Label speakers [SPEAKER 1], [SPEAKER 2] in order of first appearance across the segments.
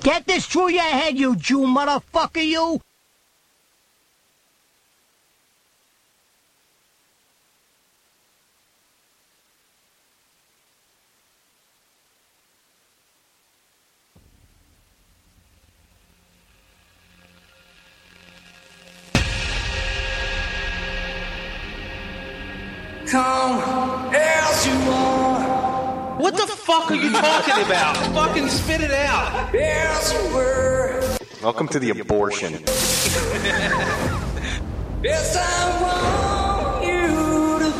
[SPEAKER 1] Get this through your head, you Jew motherfucker, you!
[SPEAKER 2] Come as you are,
[SPEAKER 3] What the fuck are you talking about? Fucking spit it out.
[SPEAKER 2] as you were,
[SPEAKER 4] Welcome to the abortion.
[SPEAKER 2] yes, I want you to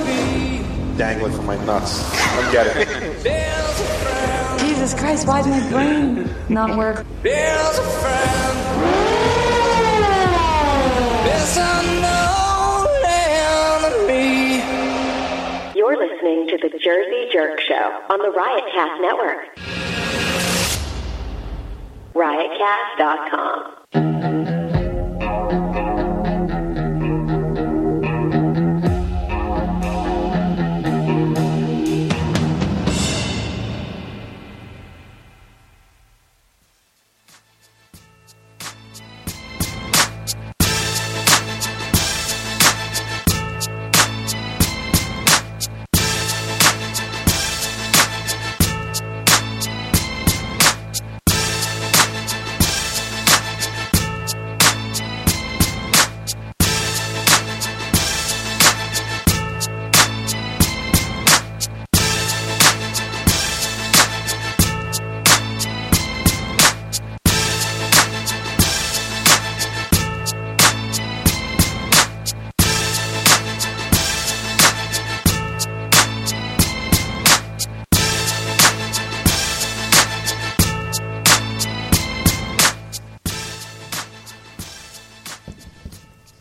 [SPEAKER 2] be.
[SPEAKER 4] Dangling from my nuts. I'm getting it.
[SPEAKER 2] There's a friend,
[SPEAKER 5] Jesus Christ, why is my brain not work?
[SPEAKER 2] there's a friend. There's unknown enemy.
[SPEAKER 6] You're listening to the Jersey Jerk Show on the Riotcast Network. Riotcast.com.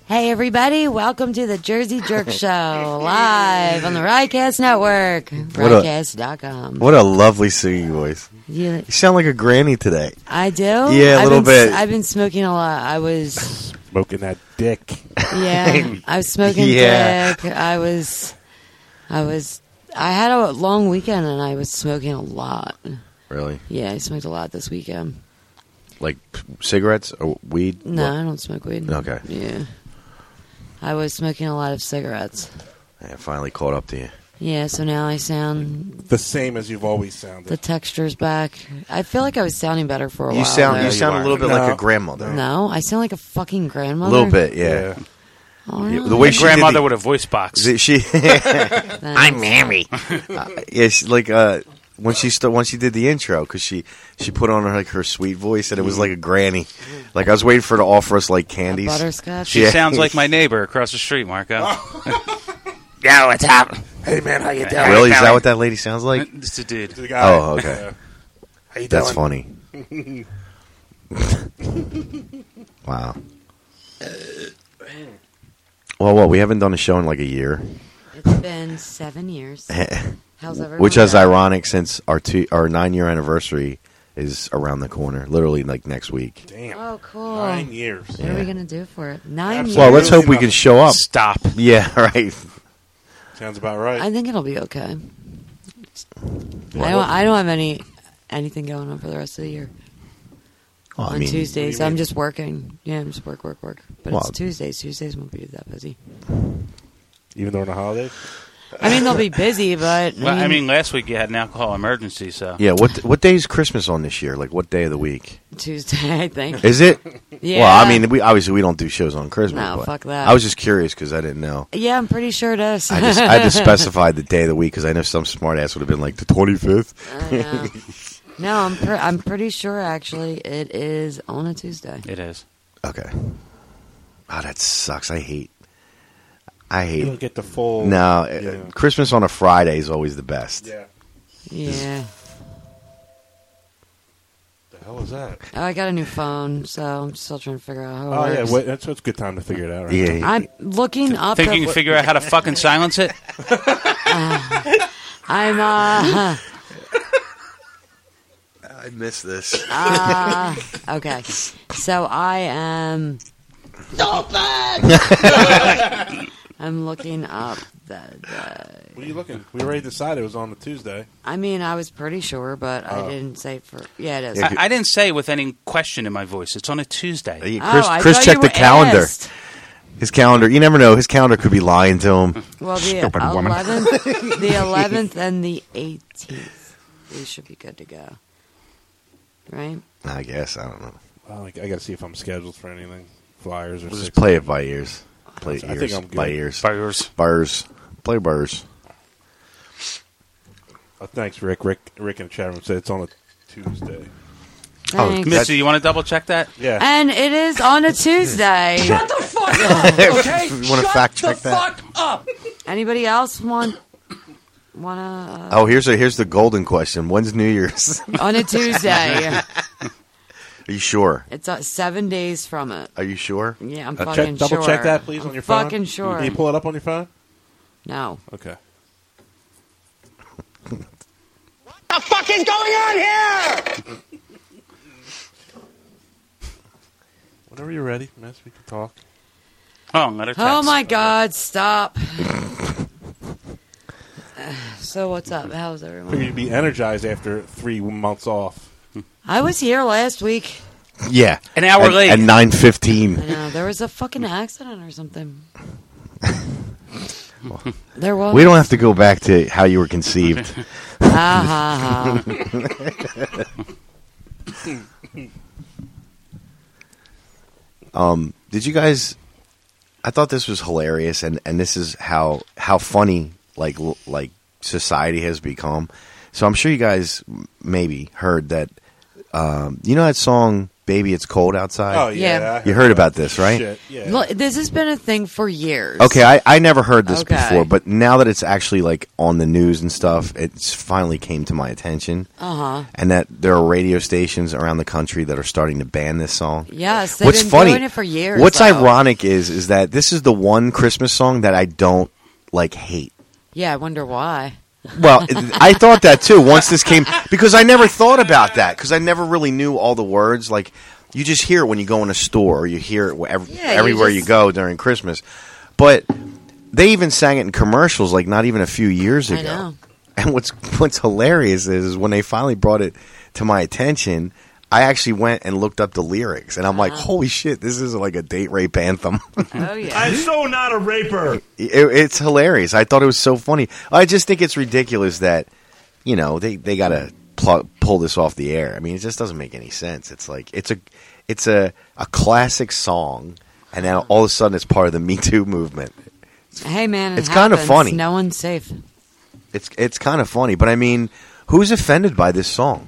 [SPEAKER 7] Hey, everybody, welcome to the Jersey Jerk Show live on the Riotcast Network.
[SPEAKER 8] a-
[SPEAKER 7] Riotcast.com.
[SPEAKER 8] What a lovely singing voice.
[SPEAKER 7] Yeah,
[SPEAKER 8] You sound like a granny today.
[SPEAKER 7] I do?
[SPEAKER 8] Yeah, a
[SPEAKER 7] I've
[SPEAKER 8] little
[SPEAKER 7] been s-
[SPEAKER 8] bit.
[SPEAKER 7] I've been smoking a lot. I was,
[SPEAKER 9] Smoking that dick.
[SPEAKER 7] yeah, I was smoking
[SPEAKER 8] Yeah.
[SPEAKER 7] dick. I was, I was, I had a long weekend and I was smoking a lot.
[SPEAKER 8] Really?
[SPEAKER 7] Yeah, I smoked a lot this weekend.
[SPEAKER 8] Like cigarettes or weed?
[SPEAKER 7] No, I don't smoke weed.
[SPEAKER 8] Okay.
[SPEAKER 7] Yeah. I was smoking a lot of cigarettes.
[SPEAKER 8] I finally caught up to you.
[SPEAKER 7] Yeah, so now I sound
[SPEAKER 9] The same as you've always sounded.
[SPEAKER 7] The texture's back. I feel like I was sounding better for a
[SPEAKER 8] You
[SPEAKER 7] while.
[SPEAKER 8] sound
[SPEAKER 7] there.
[SPEAKER 8] you sound a little bit
[SPEAKER 9] No.
[SPEAKER 8] like a grandmother.
[SPEAKER 7] no, I sound like a fucking
[SPEAKER 8] A
[SPEAKER 7] grandmother.
[SPEAKER 8] Oh. little bit, yeah.
[SPEAKER 9] yeah.
[SPEAKER 8] Yeah,
[SPEAKER 7] Mm.
[SPEAKER 8] The way
[SPEAKER 10] My
[SPEAKER 8] she did
[SPEAKER 10] grandmother
[SPEAKER 8] the,
[SPEAKER 10] with a voice box.
[SPEAKER 8] the- she
[SPEAKER 7] I'm
[SPEAKER 8] Mary. yeah, she, like uh, when she st- when she did the intro because she she put on her like her sweet voice and it was like a granny. Like I was waiting for her to offer us like candies.
[SPEAKER 7] butterscotch.
[SPEAKER 10] she
[SPEAKER 8] Yeah. Oh.
[SPEAKER 10] sounds like my neighbor across the street, Marco.
[SPEAKER 2] Yo, what's up? Hey, man, how you doing?
[SPEAKER 8] Really? Is that what that lady sounds like?
[SPEAKER 10] it's a dude.
[SPEAKER 9] The guy.
[SPEAKER 8] Oh, okay.
[SPEAKER 9] How you
[SPEAKER 8] That's
[SPEAKER 9] doing?
[SPEAKER 8] funny. wow. Well, what we haven't done a show in like a year,
[SPEAKER 7] It's been seven years. How's everyone?
[SPEAKER 8] which is
[SPEAKER 7] doing?
[SPEAKER 8] ironic since our two, our nine year anniversary is around the corner, literally like next week.
[SPEAKER 9] Damn.
[SPEAKER 7] Oh, cool.
[SPEAKER 9] Nine years.
[SPEAKER 7] What are we gonna do for it? Nine.
[SPEAKER 9] Absolutely.
[SPEAKER 8] Well,
[SPEAKER 7] years.
[SPEAKER 8] let's hope we can show up.
[SPEAKER 10] Stop.
[SPEAKER 8] Yeah, right.
[SPEAKER 9] Sounds about right.
[SPEAKER 7] I think it'll be okay. I don't. I don't have any anything going on for the rest of the year.
[SPEAKER 8] Well, I
[SPEAKER 7] on
[SPEAKER 8] mean,
[SPEAKER 7] Tuesdays, I'm just working. Yeah, I'm just work, work, work. But
[SPEAKER 8] Well-
[SPEAKER 7] it's Tuesdays. Tuesdays won't be that busy.
[SPEAKER 9] Even though on a holiday.
[SPEAKER 7] I mean, they'll be busy, but mm,
[SPEAKER 10] Well, I mean, last week you had an alcohol emergency, so
[SPEAKER 8] Mm. yeah. What what day is Christmas on this year? Like what day of the week
[SPEAKER 7] Tuesday, I think.
[SPEAKER 8] is it?
[SPEAKER 7] Yeah.
[SPEAKER 8] Well, I mean, we obviously we don't do shows on Christmas.
[SPEAKER 7] No,
[SPEAKER 8] but
[SPEAKER 7] fuck that.
[SPEAKER 8] I was just curious because I didn't know.
[SPEAKER 7] Yeah, I'm pretty sure it is.
[SPEAKER 8] I just I had to specify the day of the week because I know some smart ass would have been like the twenty fifth.
[SPEAKER 7] I know. no, I'm pre- I'm pretty sure actually it is on a Tuesday.
[SPEAKER 10] it is.
[SPEAKER 8] Okay. Oh, that sucks. I hate. I
[SPEAKER 9] You don't
[SPEAKER 8] hate.
[SPEAKER 9] get the full.
[SPEAKER 8] No, uh,
[SPEAKER 9] Yeah.
[SPEAKER 8] Christmas on a Friday is always the best.
[SPEAKER 9] Yeah.
[SPEAKER 7] Yeah.
[SPEAKER 9] The hell is that?
[SPEAKER 7] Oh, I got a new phone, so I'm still trying to figure out how it
[SPEAKER 9] Oh yeah,
[SPEAKER 7] works.
[SPEAKER 9] wait, that's that's a good time to figure it out. Right?
[SPEAKER 8] Yeah.
[SPEAKER 7] I'm looking up.
[SPEAKER 10] Think you
[SPEAKER 7] the-
[SPEAKER 10] can figure out how to fucking silence it?
[SPEAKER 7] I'm uh,
[SPEAKER 8] I miss this.
[SPEAKER 7] okay. So I am. I'm looking up the, the
[SPEAKER 9] What are you looking? We already decided it was on the Tuesday.
[SPEAKER 7] I mean, I was pretty sure, but
[SPEAKER 9] Oh.
[SPEAKER 7] I didn't say for. Yeah, it is.
[SPEAKER 8] Yeah,
[SPEAKER 10] I, I didn't say with any question in my voice. It's on a Tuesday.
[SPEAKER 8] Hey,
[SPEAKER 7] Oh,
[SPEAKER 8] Chris,
[SPEAKER 7] I
[SPEAKER 8] Chris
[SPEAKER 7] thought
[SPEAKER 8] checked
[SPEAKER 7] you
[SPEAKER 8] the calendar.
[SPEAKER 7] were asked.
[SPEAKER 8] His calendar. You never know. His calendar could be lying to him.
[SPEAKER 7] Well, the
[SPEAKER 8] Stupid woman.
[SPEAKER 7] eleventh, the eleventh, and the eighteenth. We should be good to go, right?
[SPEAKER 8] I guess I don't know.
[SPEAKER 9] Well, I, I got to see if I'm scheduled for anything. Flyers or
[SPEAKER 8] We'll just
[SPEAKER 9] six-
[SPEAKER 8] play it by ears. Play it
[SPEAKER 9] I think
[SPEAKER 8] ears.
[SPEAKER 9] I'm good.
[SPEAKER 8] By ears.
[SPEAKER 10] Fires.
[SPEAKER 8] Bars. Play bars.
[SPEAKER 9] Oh, thanks, Rick. Rick. Rick in the chat room said it's on a Tuesday.
[SPEAKER 8] Oh, That's-
[SPEAKER 7] Thanks.
[SPEAKER 10] Missy, you want to double check that?
[SPEAKER 9] Yeah.
[SPEAKER 7] And it is on a Tuesday.
[SPEAKER 3] Shut the fuck up, okay?
[SPEAKER 8] You wanna
[SPEAKER 3] Shut
[SPEAKER 8] fact
[SPEAKER 3] the
[SPEAKER 8] check that?
[SPEAKER 3] fuck up.
[SPEAKER 7] Anybody else want wanna
[SPEAKER 8] Oh, here's a here's the golden question. When's New Year's?
[SPEAKER 7] uh, on a Tuesday?
[SPEAKER 8] Are you sure?
[SPEAKER 7] it's uh, seven days from it.
[SPEAKER 8] Are you sure?
[SPEAKER 7] Yeah, I'm
[SPEAKER 9] Uh, check-
[SPEAKER 7] fucking
[SPEAKER 9] double
[SPEAKER 7] sure.
[SPEAKER 9] check that, please,
[SPEAKER 7] I'm
[SPEAKER 9] on your phone.
[SPEAKER 7] fucking sure.
[SPEAKER 9] Can you pull it up on your phone?
[SPEAKER 7] No,
[SPEAKER 9] Okay.
[SPEAKER 1] The fuck is going on here?
[SPEAKER 9] Whenever you're ready, Miss, we can talk.
[SPEAKER 10] Oh, another text.
[SPEAKER 7] Oh my God! Stop. so what's up? How's
[SPEAKER 9] Figure
[SPEAKER 7] everyone?
[SPEAKER 9] you'd be energized after three months off.
[SPEAKER 7] I was here last week.
[SPEAKER 8] Yeah.
[SPEAKER 10] An hour
[SPEAKER 8] At-
[SPEAKER 10] late.
[SPEAKER 8] At nine fifteen.
[SPEAKER 7] I know there was a fucking accident or something. there was.
[SPEAKER 8] We don't have to go back to how you were conceived.
[SPEAKER 7] Ha, ha, ha.
[SPEAKER 8] Um, did you guys? I thought this was hilarious, and, and this is how how funny like l- like society has become. So I'm sure you guys m- maybe heard that. Um, you know that song "Baby It's Cold Outside."
[SPEAKER 9] Oh yeah,
[SPEAKER 7] Yeah.
[SPEAKER 9] I
[SPEAKER 8] You heard about this, right?
[SPEAKER 9] Shit, yeah.
[SPEAKER 7] Look, this has been a thing for years.
[SPEAKER 8] Okay, I, I never heard this
[SPEAKER 7] Okay.
[SPEAKER 8] before, but now that it's actually like on the news and stuff, it's finally came to my attention,
[SPEAKER 7] Uh huh.
[SPEAKER 8] and that there are radio stations around the country that are starting to ban this song.
[SPEAKER 7] Yes. They've
[SPEAKER 8] What's
[SPEAKER 7] been
[SPEAKER 8] funny?
[SPEAKER 7] Doing it for years.
[SPEAKER 8] What's
[SPEAKER 7] though.
[SPEAKER 8] ironic is is that this is the one Christmas song that I don't like hate.
[SPEAKER 7] Yeah, I wonder why.
[SPEAKER 8] Well, I thought that too once this came because I never thought about that because I never really knew all the words. Like you just hear it when you go in a store, or you hear it wherever,
[SPEAKER 7] Yeah, you
[SPEAKER 8] everywhere you
[SPEAKER 7] just-
[SPEAKER 8] go during Christmas. But they even sang it in commercials, like not even a few years
[SPEAKER 7] I
[SPEAKER 8] ago.
[SPEAKER 7] know.
[SPEAKER 8] And what's what's hilarious is, when they finally brought it to my attention. I actually went and looked up the lyrics, and I'm like,
[SPEAKER 7] Uh-huh.
[SPEAKER 8] "Holy shit! This is like a date rape anthem."
[SPEAKER 7] Oh yeah.
[SPEAKER 1] so not a raper.
[SPEAKER 8] It, it's hilarious. I thought it was so funny. I just think it's ridiculous that you know they they gotta pl- pull this off the air. I mean, it just doesn't make any sense. It's like it's a it's a a classic song, and now all of a sudden it's part of the Me Too movement.
[SPEAKER 7] hey man, it
[SPEAKER 8] It's kinda
[SPEAKER 7] happens.
[SPEAKER 8] funny.
[SPEAKER 7] No one's safe.
[SPEAKER 8] It's it's kind of funny, but I mean, who's offended by this song?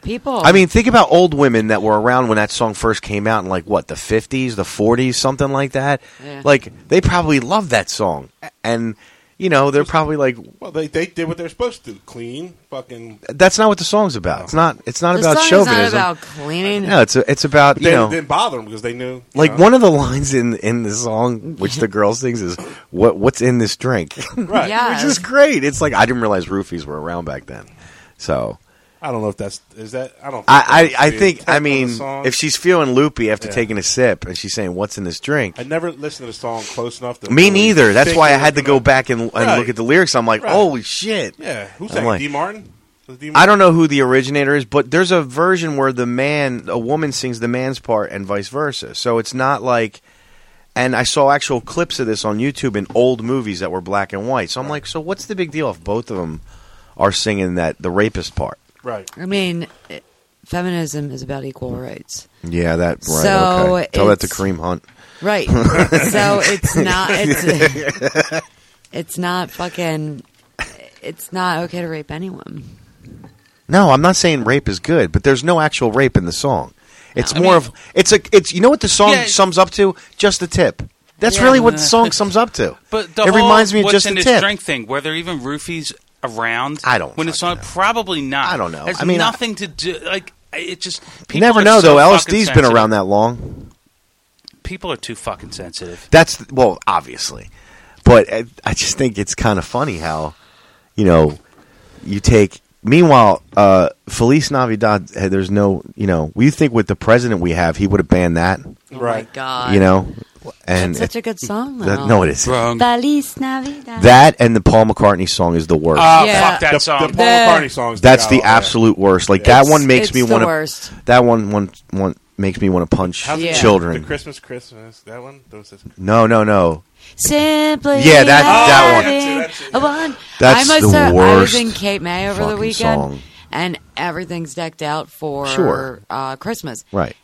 [SPEAKER 7] People.
[SPEAKER 8] I mean, think about old women that were around when that song first came out in like what the fifties, the forties, something like that.
[SPEAKER 7] Yeah.
[SPEAKER 8] Like they probably loved that song, and you know they're probably like,
[SPEAKER 9] Well, they they did what they're supposed to. Clean, fucking.
[SPEAKER 8] that's not what the song's about. It's not. It's not
[SPEAKER 7] the
[SPEAKER 8] about
[SPEAKER 7] song is
[SPEAKER 8] chauvinism.
[SPEAKER 7] not about cleaning.
[SPEAKER 8] no, it's it's about you
[SPEAKER 9] They
[SPEAKER 8] know,
[SPEAKER 9] didn't bother them because they knew. you
[SPEAKER 8] like
[SPEAKER 9] know.
[SPEAKER 8] one of the lines in in the song, which the girl sings, is what what's in this drink,
[SPEAKER 9] Right.
[SPEAKER 7] Yeah.
[SPEAKER 8] which is great. It's like I didn't realize roofies were around back then. So
[SPEAKER 9] I don't know if that's is that. I don't.
[SPEAKER 8] I
[SPEAKER 9] that's
[SPEAKER 8] I, I
[SPEAKER 9] the
[SPEAKER 8] think
[SPEAKER 9] intent
[SPEAKER 8] I
[SPEAKER 9] of the
[SPEAKER 8] mean
[SPEAKER 9] song.
[SPEAKER 8] if she's feeling loopy after
[SPEAKER 9] Yeah.
[SPEAKER 8] taking a sip and she's saying what's in this drink,
[SPEAKER 9] I never listened to the song close enough. to
[SPEAKER 8] me
[SPEAKER 9] really
[SPEAKER 8] neither. That's
[SPEAKER 9] think
[SPEAKER 8] why I
[SPEAKER 9] and
[SPEAKER 8] had to
[SPEAKER 9] look
[SPEAKER 8] go
[SPEAKER 9] at-
[SPEAKER 8] back and, and
[SPEAKER 9] Right.
[SPEAKER 8] look at the lyrics. I'm like,
[SPEAKER 9] Right.
[SPEAKER 8] holy shit.
[SPEAKER 9] Yeah, who's
[SPEAKER 8] I'm
[SPEAKER 9] that?
[SPEAKER 8] like-
[SPEAKER 9] D Martin. Was it Dean
[SPEAKER 8] I
[SPEAKER 9] Martin?
[SPEAKER 8] don't know who the originator is, but there's a version where the man, a woman sings the man's part and vice versa. So it's not like. And I saw actual clips of this on YouTube in old movies that were black and white. So I'm like, so what's the big deal if both of them are singing that the rapist part?
[SPEAKER 9] Right.
[SPEAKER 7] I mean, it- feminism is about equal rights.
[SPEAKER 8] Yeah, that right.
[SPEAKER 7] So
[SPEAKER 8] okay. Tell that to
[SPEAKER 7] it's-
[SPEAKER 8] Kareem Hunt.
[SPEAKER 7] Right. so it's not it's it's not fucking it's not okay to rape anyone.
[SPEAKER 8] No, I'm not saying rape is good, but there's no actual rape in the song. It's more of it's a it's you know what the song
[SPEAKER 10] Yeah.
[SPEAKER 8] sums up to? Just the tip. That's
[SPEAKER 7] Yeah.
[SPEAKER 8] really what the song sums up to.
[SPEAKER 10] But the
[SPEAKER 8] it
[SPEAKER 10] whole
[SPEAKER 8] reminds me of
[SPEAKER 10] what's
[SPEAKER 8] just
[SPEAKER 10] in
[SPEAKER 8] the
[SPEAKER 10] this
[SPEAKER 8] tip.
[SPEAKER 10] drink thing. Were there even roofies around?
[SPEAKER 8] I don't
[SPEAKER 10] When it's on,
[SPEAKER 8] fucking know.
[SPEAKER 10] probably not.
[SPEAKER 8] I don't know.
[SPEAKER 10] Has
[SPEAKER 8] I mean, I-
[SPEAKER 10] nothing to do. Like it just.
[SPEAKER 8] You
[SPEAKER 10] People
[SPEAKER 8] never
[SPEAKER 10] are
[SPEAKER 8] know
[SPEAKER 10] so
[SPEAKER 8] though.
[SPEAKER 10] fucking
[SPEAKER 8] LSD's been
[SPEAKER 10] sensitive.
[SPEAKER 8] around that long.
[SPEAKER 10] People are too fucking sensitive.
[SPEAKER 8] That's well, obviously, but I, I just think it's kind of funny how you know you take. Meanwhile, uh, Feliz Navidad. eh, There's no, you know, we think with the president we have, he would have banned that.
[SPEAKER 7] Oh my
[SPEAKER 9] Right.
[SPEAKER 7] god.
[SPEAKER 8] you know, And
[SPEAKER 7] That's such a good song, though.
[SPEAKER 8] that- no, it is.
[SPEAKER 10] Wrong.
[SPEAKER 7] Feliz Navidad.
[SPEAKER 8] That and the Paul McCartney song is the worst.
[SPEAKER 9] Ah,
[SPEAKER 10] Oh,
[SPEAKER 7] Uh, Yeah.
[SPEAKER 10] fuck
[SPEAKER 9] The,
[SPEAKER 10] that
[SPEAKER 9] the
[SPEAKER 10] song.
[SPEAKER 9] Paul
[SPEAKER 7] That-
[SPEAKER 9] McCartney songs.
[SPEAKER 8] That's the
[SPEAKER 9] oh, yeah.
[SPEAKER 8] absolute worst. Like that
[SPEAKER 9] It's-
[SPEAKER 8] one makes
[SPEAKER 7] it's
[SPEAKER 8] me
[SPEAKER 7] the
[SPEAKER 8] want
[SPEAKER 7] worst.
[SPEAKER 8] to. That one, one, one makes me want to punch
[SPEAKER 9] How's it-
[SPEAKER 7] Yeah.
[SPEAKER 8] children.
[SPEAKER 9] The Christmas, Christmas. That one. Those. Is,
[SPEAKER 8] no, no, no.
[SPEAKER 7] Simply.
[SPEAKER 8] Yeah, that- that one.
[SPEAKER 7] having
[SPEAKER 9] That's it, that's it.
[SPEAKER 7] a one.
[SPEAKER 8] That's
[SPEAKER 7] I must
[SPEAKER 8] the
[SPEAKER 7] have, I was
[SPEAKER 8] worst
[SPEAKER 7] in Cape May over the
[SPEAKER 8] fucking
[SPEAKER 7] weekend,
[SPEAKER 8] song.
[SPEAKER 7] and everything's decked out for
[SPEAKER 8] Sure.
[SPEAKER 7] uh, Christmas.
[SPEAKER 8] Right.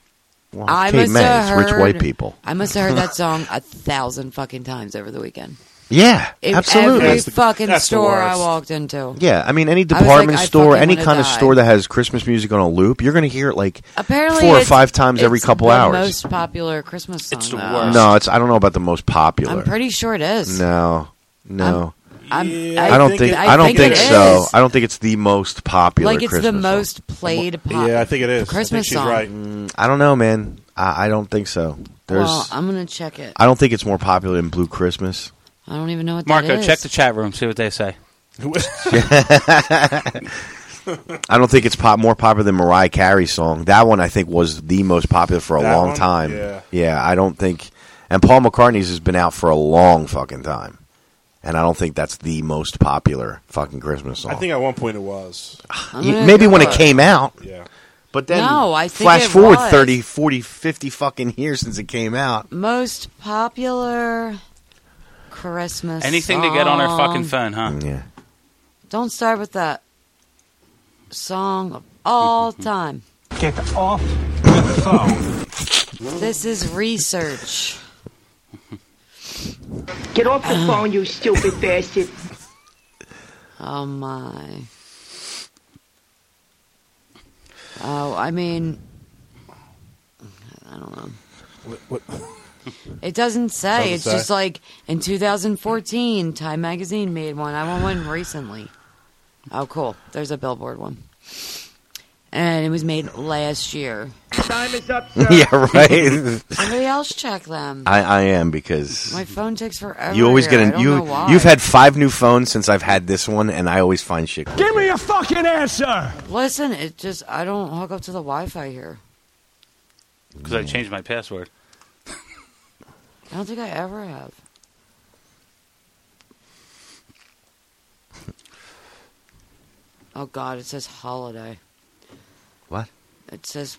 [SPEAKER 8] Well,
[SPEAKER 7] I
[SPEAKER 8] Kate
[SPEAKER 7] must
[SPEAKER 8] May,
[SPEAKER 7] have
[SPEAKER 8] it's rich
[SPEAKER 7] heard-
[SPEAKER 8] white people.
[SPEAKER 7] I must have heard that song a thousand fucking times over the weekend.
[SPEAKER 8] Yeah,
[SPEAKER 7] In
[SPEAKER 8] absolutely.
[SPEAKER 7] Every
[SPEAKER 9] That's the-
[SPEAKER 7] fucking
[SPEAKER 9] that's the
[SPEAKER 7] store I
[SPEAKER 9] worst.
[SPEAKER 7] walked into.
[SPEAKER 8] yeah, I mean, any
[SPEAKER 7] was like,
[SPEAKER 8] department
[SPEAKER 7] I
[SPEAKER 8] store,
[SPEAKER 7] fucking
[SPEAKER 8] any
[SPEAKER 7] wanna
[SPEAKER 8] kind of
[SPEAKER 7] die.
[SPEAKER 8] store that has Christmas music on a loop, you're going to hear it like
[SPEAKER 7] Apparently,
[SPEAKER 8] four or
[SPEAKER 7] it's-
[SPEAKER 8] five times every
[SPEAKER 7] it's
[SPEAKER 8] couple
[SPEAKER 7] the
[SPEAKER 8] hours.
[SPEAKER 7] Most popular Christmas song.
[SPEAKER 10] It's the
[SPEAKER 7] though.
[SPEAKER 10] worst.
[SPEAKER 8] no, it's I don't know about the most popular.
[SPEAKER 7] I'm pretty sure it is.
[SPEAKER 8] No, no.
[SPEAKER 7] I'm,
[SPEAKER 9] Yeah,
[SPEAKER 8] I, don't think,
[SPEAKER 7] it-
[SPEAKER 8] I, don't think,
[SPEAKER 7] it
[SPEAKER 8] so.
[SPEAKER 7] is.
[SPEAKER 8] I don't think it's the most popular.
[SPEAKER 7] like it's
[SPEAKER 8] Christmas
[SPEAKER 7] the
[SPEAKER 8] song.
[SPEAKER 7] most played pop.
[SPEAKER 9] yeah, I think it is.
[SPEAKER 7] Christmas
[SPEAKER 9] I
[SPEAKER 7] song.
[SPEAKER 9] think she's right.
[SPEAKER 8] I don't know, man. I, I don't think so. There's.
[SPEAKER 7] Well, um, I'm gonna check it.
[SPEAKER 8] I don't think it's more popular than Blue Christmas.
[SPEAKER 7] I don't even know what
[SPEAKER 10] Marco,
[SPEAKER 7] that is.
[SPEAKER 10] check the chat room. See what they say.
[SPEAKER 8] I don't think it's pop more popular than Mariah Carey's song. That one I think was the most popular for a
[SPEAKER 9] That
[SPEAKER 8] long
[SPEAKER 9] one?
[SPEAKER 8] time.
[SPEAKER 9] Yeah.
[SPEAKER 8] I don't think and Paul McCartney's has been out for a long fucking time. And I don't think that's the most popular fucking Christmas song.
[SPEAKER 9] I think at one point it was.
[SPEAKER 7] I'm
[SPEAKER 8] Y-
[SPEAKER 7] gonna
[SPEAKER 8] maybe
[SPEAKER 7] go
[SPEAKER 8] when it
[SPEAKER 7] look.
[SPEAKER 8] came out,
[SPEAKER 9] Yeah.
[SPEAKER 8] uh, but then
[SPEAKER 7] No, I think
[SPEAKER 8] flash
[SPEAKER 7] it
[SPEAKER 8] forward
[SPEAKER 7] was.
[SPEAKER 8] thirty, forty, fifty 30, 40, 50 fucking years since it came out.
[SPEAKER 7] Most popular Christmas.
[SPEAKER 10] Anything to get on her
[SPEAKER 7] song.
[SPEAKER 10] fucking phone, huh?
[SPEAKER 8] Mm, Yeah.
[SPEAKER 7] Don't start with that song of all
[SPEAKER 10] Mm-hmm.
[SPEAKER 7] time.
[SPEAKER 3] Get off the phone.
[SPEAKER 7] This is research.
[SPEAKER 11] Get off the phone, you stupid bastard.
[SPEAKER 7] Oh my. Oh, I mean, I don't know.
[SPEAKER 9] What, what,
[SPEAKER 7] It doesn't say.
[SPEAKER 9] Doesn't
[SPEAKER 7] it's
[SPEAKER 9] say.
[SPEAKER 7] just like in 2014, Time Magazine made one. I won one recently. Oh, cool. There's a billboard one. And it was made last year.
[SPEAKER 8] yeah, right.
[SPEAKER 7] Somebody else check them.
[SPEAKER 8] I, I am because
[SPEAKER 7] My phone takes forever.
[SPEAKER 8] you always
[SPEAKER 7] here. I
[SPEAKER 8] get a
[SPEAKER 7] don't know
[SPEAKER 8] you
[SPEAKER 7] why.
[SPEAKER 8] you've had five new phones since I've had this one, and I always find shit.
[SPEAKER 1] Give me a fucking answer!
[SPEAKER 7] Listen, it just I don't hook up to the Wi-Fi here.
[SPEAKER 10] Because
[SPEAKER 8] Mm.
[SPEAKER 10] I changed my password.
[SPEAKER 7] I don't think I ever have. Oh God! It says holiday.
[SPEAKER 8] What?
[SPEAKER 7] It says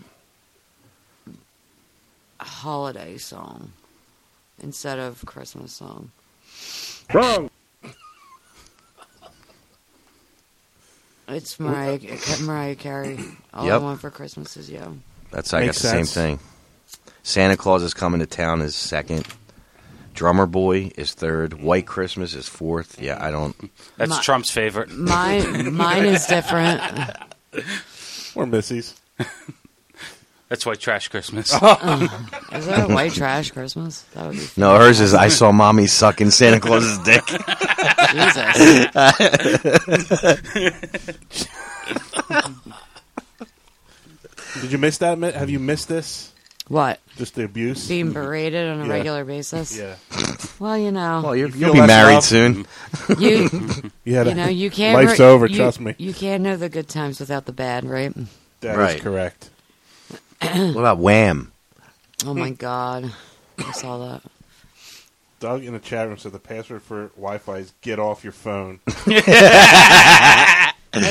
[SPEAKER 7] holiday song instead of Christmas song. Wrong. It's Mariah, Mariah Carey. All
[SPEAKER 8] Yep.
[SPEAKER 7] I want for Christmas is you.
[SPEAKER 8] That's I
[SPEAKER 9] Makes
[SPEAKER 8] got the
[SPEAKER 9] sense.
[SPEAKER 8] same thing. Santa Claus is coming to town is second. Drummer Boy is third. White Christmas is fourth. Yeah, I don't.
[SPEAKER 10] That's
[SPEAKER 7] My-
[SPEAKER 10] Trump's favorite.
[SPEAKER 7] Mine, mine is different.
[SPEAKER 9] or Missy's.
[SPEAKER 10] That's why trash Christmas.
[SPEAKER 7] Is that a white trash Christmas? That would be
[SPEAKER 8] No, hers is I saw mommy sucking Santa Claus's dick.
[SPEAKER 7] Jesus.
[SPEAKER 9] Did you miss that? Mi- Have you missed this?
[SPEAKER 7] What?
[SPEAKER 9] Just the abuse.
[SPEAKER 7] Being berated on a
[SPEAKER 9] Yeah.
[SPEAKER 7] regular basis?
[SPEAKER 9] Yeah.
[SPEAKER 7] Well, you know,
[SPEAKER 8] you
[SPEAKER 9] feel
[SPEAKER 8] will be
[SPEAKER 9] less
[SPEAKER 8] married
[SPEAKER 9] love?
[SPEAKER 8] soon.
[SPEAKER 7] you
[SPEAKER 9] Yeah.
[SPEAKER 7] you know you can't.
[SPEAKER 9] Life's
[SPEAKER 7] re-
[SPEAKER 9] over.
[SPEAKER 7] you-
[SPEAKER 9] trust me.
[SPEAKER 7] You can't know the good times without the bad, right?
[SPEAKER 9] That is
[SPEAKER 8] Right.
[SPEAKER 9] correct.
[SPEAKER 8] What about Wham?
[SPEAKER 7] Oh my God, I saw that.
[SPEAKER 9] Doug in the chat room said the password for Wi-Fi is "get off your phone."
[SPEAKER 7] Hey,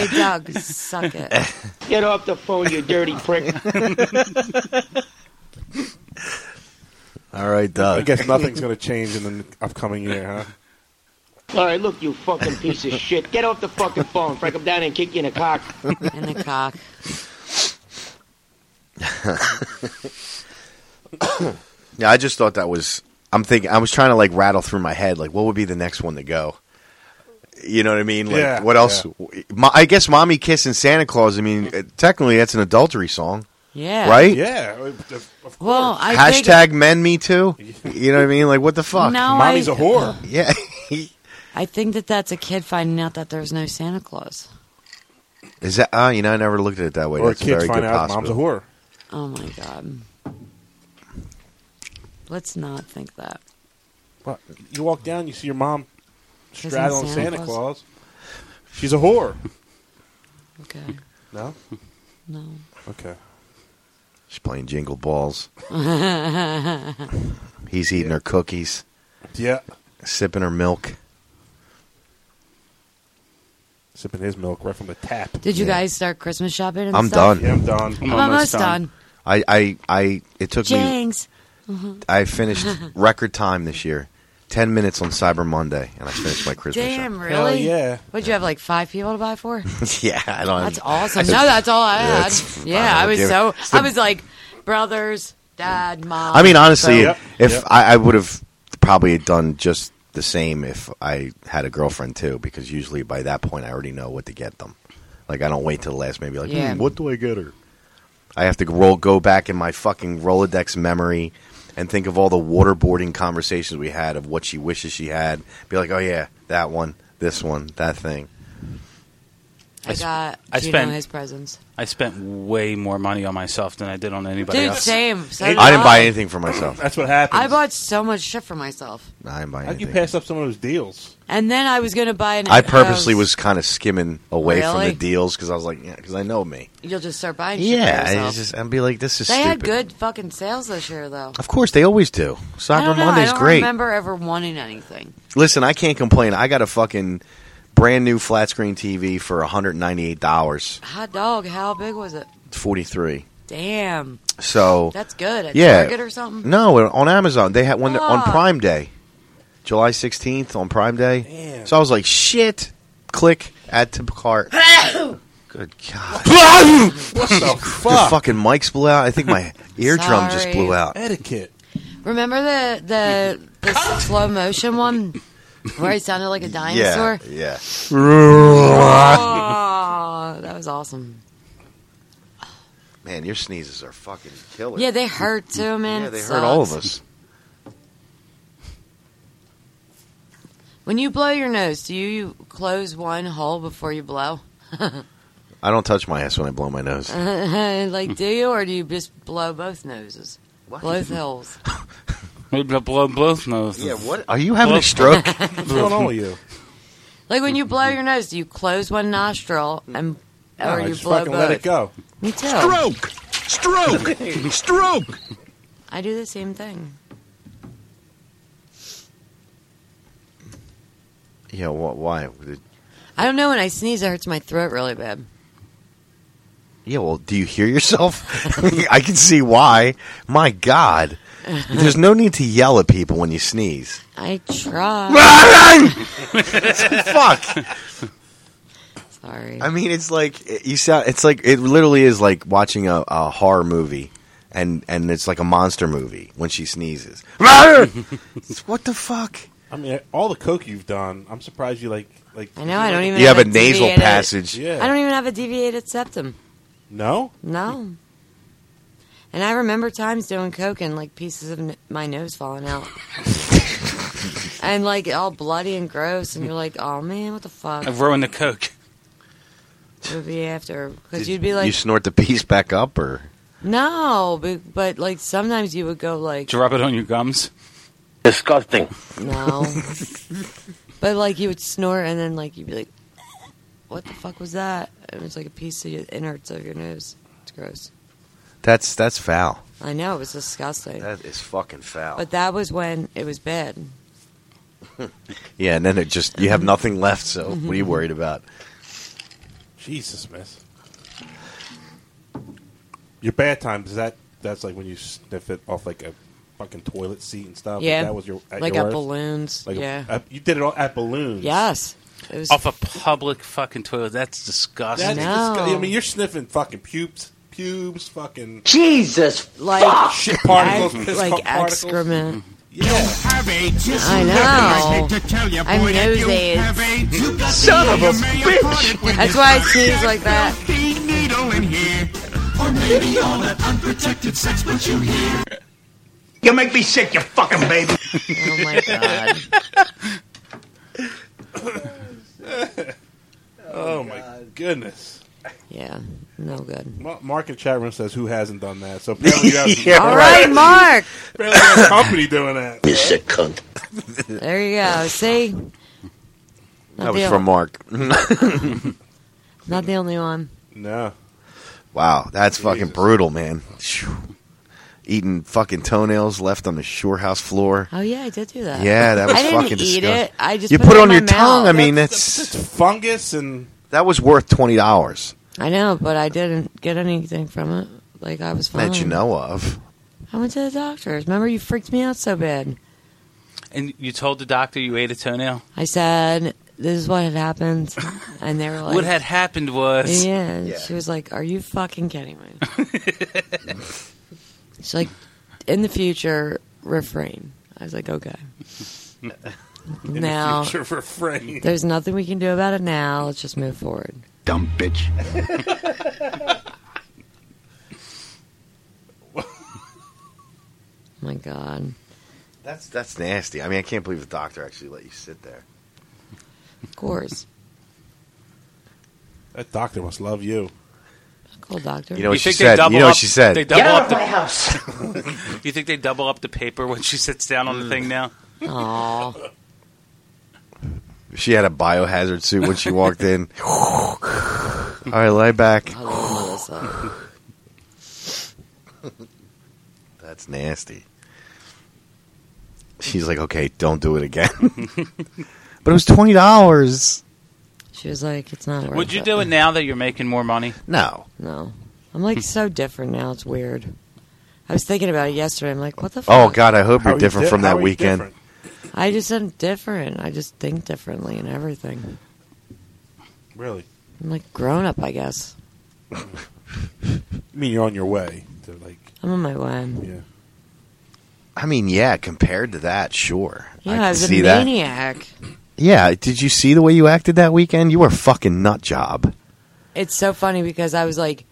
[SPEAKER 7] Doug, suck it.
[SPEAKER 11] Get off the phone, you dirty prick.
[SPEAKER 8] All right,
[SPEAKER 9] I
[SPEAKER 8] Doug.
[SPEAKER 9] guess nothing's going to change in the upcoming year, huh?
[SPEAKER 11] All right, look, you fucking piece of shit. Get off the fucking phone, Frank. I'm down here and kick you in the cock.
[SPEAKER 7] And the cock.
[SPEAKER 8] Yeah, I just thought that was. I'm thinking. I was trying to like rattle through my head, like what would be the next one to go. You know what I mean? Like
[SPEAKER 9] Yeah,
[SPEAKER 8] what else? Mo- I guess "Mommy Kiss" and Santa Claus. I mean, uh, technically that's an adultery song,
[SPEAKER 7] Yeah.
[SPEAKER 8] right?
[SPEAKER 9] Yeah, of of course.
[SPEAKER 7] Well, I think-
[SPEAKER 8] Hashtag men me too. You know what I mean? Like what the fuck?
[SPEAKER 7] No,
[SPEAKER 9] Mommy's
[SPEAKER 7] I,
[SPEAKER 9] a whore.
[SPEAKER 8] Yeah.
[SPEAKER 7] I think that that's a kid finding out that there's no Santa Claus.
[SPEAKER 8] Is that? Uh, you know, I never looked at it that way.
[SPEAKER 9] or
[SPEAKER 8] that's a
[SPEAKER 9] kids
[SPEAKER 8] very
[SPEAKER 9] find
[SPEAKER 8] good
[SPEAKER 9] out mom's a
[SPEAKER 8] possibility.
[SPEAKER 9] whore.
[SPEAKER 7] Oh my God. Let's not think that.
[SPEAKER 9] What? You walk down, you see your mom
[SPEAKER 7] Kissing
[SPEAKER 9] straddling Santa,
[SPEAKER 7] Santa
[SPEAKER 9] Claus.
[SPEAKER 7] Claus.
[SPEAKER 9] She's a whore.
[SPEAKER 7] Okay.
[SPEAKER 9] No.
[SPEAKER 7] No.
[SPEAKER 9] Okay.
[SPEAKER 8] She's playing jingle balls.
[SPEAKER 7] That's
[SPEAKER 8] He's eating her cookies.
[SPEAKER 9] Yeah.
[SPEAKER 8] Sipping her milk.
[SPEAKER 9] Sipping his milk right from the tap.
[SPEAKER 7] Did you guys start Christmas shopping? And
[SPEAKER 8] I'm
[SPEAKER 7] stuff?
[SPEAKER 8] done.
[SPEAKER 9] Yeah, I'm done.
[SPEAKER 7] I'm almost done.
[SPEAKER 8] I, I, I it took me
[SPEAKER 7] Jinx. Mhm.
[SPEAKER 8] I finished record time this year. Ten minutes on Cyber Monday and I finished my Christmas
[SPEAKER 7] Damn,
[SPEAKER 8] shop.
[SPEAKER 7] really?
[SPEAKER 9] yeah.
[SPEAKER 7] What'd you have like five people to buy for?
[SPEAKER 8] yeah, I don't
[SPEAKER 7] That's awesome. No, that's all I had. yeah, I was so I was like brothers, dad, mom.
[SPEAKER 8] I mean honestly
[SPEAKER 7] so-
[SPEAKER 8] if
[SPEAKER 7] Yep.
[SPEAKER 8] I, I would have probably done just the same if I had a girlfriend too, because usually by that point I already know what to get them. Like I don't wait till the last maybe like
[SPEAKER 12] Yeah.
[SPEAKER 8] "Hmm, what do I get her? I have to roll, go back in my fucking Rolodex memory and think of all the waterboarding conversations we had of what she wishes she had. Be like, oh yeah, that one, this one, that thing.
[SPEAKER 7] I got
[SPEAKER 10] I
[SPEAKER 7] Gino
[SPEAKER 10] spent-
[SPEAKER 7] his presents.
[SPEAKER 10] I spent way more money on myself than I did on anybody
[SPEAKER 7] Dude,
[SPEAKER 10] else.
[SPEAKER 7] same. So
[SPEAKER 8] I didn't buy anything for myself.
[SPEAKER 9] That's what happened.
[SPEAKER 7] I bought so much shit for myself,
[SPEAKER 8] I didn't buy
[SPEAKER 9] How'd you
[SPEAKER 8] anything.
[SPEAKER 9] pass up some of those deals?
[SPEAKER 7] and then I was gonna buy an.
[SPEAKER 8] I purposely
[SPEAKER 7] uh,
[SPEAKER 8] was kind of skimming away from the
[SPEAKER 7] Really?
[SPEAKER 8] deals because I was like, yeah, because I know me.
[SPEAKER 7] You'll just start buying. Shit for
[SPEAKER 8] Yeah, and
[SPEAKER 7] yourself.
[SPEAKER 8] it's just and be like, this is
[SPEAKER 7] they
[SPEAKER 8] stupid.
[SPEAKER 7] had good fucking sales this year though.
[SPEAKER 8] Of course, they always do.
[SPEAKER 7] I
[SPEAKER 8] Cyber
[SPEAKER 7] don't know. I
[SPEAKER 8] Monday's
[SPEAKER 7] don't
[SPEAKER 8] great.
[SPEAKER 7] remember ever wanting anything.
[SPEAKER 8] Listen, I can't complain. I got a fucking brand new flat screen TV for one hundred ninety eight dollars,
[SPEAKER 7] Hot dog, how big was it?
[SPEAKER 8] forty three.
[SPEAKER 7] Damn.
[SPEAKER 8] So
[SPEAKER 7] That's good. At
[SPEAKER 8] yeah,
[SPEAKER 7] Target or something?
[SPEAKER 8] No, on Amazon they had one on
[SPEAKER 7] Fuck.
[SPEAKER 8] Prime Day, July sixteenth on Prime Day. So I was like, shit. Click add to cart. Good God!
[SPEAKER 9] What the
[SPEAKER 8] The
[SPEAKER 9] fuck?
[SPEAKER 8] fucking mics blew out. I think my eardrum just
[SPEAKER 7] Sorry.
[SPEAKER 8] blew out.
[SPEAKER 9] Etiquette.
[SPEAKER 7] Remember the the, the slow motion one where I sounded like a dinosaur?
[SPEAKER 8] Yeah,
[SPEAKER 7] Oh, that was awesome.
[SPEAKER 8] Man, your sneezes are fucking killer.
[SPEAKER 7] Yeah, they hurt too, man.
[SPEAKER 8] Yeah, they
[SPEAKER 7] It
[SPEAKER 8] hurt all of
[SPEAKER 7] sucks.
[SPEAKER 8] us.
[SPEAKER 7] When you blow your nose, do you close one hole before you blow?
[SPEAKER 8] I don't touch my ass when I blow my nose.
[SPEAKER 7] Uh, like, do you, or do you just blow both noses? Both holes.
[SPEAKER 10] Blow, blow both noses.
[SPEAKER 8] Yeah, what- are you having a stroke? What's going on with you?
[SPEAKER 7] Like when you blow your nose, do you close one nostril and or
[SPEAKER 9] No, I
[SPEAKER 7] you
[SPEAKER 9] just
[SPEAKER 7] blow
[SPEAKER 9] fucking
[SPEAKER 7] both?
[SPEAKER 9] let it go.
[SPEAKER 7] Me too.
[SPEAKER 9] Stroke!
[SPEAKER 7] Stroke! Stroke! I do the same thing.
[SPEAKER 8] Yeah, what? Why? Did-
[SPEAKER 7] I don't know when I sneeze, it hurts my throat really bad.
[SPEAKER 8] Yeah, well, do you hear yourself? I can see why. My God, there's no need to yell at people when you sneeze.
[SPEAKER 7] I try.
[SPEAKER 8] Fuck.
[SPEAKER 7] Sorry.
[SPEAKER 8] I mean, it's like it- you sound. It's like it literally is like watching a, a horror movie, and and it's like a monster movie when she sneezes. what the fuck?
[SPEAKER 9] I mean, all the coke you've done, I'm surprised you like like.
[SPEAKER 7] I know. I don't even.
[SPEAKER 8] You have a nasal
[SPEAKER 7] deviated-
[SPEAKER 8] passage. Yeah.
[SPEAKER 7] I don't even have a deviated septum.
[SPEAKER 9] No.
[SPEAKER 7] No. And I remember times doing coke and like pieces of n- my nose falling out, and like all bloody and gross. And you're like, "Oh man, what the fuck?"
[SPEAKER 10] I've ruined the coke.
[SPEAKER 7] It would be after because you'd be like,
[SPEAKER 8] you snort the piece back up, or
[SPEAKER 7] "No," but, but like sometimes you would go like,
[SPEAKER 10] Did you rub it on your gums? Disgusting.
[SPEAKER 7] No. but like you would snort and then like you'd be like, "What the fuck was that?" And it was like a piece of your innards of your nose. It's gross.
[SPEAKER 8] that's that's foul.
[SPEAKER 7] I know it was disgusting.
[SPEAKER 8] That is fucking foul.
[SPEAKER 7] But that was when it was bad.
[SPEAKER 8] Yeah, and then it just you have nothing left. So
[SPEAKER 7] Mm-hmm.
[SPEAKER 8] what are you worried about?
[SPEAKER 9] Jesus, miss. Your bad times is that that's like when you sniff it off like a fucking toilet seat and stuff.
[SPEAKER 7] Yeah.
[SPEAKER 9] that was your at
[SPEAKER 7] Like
[SPEAKER 9] your
[SPEAKER 7] at
[SPEAKER 9] worst?
[SPEAKER 7] balloons,
[SPEAKER 9] Like a-
[SPEAKER 7] yeah.
[SPEAKER 9] at- you did it all at balloons.
[SPEAKER 7] Yes. It was
[SPEAKER 10] Off a public fucking toilet. That's disgusting.
[SPEAKER 9] That's disgusting. I mean, you're sniffing fucking pubes, pubes, fucking
[SPEAKER 7] Jesus, like
[SPEAKER 9] shit particles,
[SPEAKER 7] ex-
[SPEAKER 9] piss
[SPEAKER 7] like
[SPEAKER 9] particles.
[SPEAKER 7] excrement.
[SPEAKER 9] Yeah.
[SPEAKER 1] Have a
[SPEAKER 7] I know. I'm nosy.
[SPEAKER 1] Son of a bitch.
[SPEAKER 7] That's why I sneeze like that.
[SPEAKER 1] needle in here. Or maybe all that unprotected sex but you hear. You make me sick, you fucking baby.
[SPEAKER 7] Oh my god.
[SPEAKER 9] Oh, my goodness.
[SPEAKER 7] Yeah, no good.
[SPEAKER 9] Ma- Mark in chat room says who hasn't done that. So apparently you have
[SPEAKER 7] Yeah, All right, Mark.
[SPEAKER 9] Apparently you have company doing that.
[SPEAKER 1] You sick cunt.
[SPEAKER 7] There you go. See? Not
[SPEAKER 8] That was
[SPEAKER 7] the-
[SPEAKER 8] from Mark.
[SPEAKER 7] Not the only one.
[SPEAKER 9] no.
[SPEAKER 8] Wow, that's fucking brutal, man. Phew. Eating fucking toenails left on the shore house floor.
[SPEAKER 7] Oh yeah, I did do that.
[SPEAKER 8] Yeah, that was
[SPEAKER 7] I didn't
[SPEAKER 8] fucking
[SPEAKER 7] eat
[SPEAKER 8] disgusting.
[SPEAKER 7] it. I just
[SPEAKER 8] you
[SPEAKER 7] put,
[SPEAKER 8] put,
[SPEAKER 7] it
[SPEAKER 8] on
[SPEAKER 7] in
[SPEAKER 8] your
[SPEAKER 7] my
[SPEAKER 8] tongue.
[SPEAKER 7] mouth.
[SPEAKER 8] I mean, that's, fungus and that was worth twenty dollars
[SPEAKER 7] I know, but I didn't get anything from it. Like I was fine.
[SPEAKER 8] that you know of.
[SPEAKER 7] I went to the doctor's. Remember, you freaked me out so bad.
[SPEAKER 10] And you told the doctor you ate a toenail.
[SPEAKER 7] I said, "This is what had happened," and they were like,
[SPEAKER 10] what had happened was
[SPEAKER 7] Yeah. and She was like, "Are you fucking kidding me?" She's like, "In the future, refrain." I was like, "Okay."
[SPEAKER 9] In the
[SPEAKER 7] now,
[SPEAKER 9] future, refrain.
[SPEAKER 7] There's nothing we can do about it now. Let's just move forward.
[SPEAKER 1] Dumb bitch.
[SPEAKER 7] my god.
[SPEAKER 8] That's that's nasty. I mean, I can't believe the doctor actually let you sit there.
[SPEAKER 7] Of course,
[SPEAKER 9] That doctor must love you.
[SPEAKER 7] cool doctor.
[SPEAKER 8] You know what You she think they said? double You know what up- she said?
[SPEAKER 10] They double
[SPEAKER 8] Get out
[SPEAKER 10] up
[SPEAKER 8] of
[SPEAKER 10] the
[SPEAKER 8] my
[SPEAKER 10] house. you think they double up the paper when she sits down on the thing now?
[SPEAKER 7] Aww.
[SPEAKER 8] She had a biohazard suit when she walked in. All right, lie back. That's nasty. She's like, okay, don't do it again. but it was twenty dollars.
[SPEAKER 7] She was like, "It's not worth
[SPEAKER 10] Would you
[SPEAKER 7] it."
[SPEAKER 10] do it now that you're making more money?
[SPEAKER 8] No,
[SPEAKER 7] no. I'm like so different now. It's weird. I was thinking about it yesterday. I'm like, "What the fuck?"
[SPEAKER 8] Oh God, I hope
[SPEAKER 7] How
[SPEAKER 8] you're
[SPEAKER 7] are you
[SPEAKER 8] different
[SPEAKER 7] di-
[SPEAKER 8] from
[SPEAKER 7] how
[SPEAKER 8] that
[SPEAKER 7] are you
[SPEAKER 8] weekend.
[SPEAKER 7] different? I just am different. I just think differently and everything.
[SPEAKER 9] Really?
[SPEAKER 7] I'm like grown up, I guess.
[SPEAKER 9] I mean, you're on your way. To like,
[SPEAKER 7] I'm on my way.
[SPEAKER 9] Yeah.
[SPEAKER 8] I mean, yeah, compared to that, sure.
[SPEAKER 7] Yeah,
[SPEAKER 8] I
[SPEAKER 7] I,
[SPEAKER 8] can
[SPEAKER 7] was a
[SPEAKER 8] see that.
[SPEAKER 7] maniac.
[SPEAKER 8] Yeah, did you see the way you acted that weekend? You were a fucking nut job.
[SPEAKER 7] It's so funny because I was like,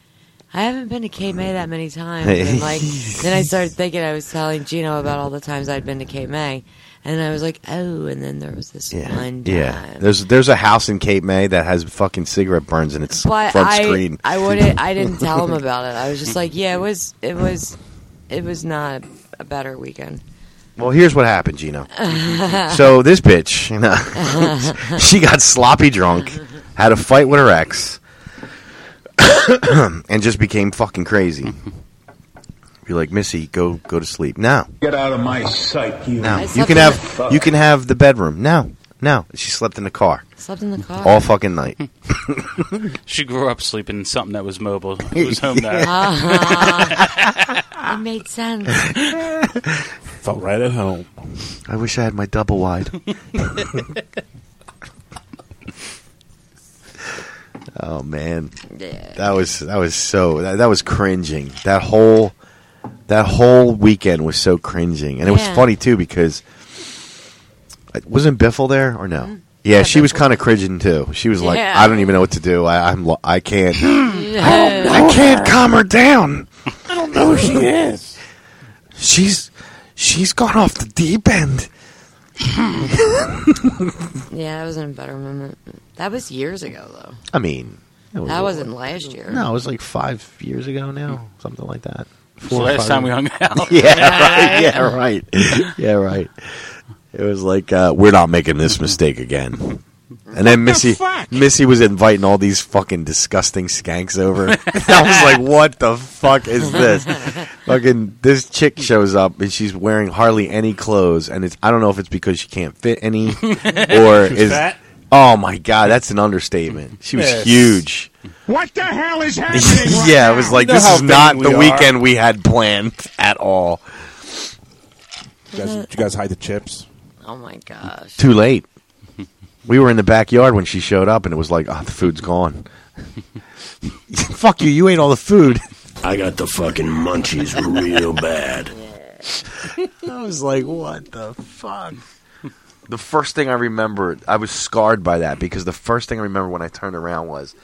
[SPEAKER 7] I haven't been to Cape May that many times. And like, then I started thinking I was telling Gino about all the times I'd been to Cape May, and I was like, oh, and then there was this one time.
[SPEAKER 8] Yeah, there's there's a house in Cape May that has fucking cigarette burns in its
[SPEAKER 7] But
[SPEAKER 8] front
[SPEAKER 7] I,
[SPEAKER 8] screen.
[SPEAKER 7] I wouldn't. I didn't tell him about it. I was just like, yeah, it was, it was, it was not a better weekend.
[SPEAKER 8] Well, here's what happened, Gino. so this bitch, you know, she got sloppy drunk, had a fight with her ex, and just became fucking crazy. You're like, Missy, go go to sleep. No,
[SPEAKER 1] Get out of my sight, you.
[SPEAKER 8] no. You can have you can have the bedroom. No, no. She slept in the car
[SPEAKER 7] Slept in the car.
[SPEAKER 8] all fucking night.
[SPEAKER 10] She grew up sleeping in something that was mobile. It was home
[SPEAKER 8] Yeah.
[SPEAKER 7] Ah, it made sense.
[SPEAKER 9] Felt right at home.
[SPEAKER 8] I wish I had my double wide. oh man,
[SPEAKER 7] Yeah.
[SPEAKER 8] that was that was so that, that was cringing. That whole that whole weekend was so cringing, and it was
[SPEAKER 7] Yeah.
[SPEAKER 8] funny too because wasn't Biffle there or no? Yeah, she was kind of cringing too. She was like,
[SPEAKER 1] Yeah.
[SPEAKER 8] "I don't even know what to do. I, I'm lo- I can't.
[SPEAKER 1] I, don't, I can't calm her down. I don't know who she is.
[SPEAKER 8] She's she's gone off the deep end.
[SPEAKER 7] Yeah, that was an better moment. That was years ago, though.
[SPEAKER 8] I mean, it was
[SPEAKER 7] that
[SPEAKER 8] a-
[SPEAKER 7] wasn't last year.
[SPEAKER 8] No, it was like five years ago now, something like that.
[SPEAKER 10] It's the last
[SPEAKER 8] five
[SPEAKER 10] time
[SPEAKER 8] years-
[SPEAKER 10] we hung out.
[SPEAKER 8] yeah, right. Yeah, right. yeah, right. It was like uh, we're not making this mistake again. And then Missy, Missy was inviting all these fucking disgusting skanks over. I was like, "What the fuck is this?" Fucking this chick shows up and she's wearing hardly any clothes, and it's I don't know if it's because she can't fit any or
[SPEAKER 1] She's
[SPEAKER 8] is
[SPEAKER 1] fat?
[SPEAKER 8] oh my god, that's an understatement. She was
[SPEAKER 1] Yes.
[SPEAKER 8] huge
[SPEAKER 1] What the hell is happening? right
[SPEAKER 8] yeah, it
[SPEAKER 1] now?
[SPEAKER 8] was like
[SPEAKER 1] You know
[SPEAKER 8] this
[SPEAKER 1] how
[SPEAKER 8] is not
[SPEAKER 1] vain
[SPEAKER 8] the
[SPEAKER 1] we are.
[SPEAKER 8] weekend we had planned at all.
[SPEAKER 9] You guys, did you guys hide the chips?
[SPEAKER 7] Oh my gosh.
[SPEAKER 8] Too late. We were in the backyard when she showed up, and it was like, oh, the food's gone. Fuck you! You ate all the food.
[SPEAKER 1] I got the fucking munchies real bad.
[SPEAKER 8] I was like, what the fuck? The first thing I remember, I was scarred by that because the first thing I remember when I turned around was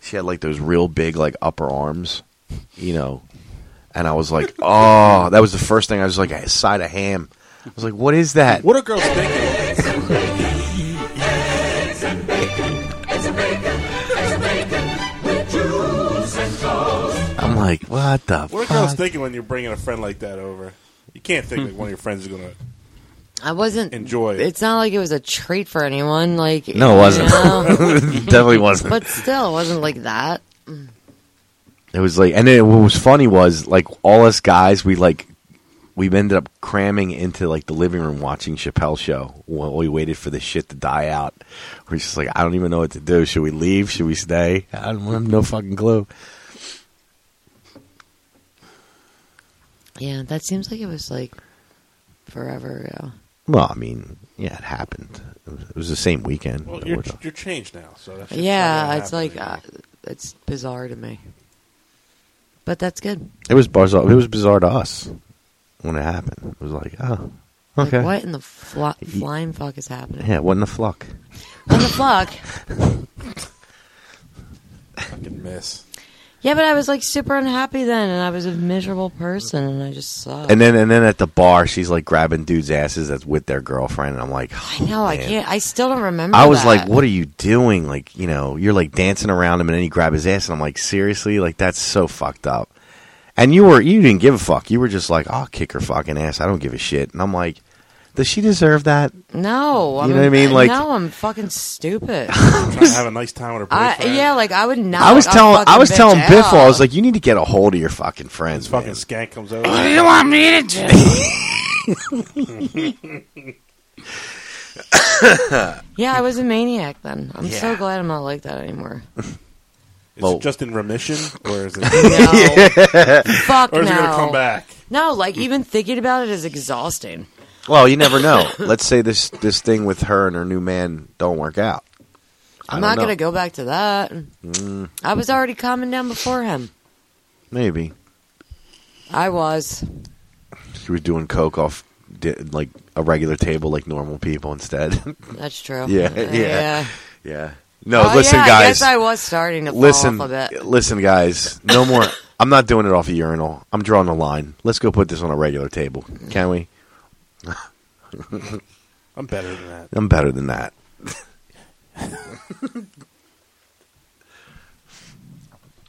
[SPEAKER 8] she had like those real big like upper arms, you know, and I was like, oh, that was the first thing I was like, a side of ham. I was like, what is that?
[SPEAKER 9] What are girls thinking?
[SPEAKER 8] I'm like, what the
[SPEAKER 9] What are girls thinking when you're bringing a friend like that over? You can't think like one of your friends is gonna.
[SPEAKER 7] I wasn't
[SPEAKER 9] Enjoy it.
[SPEAKER 7] It's not like it was a treat for anyone. Like
[SPEAKER 8] No, it
[SPEAKER 7] you
[SPEAKER 8] wasn't.
[SPEAKER 7] know?
[SPEAKER 8] Definitely wasn't.
[SPEAKER 7] But still, it wasn't like that.
[SPEAKER 8] It was like, and then what was funny was like all us guys, we like, we ended up cramming into like the living room watching Chappelle's show while we waited for the shit to die out. We're just like, I don't even know what to do. Should we leave? Should we stay? I don't I have no fucking clue.
[SPEAKER 7] Yeah, that seems like it was like forever ago.
[SPEAKER 8] Well, I mean, yeah, it happened. It was, it was the same weekend.
[SPEAKER 9] Well, you're, you're changed now, so that's
[SPEAKER 7] yeah, it's like uh, it's bizarre to me, but that's good.
[SPEAKER 8] It was bizarre. It was bizarre to us when it happened. It was like, oh,
[SPEAKER 7] Like,
[SPEAKER 8] okay,
[SPEAKER 7] what in the flo- flying fuck is happening?
[SPEAKER 8] yeah, what in the fuck?
[SPEAKER 7] On the flock.
[SPEAKER 9] fucking miss.
[SPEAKER 7] Yeah, but I was like super unhappy then, and I was a miserable person, and I just sucked.
[SPEAKER 8] And then and then at the bar, she's like grabbing dudes' asses that's with their girlfriend, and I'm like,
[SPEAKER 7] I know I
[SPEAKER 8] man.
[SPEAKER 7] can't. I still don't remember.
[SPEAKER 8] I was
[SPEAKER 7] that.
[SPEAKER 8] like, "What are you doing? Like, you know, you're like dancing around him, and then you grab his ass." And I'm like, "Seriously? Like, that's so fucked up." And you were, you didn't give a fuck. You were just like, "I'll kick her fucking ass. I don't give a shit." And I'm like, "Does she deserve that?"
[SPEAKER 7] No,
[SPEAKER 8] You know what I mean? Like-
[SPEAKER 7] no, I'm fucking stupid.
[SPEAKER 9] Trying to have a nice time with her
[SPEAKER 7] I,
[SPEAKER 9] boyfriend.
[SPEAKER 7] yeah, like I would not.
[SPEAKER 8] I was
[SPEAKER 7] knock a
[SPEAKER 8] telling, I
[SPEAKER 7] fucking
[SPEAKER 8] was
[SPEAKER 7] bitch
[SPEAKER 8] telling Biff,
[SPEAKER 7] out.
[SPEAKER 8] I was like, "You need to get a hold of your fucking friends."
[SPEAKER 9] This fucking
[SPEAKER 8] man."
[SPEAKER 9] skank comes over.
[SPEAKER 2] What do you want me to do?
[SPEAKER 7] yeah, I was a maniac then. I'm so
[SPEAKER 8] Yeah.
[SPEAKER 7] glad I'm not like that anymore.
[SPEAKER 9] Is
[SPEAKER 8] Well-
[SPEAKER 9] it just in remission, or is it,
[SPEAKER 7] No, fuck
[SPEAKER 9] or is
[SPEAKER 7] no.
[SPEAKER 9] it gonna come back?
[SPEAKER 7] No, like even thinking about it is exhausting.
[SPEAKER 8] Well, you never know. Let's say this this thing with her and her new man don't work out. I
[SPEAKER 7] I'm
[SPEAKER 8] don't
[SPEAKER 7] not
[SPEAKER 8] know. Mm.
[SPEAKER 7] gonna go back to that. I was already calming down before him.
[SPEAKER 8] Maybe
[SPEAKER 7] I was.
[SPEAKER 8] she was doing coke off di- like a regular table, like normal people instead.
[SPEAKER 7] That's true.
[SPEAKER 8] Yeah,
[SPEAKER 7] Uh,
[SPEAKER 8] yeah. yeah. No,
[SPEAKER 7] Oh,
[SPEAKER 8] listen,
[SPEAKER 7] yeah, I
[SPEAKER 8] guys.
[SPEAKER 7] guess I was starting to fall
[SPEAKER 8] listen,
[SPEAKER 7] off a bit.
[SPEAKER 8] listen, guys. No more. I'm not doing it off a urinal. I'm drawing a line. Let's go put this on a regular table, can we?
[SPEAKER 9] I'm better than that.
[SPEAKER 8] I'm better than that.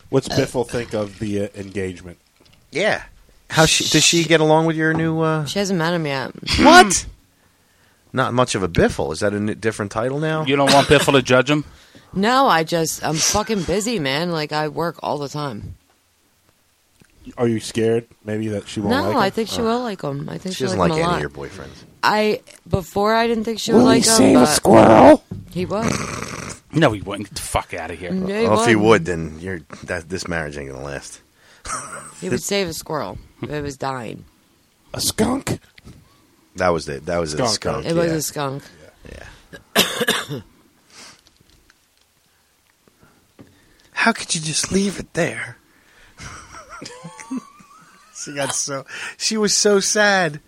[SPEAKER 9] What's Biff will think of the uh, engagement?
[SPEAKER 8] Yeah. How she, does she get along with your new? Uh,
[SPEAKER 7] She hasn't met him yet.
[SPEAKER 8] what? Not much of a biffle. Is that a n- different title now?
[SPEAKER 10] You don't want Biffle to judge him?
[SPEAKER 7] No, I just I'm fucking busy, man. Like I work all the time.
[SPEAKER 9] Are you scared? Maybe that she won't.
[SPEAKER 7] no,
[SPEAKER 9] like
[SPEAKER 7] I
[SPEAKER 9] him?
[SPEAKER 7] think she
[SPEAKER 9] Oh.
[SPEAKER 7] will like him. I think
[SPEAKER 8] she
[SPEAKER 7] she will
[SPEAKER 8] doesn't
[SPEAKER 7] like
[SPEAKER 8] like any
[SPEAKER 7] him a lot.
[SPEAKER 8] of your boyfriends.
[SPEAKER 7] I before I didn't think she would
[SPEAKER 2] Will you
[SPEAKER 7] like him,
[SPEAKER 2] save a
[SPEAKER 7] but
[SPEAKER 2] squirrel?
[SPEAKER 7] he was.
[SPEAKER 10] No, he wouldn't. Get the fuck out of here.
[SPEAKER 7] No, he
[SPEAKER 8] Well, if he
[SPEAKER 7] wouldn't.
[SPEAKER 8] would, then you're that this marriage ain't gonna last.
[SPEAKER 7] he would save a squirrel. if It was dying.
[SPEAKER 9] a skunk.
[SPEAKER 8] That was it. That was a
[SPEAKER 9] Skunk,
[SPEAKER 8] skunk.
[SPEAKER 7] It was
[SPEAKER 8] yeah.
[SPEAKER 7] a skunk.
[SPEAKER 8] How could you just leave it there? she got so she was so sad.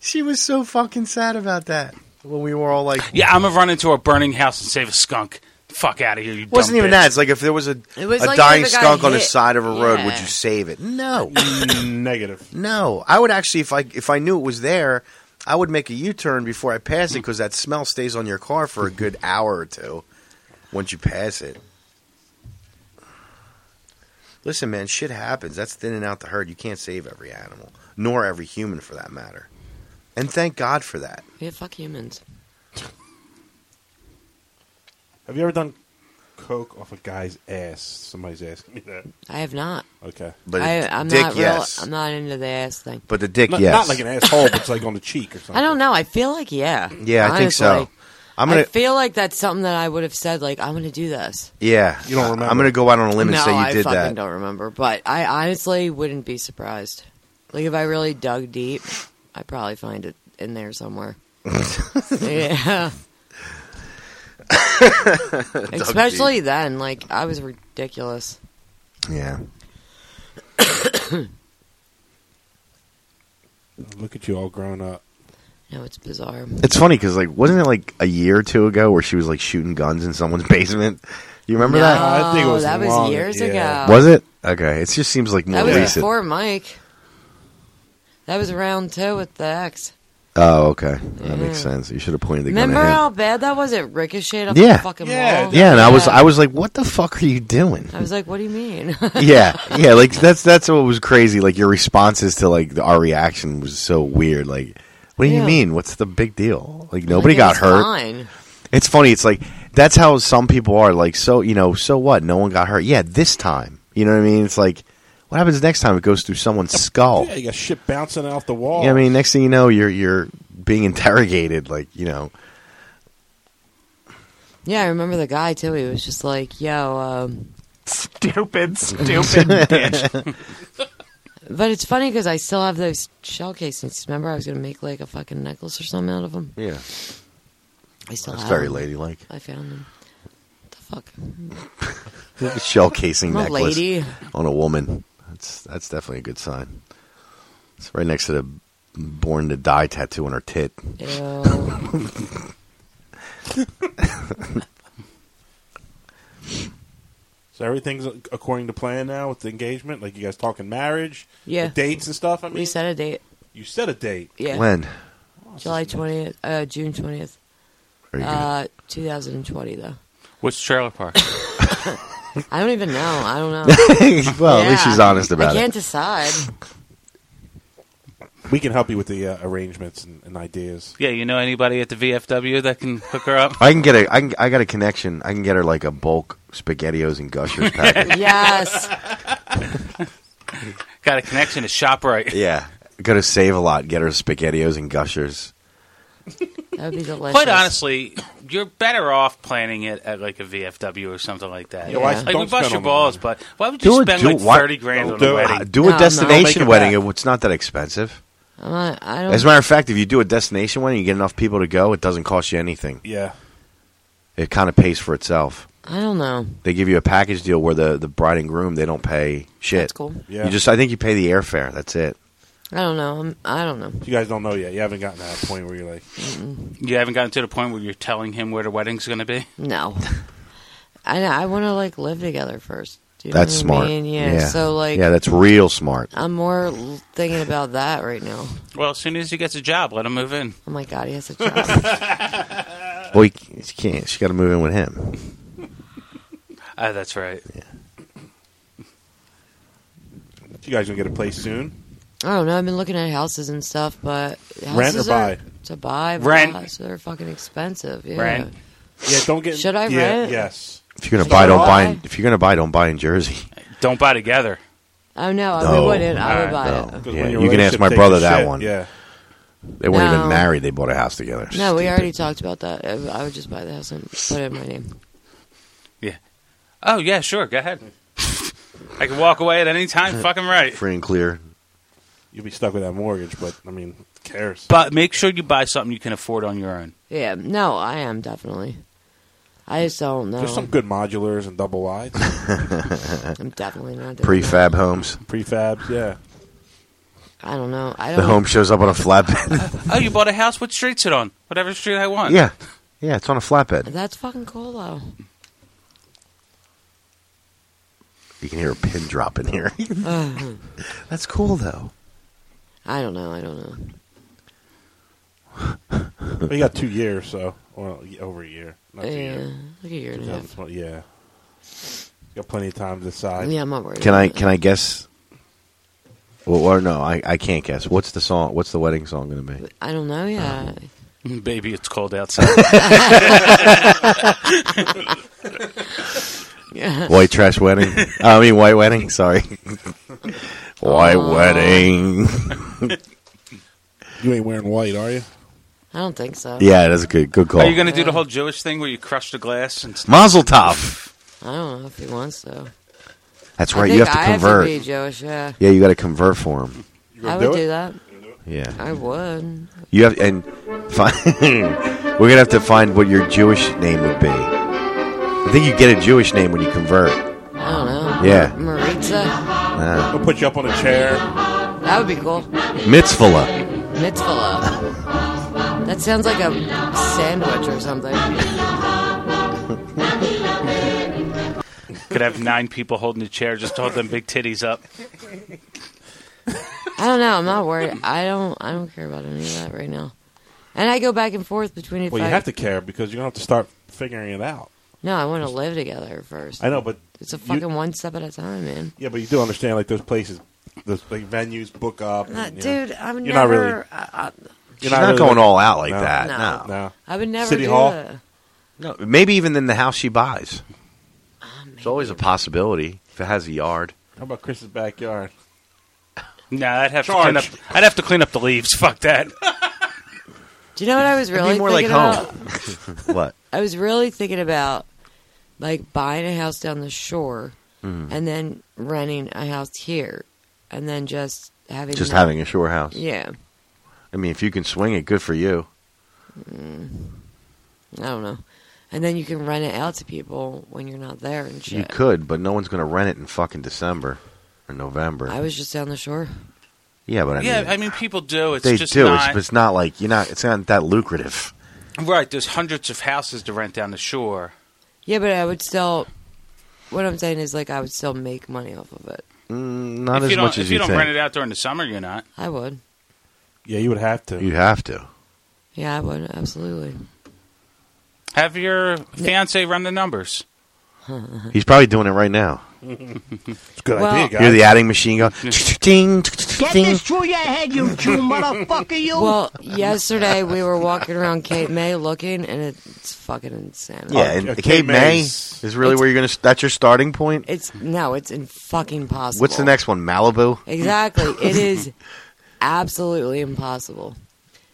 [SPEAKER 8] She was so fucking sad about that. When we were all like
[SPEAKER 10] Yeah, I'm gonna run into a burning house and save a skunk. Fuck out of here, you.
[SPEAKER 8] it wasn't
[SPEAKER 10] dumb
[SPEAKER 8] even
[SPEAKER 10] bitch.
[SPEAKER 8] that. It's like if there was a
[SPEAKER 7] It was
[SPEAKER 8] a
[SPEAKER 7] like
[SPEAKER 8] dying
[SPEAKER 7] if it got
[SPEAKER 8] skunk on the
[SPEAKER 7] hit.
[SPEAKER 8] side of a road, would
[SPEAKER 7] Yeah.
[SPEAKER 8] you save it? No.
[SPEAKER 9] Mm, Negative.
[SPEAKER 8] no. I would actually if I if I knew it was there, I would make a U-turn before I pass it cuz that smell stays on your car for a good hour or two once you pass it. Listen, man, shit happens. That's thinning out the herd. You can't save every animal, nor every human for that matter. And thank God for that.
[SPEAKER 7] Yeah, fuck humans.
[SPEAKER 9] Have you ever done coke off a guy's ass? Somebody's asking me that.
[SPEAKER 7] I have not.
[SPEAKER 9] Okay.
[SPEAKER 8] But
[SPEAKER 7] I,
[SPEAKER 8] it-
[SPEAKER 7] I'm
[SPEAKER 8] dick,
[SPEAKER 7] not real.
[SPEAKER 8] yes.
[SPEAKER 7] I'm not into the ass thing.
[SPEAKER 8] but the dick,
[SPEAKER 9] Not,
[SPEAKER 8] yes.
[SPEAKER 9] not like an asshole, but it's like on the cheek or something.
[SPEAKER 7] I don't know. I feel like yeah.
[SPEAKER 8] yeah, I think so.
[SPEAKER 7] honestly.
[SPEAKER 8] I'm gonna.
[SPEAKER 7] I feel like that's something that I would have said. Like I'm gonna do this.
[SPEAKER 8] yeah,
[SPEAKER 9] You don't remember.
[SPEAKER 8] I'm gonna go out on a limb and
[SPEAKER 7] no,
[SPEAKER 8] say you
[SPEAKER 7] I
[SPEAKER 8] did
[SPEAKER 7] fucking
[SPEAKER 8] that.
[SPEAKER 7] don't remember. But I honestly wouldn't be surprised. Like if I really dug deep, I'd probably find it in there somewhere. yeah. Especially then, like I was ridiculous.
[SPEAKER 8] Yeah.
[SPEAKER 9] Look at you all grown up.
[SPEAKER 7] No, it's bizarre.
[SPEAKER 8] It's funny because like, wasn't it like a year or two ago where she was like shooting guns in someone's basement? You remember
[SPEAKER 7] No,
[SPEAKER 8] that?
[SPEAKER 9] I think it was
[SPEAKER 7] Oh, that was
[SPEAKER 9] long-
[SPEAKER 7] years
[SPEAKER 9] yeah.
[SPEAKER 7] ago.
[SPEAKER 8] Was it okay? It just seems like more
[SPEAKER 7] That was
[SPEAKER 8] recent.
[SPEAKER 7] before Mike. That was round two with the ex.
[SPEAKER 8] Oh, okay, that makes
[SPEAKER 7] Yeah.
[SPEAKER 8] sense. You should have pointed the
[SPEAKER 7] Remember
[SPEAKER 8] gun at him.
[SPEAKER 7] how bad that was? It ricocheted off
[SPEAKER 8] Yeah.
[SPEAKER 7] the fucking
[SPEAKER 9] Yeah,
[SPEAKER 7] wall.
[SPEAKER 8] Yeah, and I was I was like, "What the fuck are you doing?"
[SPEAKER 7] I was like, "What do you mean?"
[SPEAKER 8] yeah, yeah, like that's that's what was crazy. Like your responses to like our reaction was so weird. Like, what do you
[SPEAKER 7] Yeah.
[SPEAKER 8] mean? What's the big deal? Like nobody
[SPEAKER 7] Like, it
[SPEAKER 8] got
[SPEAKER 7] was
[SPEAKER 8] hurt.
[SPEAKER 7] fine.
[SPEAKER 8] It's funny. It's like that's how some people are. Like, so you know, so what? No one got hurt. Yeah, this time. You know what I mean? It's like What happens next time? It goes through someone's skull.
[SPEAKER 9] Yeah, you got shit bouncing off the wall.
[SPEAKER 8] Yeah, I mean, next thing you know, you're you're being interrogated. Like you know,
[SPEAKER 7] Yeah, I remember the guy too. He was just like, "Yo, um,
[SPEAKER 12] stupid, stupid bitch."
[SPEAKER 7] But it's funny because I still have those shell casings. Remember, I was gonna make like a fucking necklace or something out of them.
[SPEAKER 8] Yeah.
[SPEAKER 7] I still.
[SPEAKER 8] That's
[SPEAKER 7] have
[SPEAKER 8] very
[SPEAKER 7] them.
[SPEAKER 8] ladylike.
[SPEAKER 7] I found them. What the fuck?
[SPEAKER 8] shell casing
[SPEAKER 7] I'm a
[SPEAKER 8] necklace
[SPEAKER 7] lady.
[SPEAKER 8] on a woman. That's that's definitely a good sign. It's right next to the "Born to Die" tattoo on her tit.
[SPEAKER 9] So everything's according to plan now with the engagement. Like you guys talking marriage,
[SPEAKER 7] Yeah.
[SPEAKER 9] the dates and stuff. I mean,
[SPEAKER 7] we set a date.
[SPEAKER 9] you set a date.
[SPEAKER 7] Yeah.
[SPEAKER 8] When?
[SPEAKER 7] July twentieth, uh, June twentieth,
[SPEAKER 10] you
[SPEAKER 7] uh, two thousand and twenty. Though
[SPEAKER 10] Which trailer park?
[SPEAKER 7] I don't even know. I don't know.
[SPEAKER 8] Well, at least she's honest
[SPEAKER 7] I
[SPEAKER 8] about it.
[SPEAKER 7] can't decide.
[SPEAKER 9] We can help you with the uh, arrangements and, and ideas.
[SPEAKER 10] Yeah, you know anybody at the VFW that can hook her up?
[SPEAKER 8] I can get a I, can, I got a connection. I can get her like a bulk spaghettios and gushers package.
[SPEAKER 7] yes.
[SPEAKER 10] Got a connection to Shoprite.
[SPEAKER 8] yeah, go to Save a Lot, get her spaghettios and gushers.
[SPEAKER 7] That would be delicious.
[SPEAKER 10] Quite honestly, you're better off planning it at like a VFW or something like that.
[SPEAKER 7] Yeah, why-
[SPEAKER 10] Like we
[SPEAKER 7] don't
[SPEAKER 10] bust
[SPEAKER 7] spend
[SPEAKER 10] your
[SPEAKER 7] on the
[SPEAKER 10] balls, but why would you spend like
[SPEAKER 8] what-
[SPEAKER 10] thirty grand on
[SPEAKER 8] do,
[SPEAKER 10] a wedding?
[SPEAKER 8] uh, do a destination wedding. It- It's not that expensive.
[SPEAKER 7] I'm not, I don't.
[SPEAKER 8] As a matter of fact, if you do a destination wedding, you get enough people to go, it doesn't cost you anything.
[SPEAKER 9] Yeah.
[SPEAKER 8] It kind of pays for itself.
[SPEAKER 7] I don't know.
[SPEAKER 8] They give you a package deal where the, the bride and groom they don't pay shit.
[SPEAKER 7] That's cool. Yeah.
[SPEAKER 8] You just I think you pay the airfare. That's it.
[SPEAKER 7] I don't know. I'm, I don't know.
[SPEAKER 9] You guys don't know yet. You haven't gotten to that point where you're like,
[SPEAKER 10] You haven't gotten to the point where you're telling him where the wedding's going to be.
[SPEAKER 7] No. I I want to like live together first. Do you know
[SPEAKER 8] that's
[SPEAKER 7] what I
[SPEAKER 8] smart.
[SPEAKER 7] mean? Yeah. So like.
[SPEAKER 8] yeah, that's real smart.
[SPEAKER 7] I'm more l- thinking about that right now.
[SPEAKER 10] Well, as soon as he gets a job, let him move in.
[SPEAKER 7] Oh my god, he has a job.
[SPEAKER 8] Well, you, c- you can't. She got to move in with him.
[SPEAKER 10] Ah, that's right.
[SPEAKER 9] you guys gonna get a place soon?
[SPEAKER 7] I don't know. I've been looking at houses and stuff, but
[SPEAKER 9] Rent or
[SPEAKER 7] houses are-
[SPEAKER 9] buy?
[SPEAKER 7] To buy, but
[SPEAKER 9] Rent.
[SPEAKER 7] houses are fucking expensive. Yeah.
[SPEAKER 9] Rent. Yeah, don't get.
[SPEAKER 7] Should I
[SPEAKER 9] yeah,
[SPEAKER 7] rent?
[SPEAKER 9] Yes.
[SPEAKER 8] If you're gonna
[SPEAKER 7] Should
[SPEAKER 8] buy,
[SPEAKER 7] I
[SPEAKER 8] don't buy.
[SPEAKER 7] buy?
[SPEAKER 8] In, if you're gonna buy, don't buy in Jersey.
[SPEAKER 10] Don't buy together.
[SPEAKER 7] Oh no, I
[SPEAKER 8] No.
[SPEAKER 7] wouldn't. I
[SPEAKER 10] Alright,
[SPEAKER 7] would buy
[SPEAKER 10] no.
[SPEAKER 7] it.
[SPEAKER 10] Because
[SPEAKER 8] Yeah,
[SPEAKER 10] when your
[SPEAKER 8] you can ask
[SPEAKER 10] relationship
[SPEAKER 8] my
[SPEAKER 10] takes
[SPEAKER 8] brother
[SPEAKER 10] a
[SPEAKER 8] that
[SPEAKER 10] shit,
[SPEAKER 8] one.
[SPEAKER 10] yeah.
[SPEAKER 8] they weren't
[SPEAKER 7] No.
[SPEAKER 8] even married. They bought a house together.
[SPEAKER 7] No, we already talked about that. Uh, I I would just buy the house and put it in my name.
[SPEAKER 10] Oh yeah, sure. Go ahead. I can walk away at any time. fucking right.
[SPEAKER 8] Free and clear.
[SPEAKER 9] You'll be stuck with that mortgage, but I mean, who cares.
[SPEAKER 10] But make sure you buy something you can afford on your own.
[SPEAKER 7] Yeah, no, I am definitely. I just don't know.
[SPEAKER 9] There's some good modulars and double wides.
[SPEAKER 7] I'm definitely not. doing
[SPEAKER 8] Prefab homes.
[SPEAKER 9] Prefabs, yeah.
[SPEAKER 7] that. I don't know. I don't.
[SPEAKER 8] The home shows up on a flatbed.
[SPEAKER 10] Oh, you bought a house? What street's it on? Whatever street I want.
[SPEAKER 8] yeah, yeah, it's on a flatbed.
[SPEAKER 7] That's fucking cool though.
[SPEAKER 8] You can hear a pin drop in here.
[SPEAKER 7] Uh,
[SPEAKER 8] That's cool though.
[SPEAKER 7] I don't know. I don't know.
[SPEAKER 9] We got two years, so well, y- over a year. Not two
[SPEAKER 7] Yeah,
[SPEAKER 9] years.
[SPEAKER 7] like a year and a half.
[SPEAKER 9] 2020 Yeah, got plenty of time to decide.
[SPEAKER 7] Yeah, I'm not worried.
[SPEAKER 8] Can I can I guess? Well, or no, I, I can't guess. What's the song? What's the wedding song going to be?
[SPEAKER 7] I don't know
[SPEAKER 8] Um,
[SPEAKER 7] yet.
[SPEAKER 10] Baby, it's cold outside.
[SPEAKER 7] Yeah.
[SPEAKER 8] White trash wedding. Oh, I mean, white wedding. Sorry, white
[SPEAKER 7] Aw.
[SPEAKER 8] wedding.
[SPEAKER 9] You ain't wearing white, are you?
[SPEAKER 7] I don't think so.
[SPEAKER 8] yeah, that's a good good call.
[SPEAKER 10] Are you going to do the whole Jewish thing where you crush the glass and stuff?
[SPEAKER 8] Mazel tov.
[SPEAKER 7] I don't know if he wants to.
[SPEAKER 8] That's
[SPEAKER 7] I
[SPEAKER 8] right. You
[SPEAKER 7] think
[SPEAKER 8] have to
[SPEAKER 7] I
[SPEAKER 8] convert.
[SPEAKER 7] be Jewish. Yeah.
[SPEAKER 8] yeah, you got to convert for him.
[SPEAKER 7] I would do, that.
[SPEAKER 8] Yeah,
[SPEAKER 7] I would.
[SPEAKER 8] you have and find. we're gonna have to find what your Jewish name would be. I think you get a Jewish name when you convert.
[SPEAKER 7] I don't know.
[SPEAKER 8] Yeah.
[SPEAKER 7] Maritza.
[SPEAKER 8] Uh,
[SPEAKER 9] We'll put you up on a chair.
[SPEAKER 7] That would be cool.
[SPEAKER 8] mitzvah.
[SPEAKER 7] Mitzvah. That sounds like a sandwich or something.
[SPEAKER 10] Could have nine people holding a chair just to hold them big titties up.
[SPEAKER 7] I don't know. I'm not worried. I don't. I don't care about any of that right now. And I go back and forth between if
[SPEAKER 9] Well,
[SPEAKER 7] I
[SPEAKER 9] you have to care because you're gonna have to start figuring it out.
[SPEAKER 7] no, I want to live together first.
[SPEAKER 9] I know, but
[SPEAKER 7] it's a
[SPEAKER 9] you-
[SPEAKER 7] fucking one step at a time, man.
[SPEAKER 9] Yeah, but you do understand, like those places, those like venues book up.
[SPEAKER 7] Uh,
[SPEAKER 9] and, you know,
[SPEAKER 7] dude, I'm
[SPEAKER 9] you're
[SPEAKER 7] never. uh,
[SPEAKER 9] not really.
[SPEAKER 7] I, I,
[SPEAKER 8] She's not going all out like
[SPEAKER 9] No,
[SPEAKER 8] that.
[SPEAKER 7] No.
[SPEAKER 9] No,
[SPEAKER 7] I would never
[SPEAKER 9] City
[SPEAKER 7] do
[SPEAKER 9] Hall?
[SPEAKER 7] that.
[SPEAKER 8] No,
[SPEAKER 10] Ah,
[SPEAKER 8] maybe even in the house she buys. it's always a possibility if it has a yard.
[SPEAKER 9] How about Chris's backyard?
[SPEAKER 10] Nah, I'd have
[SPEAKER 9] Charge.
[SPEAKER 10] to clean up. I'd have to clean up the leaves. Fuck that.
[SPEAKER 7] Do you know what I was
[SPEAKER 10] It'd be
[SPEAKER 7] really
[SPEAKER 10] more like
[SPEAKER 7] thinking
[SPEAKER 10] home.
[SPEAKER 7] about?
[SPEAKER 8] What?
[SPEAKER 7] I was really thinking about like buying a house down the shore
[SPEAKER 9] Mm.
[SPEAKER 8] Mhm.
[SPEAKER 7] and then renting a house here and then just having
[SPEAKER 8] Just
[SPEAKER 7] that-
[SPEAKER 8] having a shore house.
[SPEAKER 7] Yeah.
[SPEAKER 8] I mean, if you can swing it, good for you.
[SPEAKER 7] Mm. I don't know. And then you can rent it out to people when you're not there and shit.
[SPEAKER 8] You could, but no one's going to rent it in fucking December or November.
[SPEAKER 7] I was just down the shore.
[SPEAKER 8] yeah, but I
[SPEAKER 10] yeah,
[SPEAKER 8] mean,
[SPEAKER 10] I mean, people do. It's
[SPEAKER 8] they
[SPEAKER 10] just
[SPEAKER 8] do. It's,
[SPEAKER 10] not
[SPEAKER 8] but it's not like you're not. It's not that lucrative.
[SPEAKER 10] right. There's hundreds of houses to rent down the shore.
[SPEAKER 7] Yeah, but I would still. What I'm saying is, like, I would still make money off of it.
[SPEAKER 8] Mm, not
[SPEAKER 10] if
[SPEAKER 8] as
[SPEAKER 10] you don't,
[SPEAKER 8] much
[SPEAKER 10] if
[SPEAKER 8] as
[SPEAKER 10] you,
[SPEAKER 8] you,
[SPEAKER 10] don't
[SPEAKER 8] think.
[SPEAKER 10] rent it out during the summer, you're not.
[SPEAKER 7] I would.
[SPEAKER 9] Yeah, you would have to.
[SPEAKER 8] You'd have to.
[SPEAKER 7] Yeah, I would. Absolutely.
[SPEAKER 10] Have your fiance run the numbers.
[SPEAKER 8] He's probably doing it right now.
[SPEAKER 10] it's
[SPEAKER 9] a good
[SPEAKER 10] well,
[SPEAKER 8] You're the adding machine going. Ding,
[SPEAKER 11] Get this through your head, you Jew motherfucker, you.
[SPEAKER 7] Well, yesterday we were walking around Cape May looking, and it's fucking insane.
[SPEAKER 8] Yeah, and Cape May is really where you're going to. That's your starting point.
[SPEAKER 7] It's no, it's in fucking impossible.
[SPEAKER 8] What's the next one? Malibu.
[SPEAKER 7] Exactly. It is absolutely impossible.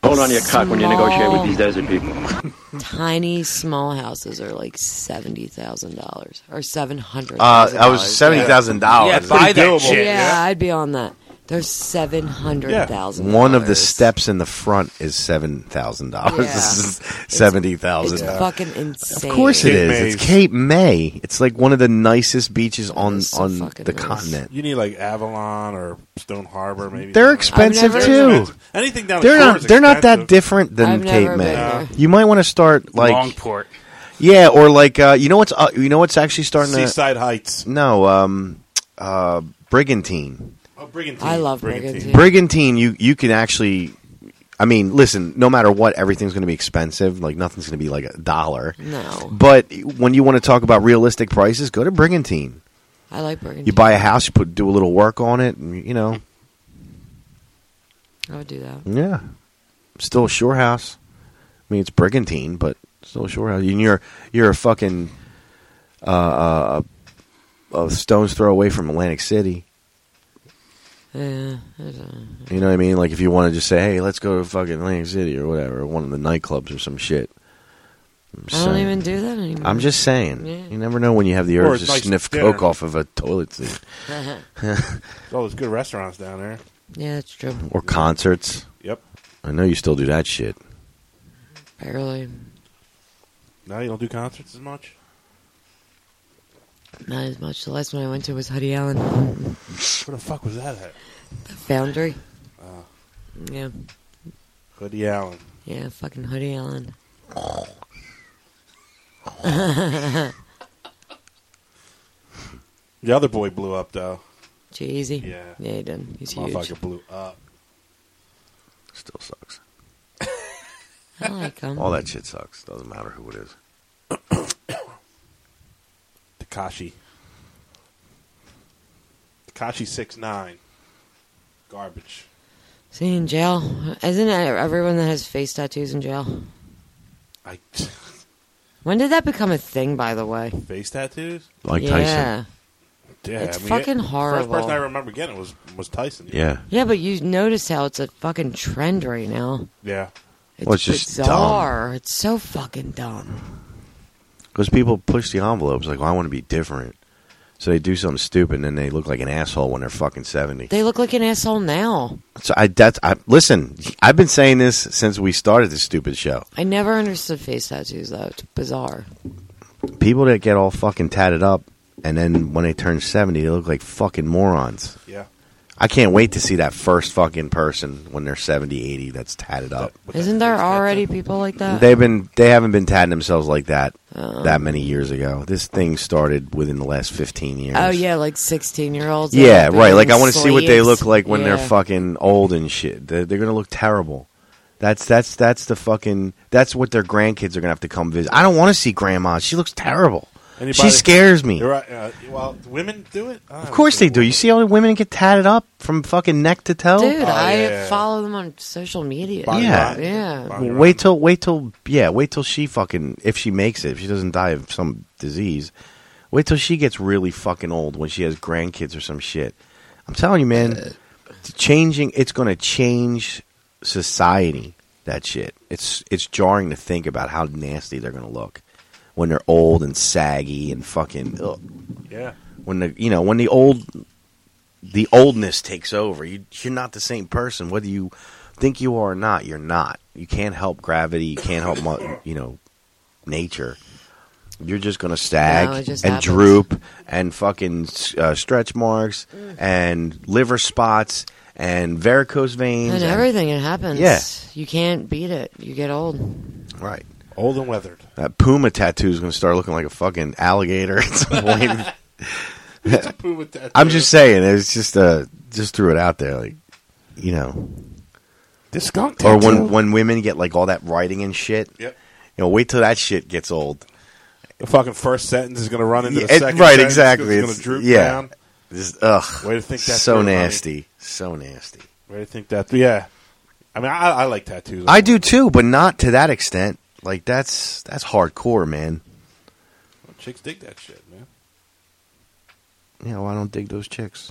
[SPEAKER 13] Hold on to your cock when you negotiate with
[SPEAKER 7] Small,
[SPEAKER 13] these desert people.
[SPEAKER 7] Tiny small houses are like seventy thousand dollars or seven hundred.
[SPEAKER 8] Uh, I was $70,000. Yeah, buy that Pretty doable. Uh, shit.
[SPEAKER 7] Yeah,
[SPEAKER 8] Yeah.
[SPEAKER 7] I'd be on that. They're seven hundred thousand.
[SPEAKER 8] One of the steps in the front is seven thousand dollars. This is seventy thousand.
[SPEAKER 7] It's fucking insane.
[SPEAKER 8] Of course it
[SPEAKER 9] Cape
[SPEAKER 8] is.
[SPEAKER 9] May's.
[SPEAKER 8] It's Cape May. It's like one of the nicest beaches on on the continent.
[SPEAKER 9] You need like Avalon or Stone Harbor, maybe.
[SPEAKER 8] They're expensive
[SPEAKER 9] They're
[SPEAKER 8] too.
[SPEAKER 9] expensive. Anything down
[SPEAKER 8] they're
[SPEAKER 9] the shore
[SPEAKER 8] not.
[SPEAKER 9] is
[SPEAKER 8] They're not that
[SPEAKER 9] expensive.
[SPEAKER 8] different than
[SPEAKER 9] I've
[SPEAKER 8] Cape
[SPEAKER 9] never
[SPEAKER 8] May.
[SPEAKER 9] been there.
[SPEAKER 8] You might want to start like
[SPEAKER 10] Longport.
[SPEAKER 8] Yeah, or like uh, you know what's uh, you know what's actually starting to
[SPEAKER 9] Seaside Heights.
[SPEAKER 8] No, um, uh, Brigantine.
[SPEAKER 9] Oh, Brigantine.
[SPEAKER 7] I love
[SPEAKER 9] Brigantine.
[SPEAKER 7] brigantine.
[SPEAKER 8] Brigantine, you you can actually. I mean, listen. No matter what, everything's going to be expensive. Like nothing's going to be like a dollar.
[SPEAKER 7] No.
[SPEAKER 8] But when you want to talk about realistic prices, go to Brigantine.
[SPEAKER 7] I like brigantine.
[SPEAKER 8] You buy a house, you put do a little work on it, and you know,
[SPEAKER 7] I would do that.
[SPEAKER 8] yeah, still a shore house. I mean, it's Brigantine, but still a shore house. And you're you're a fucking uh, uh, a stone's throw away from Atlantic City.
[SPEAKER 7] Yeah, I don't know.
[SPEAKER 8] You know what I mean? Like if you want to just say, "Hey, let's go to fucking Atlantic City or whatever, one of the nightclubs or some shit." I'm
[SPEAKER 7] I don't
[SPEAKER 8] saying.
[SPEAKER 7] even do that anymore.
[SPEAKER 8] I'm just saying.
[SPEAKER 7] Yeah.
[SPEAKER 8] You never know when you have the
[SPEAKER 9] Or
[SPEAKER 8] urge
[SPEAKER 9] a
[SPEAKER 8] to
[SPEAKER 9] nice
[SPEAKER 8] sniff
[SPEAKER 9] dinner.
[SPEAKER 8] coke off of a toilet seat,
[SPEAKER 9] There's all those good restaurants down there.
[SPEAKER 7] Yeah, that's true.
[SPEAKER 8] or concerts.
[SPEAKER 9] Yep.
[SPEAKER 8] I know you still do that shit.
[SPEAKER 7] Barely.
[SPEAKER 9] Now you don't do concerts as much.
[SPEAKER 7] Not as much. The last one I went to was Huddy Allen
[SPEAKER 9] Where the fuck was that at?
[SPEAKER 7] Foundry. Yeah.
[SPEAKER 9] Hoodie Allen.
[SPEAKER 7] Yeah, fucking Hoodie Allen.
[SPEAKER 9] The other boy blew up though.
[SPEAKER 7] Jeezy.
[SPEAKER 9] Yeah.
[SPEAKER 7] Yeah, he did. He's huge.
[SPEAKER 9] Motherfucker blew up.
[SPEAKER 8] Still sucks.
[SPEAKER 7] I like him.
[SPEAKER 8] All that shit sucks. Doesn't matter who it is.
[SPEAKER 9] Takashi. Takashi six nine. Garbage.
[SPEAKER 7] Is he in jail? Isn't it everyone that has face tattoos in jail?
[SPEAKER 9] I
[SPEAKER 7] When did that become a thing, by the way?
[SPEAKER 9] face tattoos.
[SPEAKER 8] Like
[SPEAKER 7] yeah.
[SPEAKER 8] Tyson.
[SPEAKER 9] Yeah,
[SPEAKER 7] It's
[SPEAKER 9] I mean,
[SPEAKER 7] fucking
[SPEAKER 9] it-
[SPEAKER 7] horrible.
[SPEAKER 9] First person I remember getting was was Tyson.
[SPEAKER 8] Yeah.
[SPEAKER 7] Yeah, but you notice how it's a fucking trend right now.
[SPEAKER 9] Yeah.
[SPEAKER 7] It's,
[SPEAKER 8] Well, it's just dumb.
[SPEAKER 7] bizarre. It's so fucking dumb.
[SPEAKER 8] Because people push the envelopes like, well, I want to be different. So they do something stupid, and then they look like an asshole when they're fucking seventy.
[SPEAKER 7] They look like an asshole now.
[SPEAKER 8] So I that's I listen. I've been saying this since we started this stupid show.
[SPEAKER 7] I never understood face tattoos though. It's bizarre.
[SPEAKER 8] People that get all fucking tatted up, and then when they turn seventy, they look like fucking morons.
[SPEAKER 9] Yeah.
[SPEAKER 8] I can't wait to see that first fucking person when they're 70, 80 that's tatted up.
[SPEAKER 7] Isn't there already people like that?
[SPEAKER 8] They've been they haven't been tatting themselves like that
[SPEAKER 7] Uh.
[SPEAKER 8] that many years ago. This thing started within the last 15 years.
[SPEAKER 7] Oh yeah, like sixteen year olds.
[SPEAKER 8] Yeah, right. Like I want to see what they look like when
[SPEAKER 7] Yeah.
[SPEAKER 8] they're fucking old and shit. They're, they're gonna look terrible. That's that's that's the fucking that's what their grandkids are gonna have to come visit. I don't want to see grandma. She looks terrible. she scares me.
[SPEAKER 9] You're right, uh, well, women do it.
[SPEAKER 8] Of course they do. You see all the women get tatted up from fucking neck to toe.
[SPEAKER 10] Oh,
[SPEAKER 7] Dude, I follow them on social media.
[SPEAKER 8] Body
[SPEAKER 7] yeah,
[SPEAKER 8] rock.
[SPEAKER 7] yeah.
[SPEAKER 8] Well, wait till wait till yeah wait till she fucking if she makes it if she doesn't die of some disease Wait till she gets really fucking old when she has grandkids or some shit. I'm telling you, man, it's changing. It's going to change society. That shit. It's it's jarring to think about how nasty they're going to look when they're old and saggy and fucking. Ugh
[SPEAKER 9] Yeah.
[SPEAKER 8] when the you know when the old the oldness takes over you, you're not the same person whether you think you are or not you're not you can't help gravity you can't help mu- you know nature you're just gonna stag
[SPEAKER 7] No, it just
[SPEAKER 8] and
[SPEAKER 7] happens.
[SPEAKER 8] droop and fucking uh, stretch marks
[SPEAKER 7] Mm.
[SPEAKER 8] and liver spots and varicose veins
[SPEAKER 7] And everything it happens.
[SPEAKER 8] Yeah.
[SPEAKER 7] You can't beat it. You get old.
[SPEAKER 8] right
[SPEAKER 9] old and weathered
[SPEAKER 8] that puma tattoo is gonna start looking like a fucking alligator at some point.
[SPEAKER 9] It's a puma tattoo.
[SPEAKER 8] I'm just saying, it's just uh, just threw it out there, like you know,
[SPEAKER 9] The skunk
[SPEAKER 8] or
[SPEAKER 9] tattoo.
[SPEAKER 8] when when women get like all that writing and shit.
[SPEAKER 9] Yep.
[SPEAKER 8] You know, wait till that shit gets old.
[SPEAKER 9] The fucking first sentence is going to run into
[SPEAKER 8] Yeah,
[SPEAKER 9] the
[SPEAKER 8] it-
[SPEAKER 9] second.
[SPEAKER 8] right,
[SPEAKER 9] sentence.
[SPEAKER 8] exactly.
[SPEAKER 9] It's going
[SPEAKER 8] It's-
[SPEAKER 9] to droop
[SPEAKER 8] yeah.
[SPEAKER 9] down.
[SPEAKER 8] Just, ugh.
[SPEAKER 9] Way to think that
[SPEAKER 8] So
[SPEAKER 9] through, honey.
[SPEAKER 8] nasty. So nasty.
[SPEAKER 9] Way to think that. Through. Yeah. I mean, I, I like tattoos.
[SPEAKER 8] I do too, but not to that extent. Like that's that's hardcore, man.
[SPEAKER 9] Chicks dig that shit, man.
[SPEAKER 8] You know, I don't dig those chicks.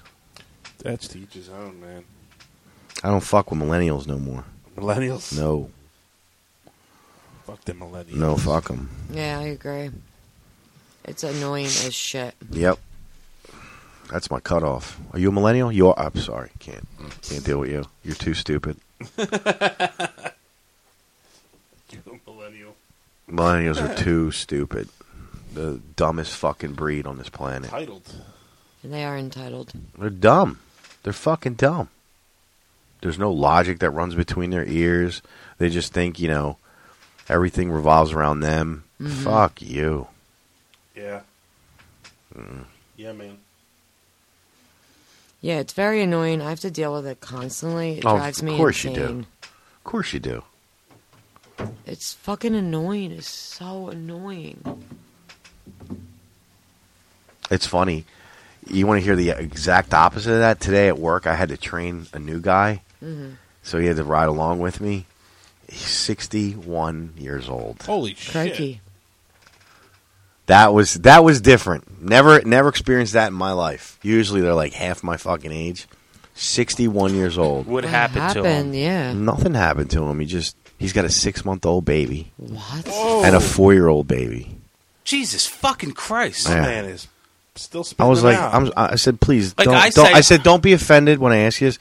[SPEAKER 9] That's to each his own, man.
[SPEAKER 8] I don't fuck with millennials no more.
[SPEAKER 9] Millennials?
[SPEAKER 8] No,
[SPEAKER 9] Fuck them millennials.
[SPEAKER 8] no, fuck them.
[SPEAKER 7] Yeah, I agree. It's annoying as shit.
[SPEAKER 8] Yep. That's my cutoff. Are you a millennial? You are. I'm sorry. Can't can't deal with you. You're too stupid.
[SPEAKER 9] millennial.
[SPEAKER 8] Millennials are too stupid. The dumbest fucking breed on this planet.
[SPEAKER 9] Titled.
[SPEAKER 7] They are entitled.
[SPEAKER 8] They're dumb. They're fucking dumb. There's no logic that runs between their ears. They just think, you know, everything revolves around them.
[SPEAKER 9] Mhm.
[SPEAKER 8] Fuck you.
[SPEAKER 9] Yeah.
[SPEAKER 8] Mm.
[SPEAKER 9] Yeah, man.
[SPEAKER 7] Yeah, it's very annoying. I have to deal with it constantly. It
[SPEAKER 8] Oh,
[SPEAKER 7] drives me
[SPEAKER 8] of course
[SPEAKER 7] insane.
[SPEAKER 8] you do. Of course you do.
[SPEAKER 7] It's fucking annoying. It's so annoying.
[SPEAKER 8] It's funny. You want to hear the exact opposite of that? Today at work, I had to train a new guy,
[SPEAKER 7] Mhm.
[SPEAKER 8] so he had to ride along with me. He's 61 years old.
[SPEAKER 9] Holy
[SPEAKER 7] Crikey.
[SPEAKER 8] That was that was different. Never never experienced that in my life. Usually they're like half my fucking age. 61 years old.
[SPEAKER 10] What happened, to him?
[SPEAKER 7] happened? Yeah.
[SPEAKER 8] Nothing happened to him. He just he's got a 6-month-old baby
[SPEAKER 7] What?
[SPEAKER 8] and a 4-year-old baby.
[SPEAKER 10] Jesus fucking Christ!
[SPEAKER 8] Yeah. Man
[SPEAKER 9] is still.
[SPEAKER 8] I was like,
[SPEAKER 10] out.
[SPEAKER 8] I'm, I said, please,
[SPEAKER 10] Like,
[SPEAKER 8] don't,
[SPEAKER 10] I
[SPEAKER 8] I,
[SPEAKER 10] say-
[SPEAKER 8] don't. I said, don't be offended when I ask you this.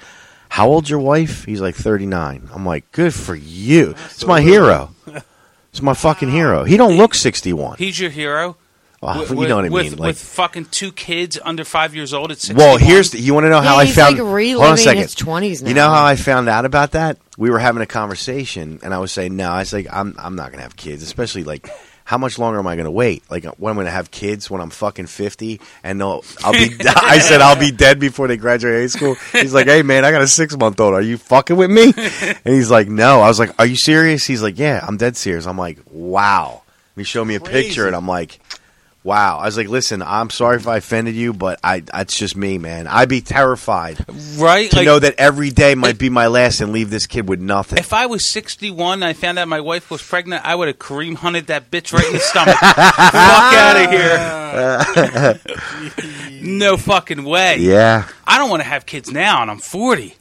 [SPEAKER 8] How old's your wife? He's like 39. I'm like, good for you. It's my hero. It's my fucking hero. He don't look 61.
[SPEAKER 10] He's your hero.
[SPEAKER 8] Oh,
[SPEAKER 10] With-
[SPEAKER 8] you know what I
[SPEAKER 10] with,
[SPEAKER 8] mean,
[SPEAKER 10] With,
[SPEAKER 8] like-
[SPEAKER 10] fucking two kids under five years old at six.
[SPEAKER 8] Well, here's the, you want to know how
[SPEAKER 7] Yeah,
[SPEAKER 8] I
[SPEAKER 7] he's,
[SPEAKER 8] found.
[SPEAKER 7] like, reliving
[SPEAKER 8] hold on a second.
[SPEAKER 7] his 20s
[SPEAKER 8] You
[SPEAKER 7] now.
[SPEAKER 8] know how I found out about that? We were having a conversation, and I was saying, "No, I was like, I'm I'm not gonna have kids, especially like." How much longer am I going to wait? Like when I'm going to have kids when I'm fucking fifty, and they'll, I'll be. I said I'll be dead before they graduate high school. He's like, "Hey man, I got a six month old. Are you fucking with me?" And he's like, "No." I was like, "Are you serious?" He's like, "Yeah, I'm dead serious." I'm like, "Wow." And he showed me a picture, and I'm like, Wow. I was like, listen, I'm sorry if I offended you, but I that's just me, man. I'd be terrified.
[SPEAKER 10] Right?
[SPEAKER 8] To
[SPEAKER 10] Like-
[SPEAKER 8] know that every day might be my last and leave this kid with nothing.
[SPEAKER 10] If I was 61 and I found out my wife was pregnant, I would have Kareem hunted that bitch right in the stomach. Fuck
[SPEAKER 8] Ah!
[SPEAKER 10] out of here. no fucking way.
[SPEAKER 8] Yeah.
[SPEAKER 10] I don't want to have kids now and I'm 40.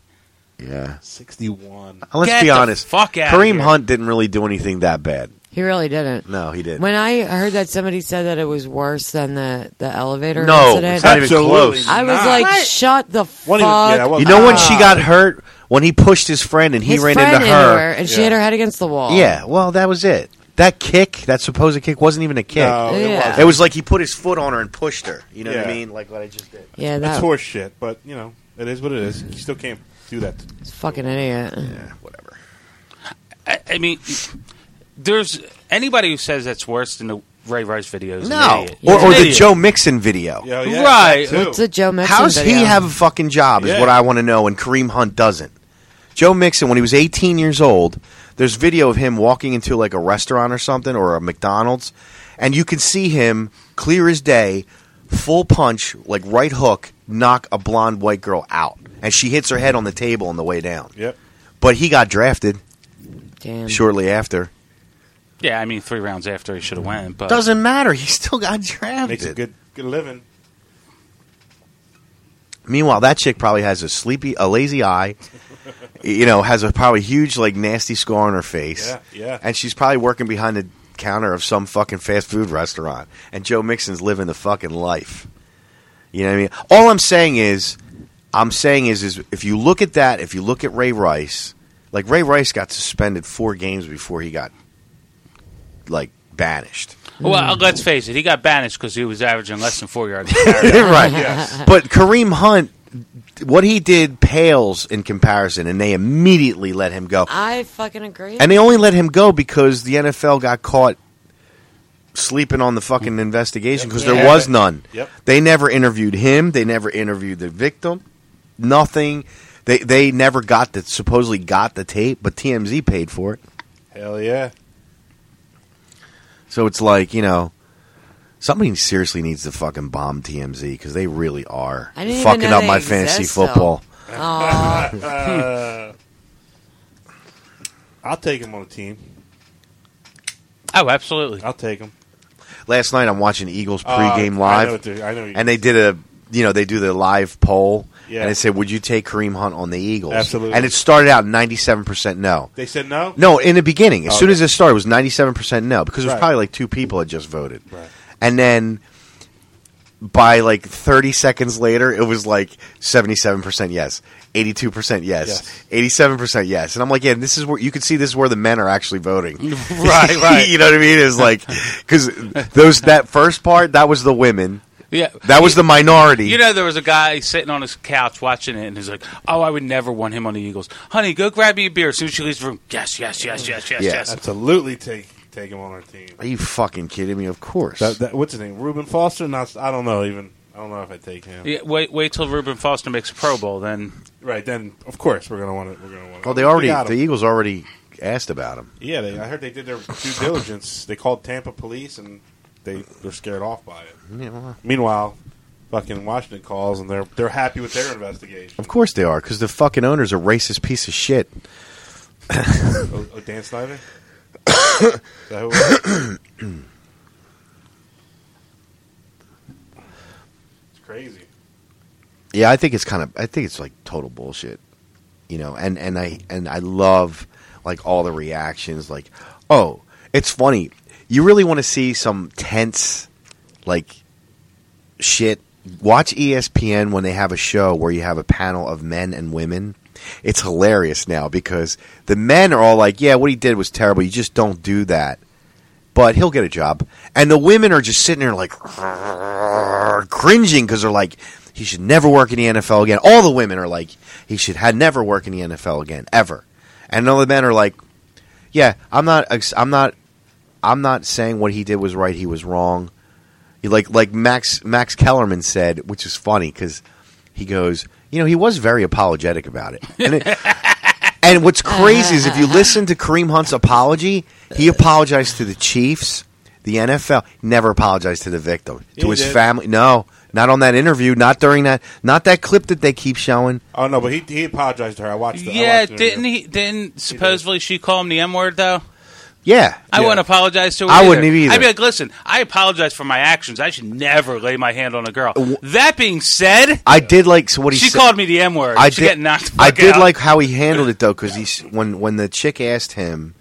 [SPEAKER 8] yeah.
[SPEAKER 9] 61.
[SPEAKER 8] Let's
[SPEAKER 10] Get
[SPEAKER 8] be
[SPEAKER 10] the
[SPEAKER 8] honest.
[SPEAKER 10] fuck outta
[SPEAKER 8] Kareem
[SPEAKER 10] here.
[SPEAKER 8] Hunt didn't really do anything that bad.
[SPEAKER 7] He really didn't.
[SPEAKER 8] No, he didn't.
[SPEAKER 7] When I heard that somebody said that it was worse than the, the elevator
[SPEAKER 8] No,
[SPEAKER 7] incident,
[SPEAKER 8] it's not even Absolutely close.
[SPEAKER 7] I was
[SPEAKER 8] not.
[SPEAKER 7] like,
[SPEAKER 8] What?
[SPEAKER 7] shut the fuck.
[SPEAKER 8] you know when she got hurt? When he pushed his friend and he
[SPEAKER 7] His
[SPEAKER 8] ran
[SPEAKER 7] friend
[SPEAKER 8] into
[SPEAKER 7] hit
[SPEAKER 8] her.
[SPEAKER 7] and she hit her head against the wall.
[SPEAKER 8] Yeah, well, that was it. That kick, that supposed kick, wasn't even a kick.
[SPEAKER 9] No, it Yeah. wasn't.
[SPEAKER 8] it was like he put his foot on her and pushed her. You know what I
[SPEAKER 9] Yeah.
[SPEAKER 8] mean? Like what I just did.
[SPEAKER 7] Yeah,
[SPEAKER 9] That's
[SPEAKER 7] that-
[SPEAKER 9] horse shit, but, you know, it is what it is. You still can't do that.
[SPEAKER 7] Fucking idiot. Yeah,
[SPEAKER 8] whatever.
[SPEAKER 10] I, I mean, there's anybody who says that's worse than the Ray Rice videos. is an
[SPEAKER 8] No,
[SPEAKER 10] idiot.
[SPEAKER 8] or,
[SPEAKER 10] He's an
[SPEAKER 8] or the
[SPEAKER 10] idiot.
[SPEAKER 8] Joe Mixon video.
[SPEAKER 10] Yeah, yeah, Right. that too. What's the Joe Mixon
[SPEAKER 8] How does he
[SPEAKER 10] video?
[SPEAKER 8] have a fucking job? Is
[SPEAKER 10] Yeah.
[SPEAKER 8] what I want to know. And Kareem Hunt doesn't. Joe Mixon, when he was 18 years old, there's video of him walking into like a restaurant or something or a McDonald's, and you can see him clear as day, full punch, like right hook, knock a blonde white girl out, and she hits her head on the table on the way down.
[SPEAKER 9] Yep.
[SPEAKER 8] But he got drafted
[SPEAKER 7] Damn.
[SPEAKER 8] shortly after.
[SPEAKER 10] Yeah, I mean, three rounds after he should have went. But
[SPEAKER 8] Doesn't matter. He still got drafted.
[SPEAKER 10] Makes a
[SPEAKER 9] good Get a living.
[SPEAKER 8] Meanwhile, that chick probably has a sleepy, a lazy eye. you know, has a probably huge, like, nasty scar on her face.
[SPEAKER 9] Yeah, yeah.
[SPEAKER 8] And she's probably working behind the counter of some fucking fast food restaurant. And Joe Mixon's living the fucking life. You know what I mean? All I'm saying is, I'm saying is, is if you look at that, if you look at Ray Rice, like Ray Rice got suspended four games before he got like banished.
[SPEAKER 10] Well, let's face it, he got banished because he was averaging less than four yards.
[SPEAKER 8] right. But Kareem Hunt, what he did pales in comparison, and they immediately let him go.
[SPEAKER 7] I fucking agree.
[SPEAKER 8] And they only let him go because the NFL got caught sleeping on the fucking investigation because there
[SPEAKER 9] Yeah.
[SPEAKER 8] was none.
[SPEAKER 9] Yep.
[SPEAKER 8] They never interviewed him. They never interviewed the victim. Nothing. They they never got the supposedly got the tape, but TMZ paid for it.
[SPEAKER 9] Hell yeah.
[SPEAKER 8] So it's like you know, somebody seriously needs to fucking bomb TMZ because they really are
[SPEAKER 7] I didn't even
[SPEAKER 8] fucking
[SPEAKER 7] know
[SPEAKER 8] up
[SPEAKER 7] they
[SPEAKER 8] my fantasy
[SPEAKER 7] exist, though.
[SPEAKER 8] football.
[SPEAKER 7] Aw.
[SPEAKER 9] I'll take him on the team.
[SPEAKER 10] Oh, absolutely.
[SPEAKER 9] I'll take him.
[SPEAKER 8] Last night I'm watching Eagles
[SPEAKER 9] Uh,
[SPEAKER 8] pregame
[SPEAKER 9] I
[SPEAKER 8] live,
[SPEAKER 9] know what they're- I know what
[SPEAKER 8] and they did a you know they do the live poll,
[SPEAKER 9] Yeah.
[SPEAKER 8] and it said, "Would you take Kareem Hunt on the Eagles?"
[SPEAKER 9] Absolutely.
[SPEAKER 8] And it started out 97 percent no.
[SPEAKER 9] They said no?
[SPEAKER 8] No, in the beginning, as
[SPEAKER 9] Oh,
[SPEAKER 8] soon
[SPEAKER 9] okay.
[SPEAKER 8] as it started, it was 97 percent no because it was
[SPEAKER 9] Right.
[SPEAKER 8] probably like two people had just voted,
[SPEAKER 9] Right.
[SPEAKER 8] and then by like 30 seconds later, it was like 77 percent yes, 82 percent yes,
[SPEAKER 9] Yes.
[SPEAKER 8] 87 percent yes, and I'm like, yeah, this is where you can see this is where the men are actually voting,
[SPEAKER 10] Right, right.
[SPEAKER 8] you know what I mean? It's like because those that first part that was the women.
[SPEAKER 10] Yeah.
[SPEAKER 8] That was the minority.
[SPEAKER 10] You know, there was a guy sitting on his couch watching it, and he's like, "Oh, I would never want him on the Eagles." Honey, go grab me a beer. As soon as she leaves the room, yes, yes, yes, yes, yes,
[SPEAKER 8] Yeah.
[SPEAKER 10] yes.
[SPEAKER 9] Absolutely take take him on our team.
[SPEAKER 8] Are you fucking kidding me? Of course.
[SPEAKER 9] That, that, what's his name? Reuben Foster? Not, I don't know even. I don't know if I take him.
[SPEAKER 10] Yeah, wait, wait till Ruben Foster makes a Pro Bowl. Then
[SPEAKER 9] Right then, of course we're gonna want it. We're gonna want.
[SPEAKER 8] well, they already the Eagles already asked about him.
[SPEAKER 9] Yeah, they, I heard they did their due diligence. They called Tampa police, and they they're scared off by it. Meanwhile, fucking Washington calls, and they're they're happy with their investigation.
[SPEAKER 8] Of course they are, because the fucking owner's a racist piece of shit.
[SPEAKER 9] oh, oh, Dan Snyder. Is that who it was? it's crazy.
[SPEAKER 8] Yeah, I think it's kind of. I think it's like total bullshit, you know. And and I and I love like all the reactions. Like, oh, it's funny. You really want to see some tense, like shit. Watch E ESPN when they have a show where you have a panel of men and women. It's hilarious now because the men are all like, "Yeah, what he did was terrible. You just don't do that." But he'll get a job, and the women are just sitting there like cringing because they're like, "He should never work in the NFL again." All the women are like, "He should had never work in the NFL again ever," and all the men are like, "Yeah, I'm not, ex- I'm not, I'm not saying what he did was right. He was wrong." You like like Max Max Kellerman said, which is funny because he goes, you know, he was very apologetic about it. And, it, and what's crazy is if you listen to Kareem Hunt's apology, he apologized to the Chiefs, the NFL, never apologized to the victim, to
[SPEAKER 9] He
[SPEAKER 8] his
[SPEAKER 9] did.
[SPEAKER 8] family. No, not on that interview, not during that, not that clip that they keep showing.
[SPEAKER 9] Oh no, but he he apologized to her. I watched. The, I
[SPEAKER 10] yeah,
[SPEAKER 9] watched the interview.
[SPEAKER 10] didn't he? Didn't supposedly she call him the M word though?
[SPEAKER 8] Yeah,
[SPEAKER 10] I wouldn't apologize to her.
[SPEAKER 8] I wouldn't have either.
[SPEAKER 10] I'd be like, listen, I apologize for my actions. I should never lay my hand on a girl. That being said,
[SPEAKER 8] I did like so what he
[SPEAKER 10] she
[SPEAKER 8] said-
[SPEAKER 10] called me the M word.
[SPEAKER 8] I
[SPEAKER 10] she
[SPEAKER 8] did,
[SPEAKER 10] got knocked. the
[SPEAKER 8] I
[SPEAKER 10] fuck
[SPEAKER 8] did
[SPEAKER 10] out.
[SPEAKER 8] like how he handled it though, because when when the chick asked him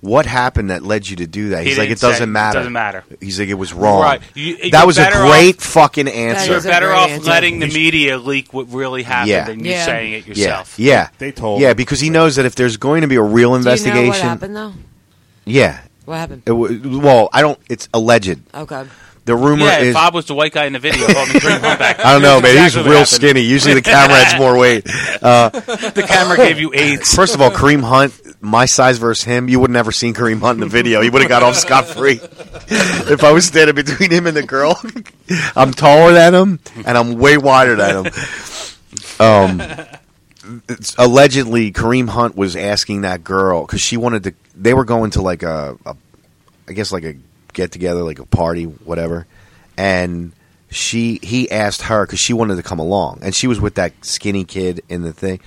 [SPEAKER 8] what happened that led you to do that,
[SPEAKER 10] He
[SPEAKER 8] he's like,
[SPEAKER 10] didn't
[SPEAKER 8] it
[SPEAKER 10] say.
[SPEAKER 8] doesn't matter.
[SPEAKER 10] Doesn't matter.
[SPEAKER 8] He's like, it was wrong.
[SPEAKER 10] Right. You-
[SPEAKER 8] that
[SPEAKER 10] you're
[SPEAKER 8] was a
[SPEAKER 10] better
[SPEAKER 8] great
[SPEAKER 10] off-
[SPEAKER 8] fucking answer.
[SPEAKER 10] You're better off letting the media leak what really happened
[SPEAKER 8] Yeah.
[SPEAKER 10] than you
[SPEAKER 7] Yeah.
[SPEAKER 10] saying it
[SPEAKER 8] yeah,
[SPEAKER 10] yourself.
[SPEAKER 8] Yeah,
[SPEAKER 9] They told
[SPEAKER 8] Yeah,
[SPEAKER 9] him.
[SPEAKER 8] because he knows that if there's going to be a real
[SPEAKER 7] Do you know what
[SPEAKER 8] investigation,
[SPEAKER 7] happened though?
[SPEAKER 8] yeah,
[SPEAKER 7] What happened? Oh,
[SPEAKER 8] It wa- well, I don't. It's alleged.
[SPEAKER 7] Okay.
[SPEAKER 8] The rumor
[SPEAKER 10] yeah,
[SPEAKER 8] is
[SPEAKER 10] if Bob was the white guy in the video, called me Kareem Hunt back.
[SPEAKER 8] I don't know,
[SPEAKER 10] Here's
[SPEAKER 8] man.
[SPEAKER 10] exactly
[SPEAKER 8] He's
[SPEAKER 10] what
[SPEAKER 8] real
[SPEAKER 10] happened.
[SPEAKER 8] skinny. Usually the camera adds more weight. Uh,
[SPEAKER 10] the camera gave you AIDS.
[SPEAKER 8] First of all, Kareem Hunt, my size versus him, you would never seen Kareem Hunt in the video. He would have got off scot free. if I was standing between him and the girl, I'm taller than him and I'm way wider than him. Um, it's- allegedly, Kareem Hunt was asking that girl because she wanted to. They were going to like a, a, I guess like a get together, like a party, whatever, and. She he asked her because she wanted to come along, and she was with that skinny kid in the thing.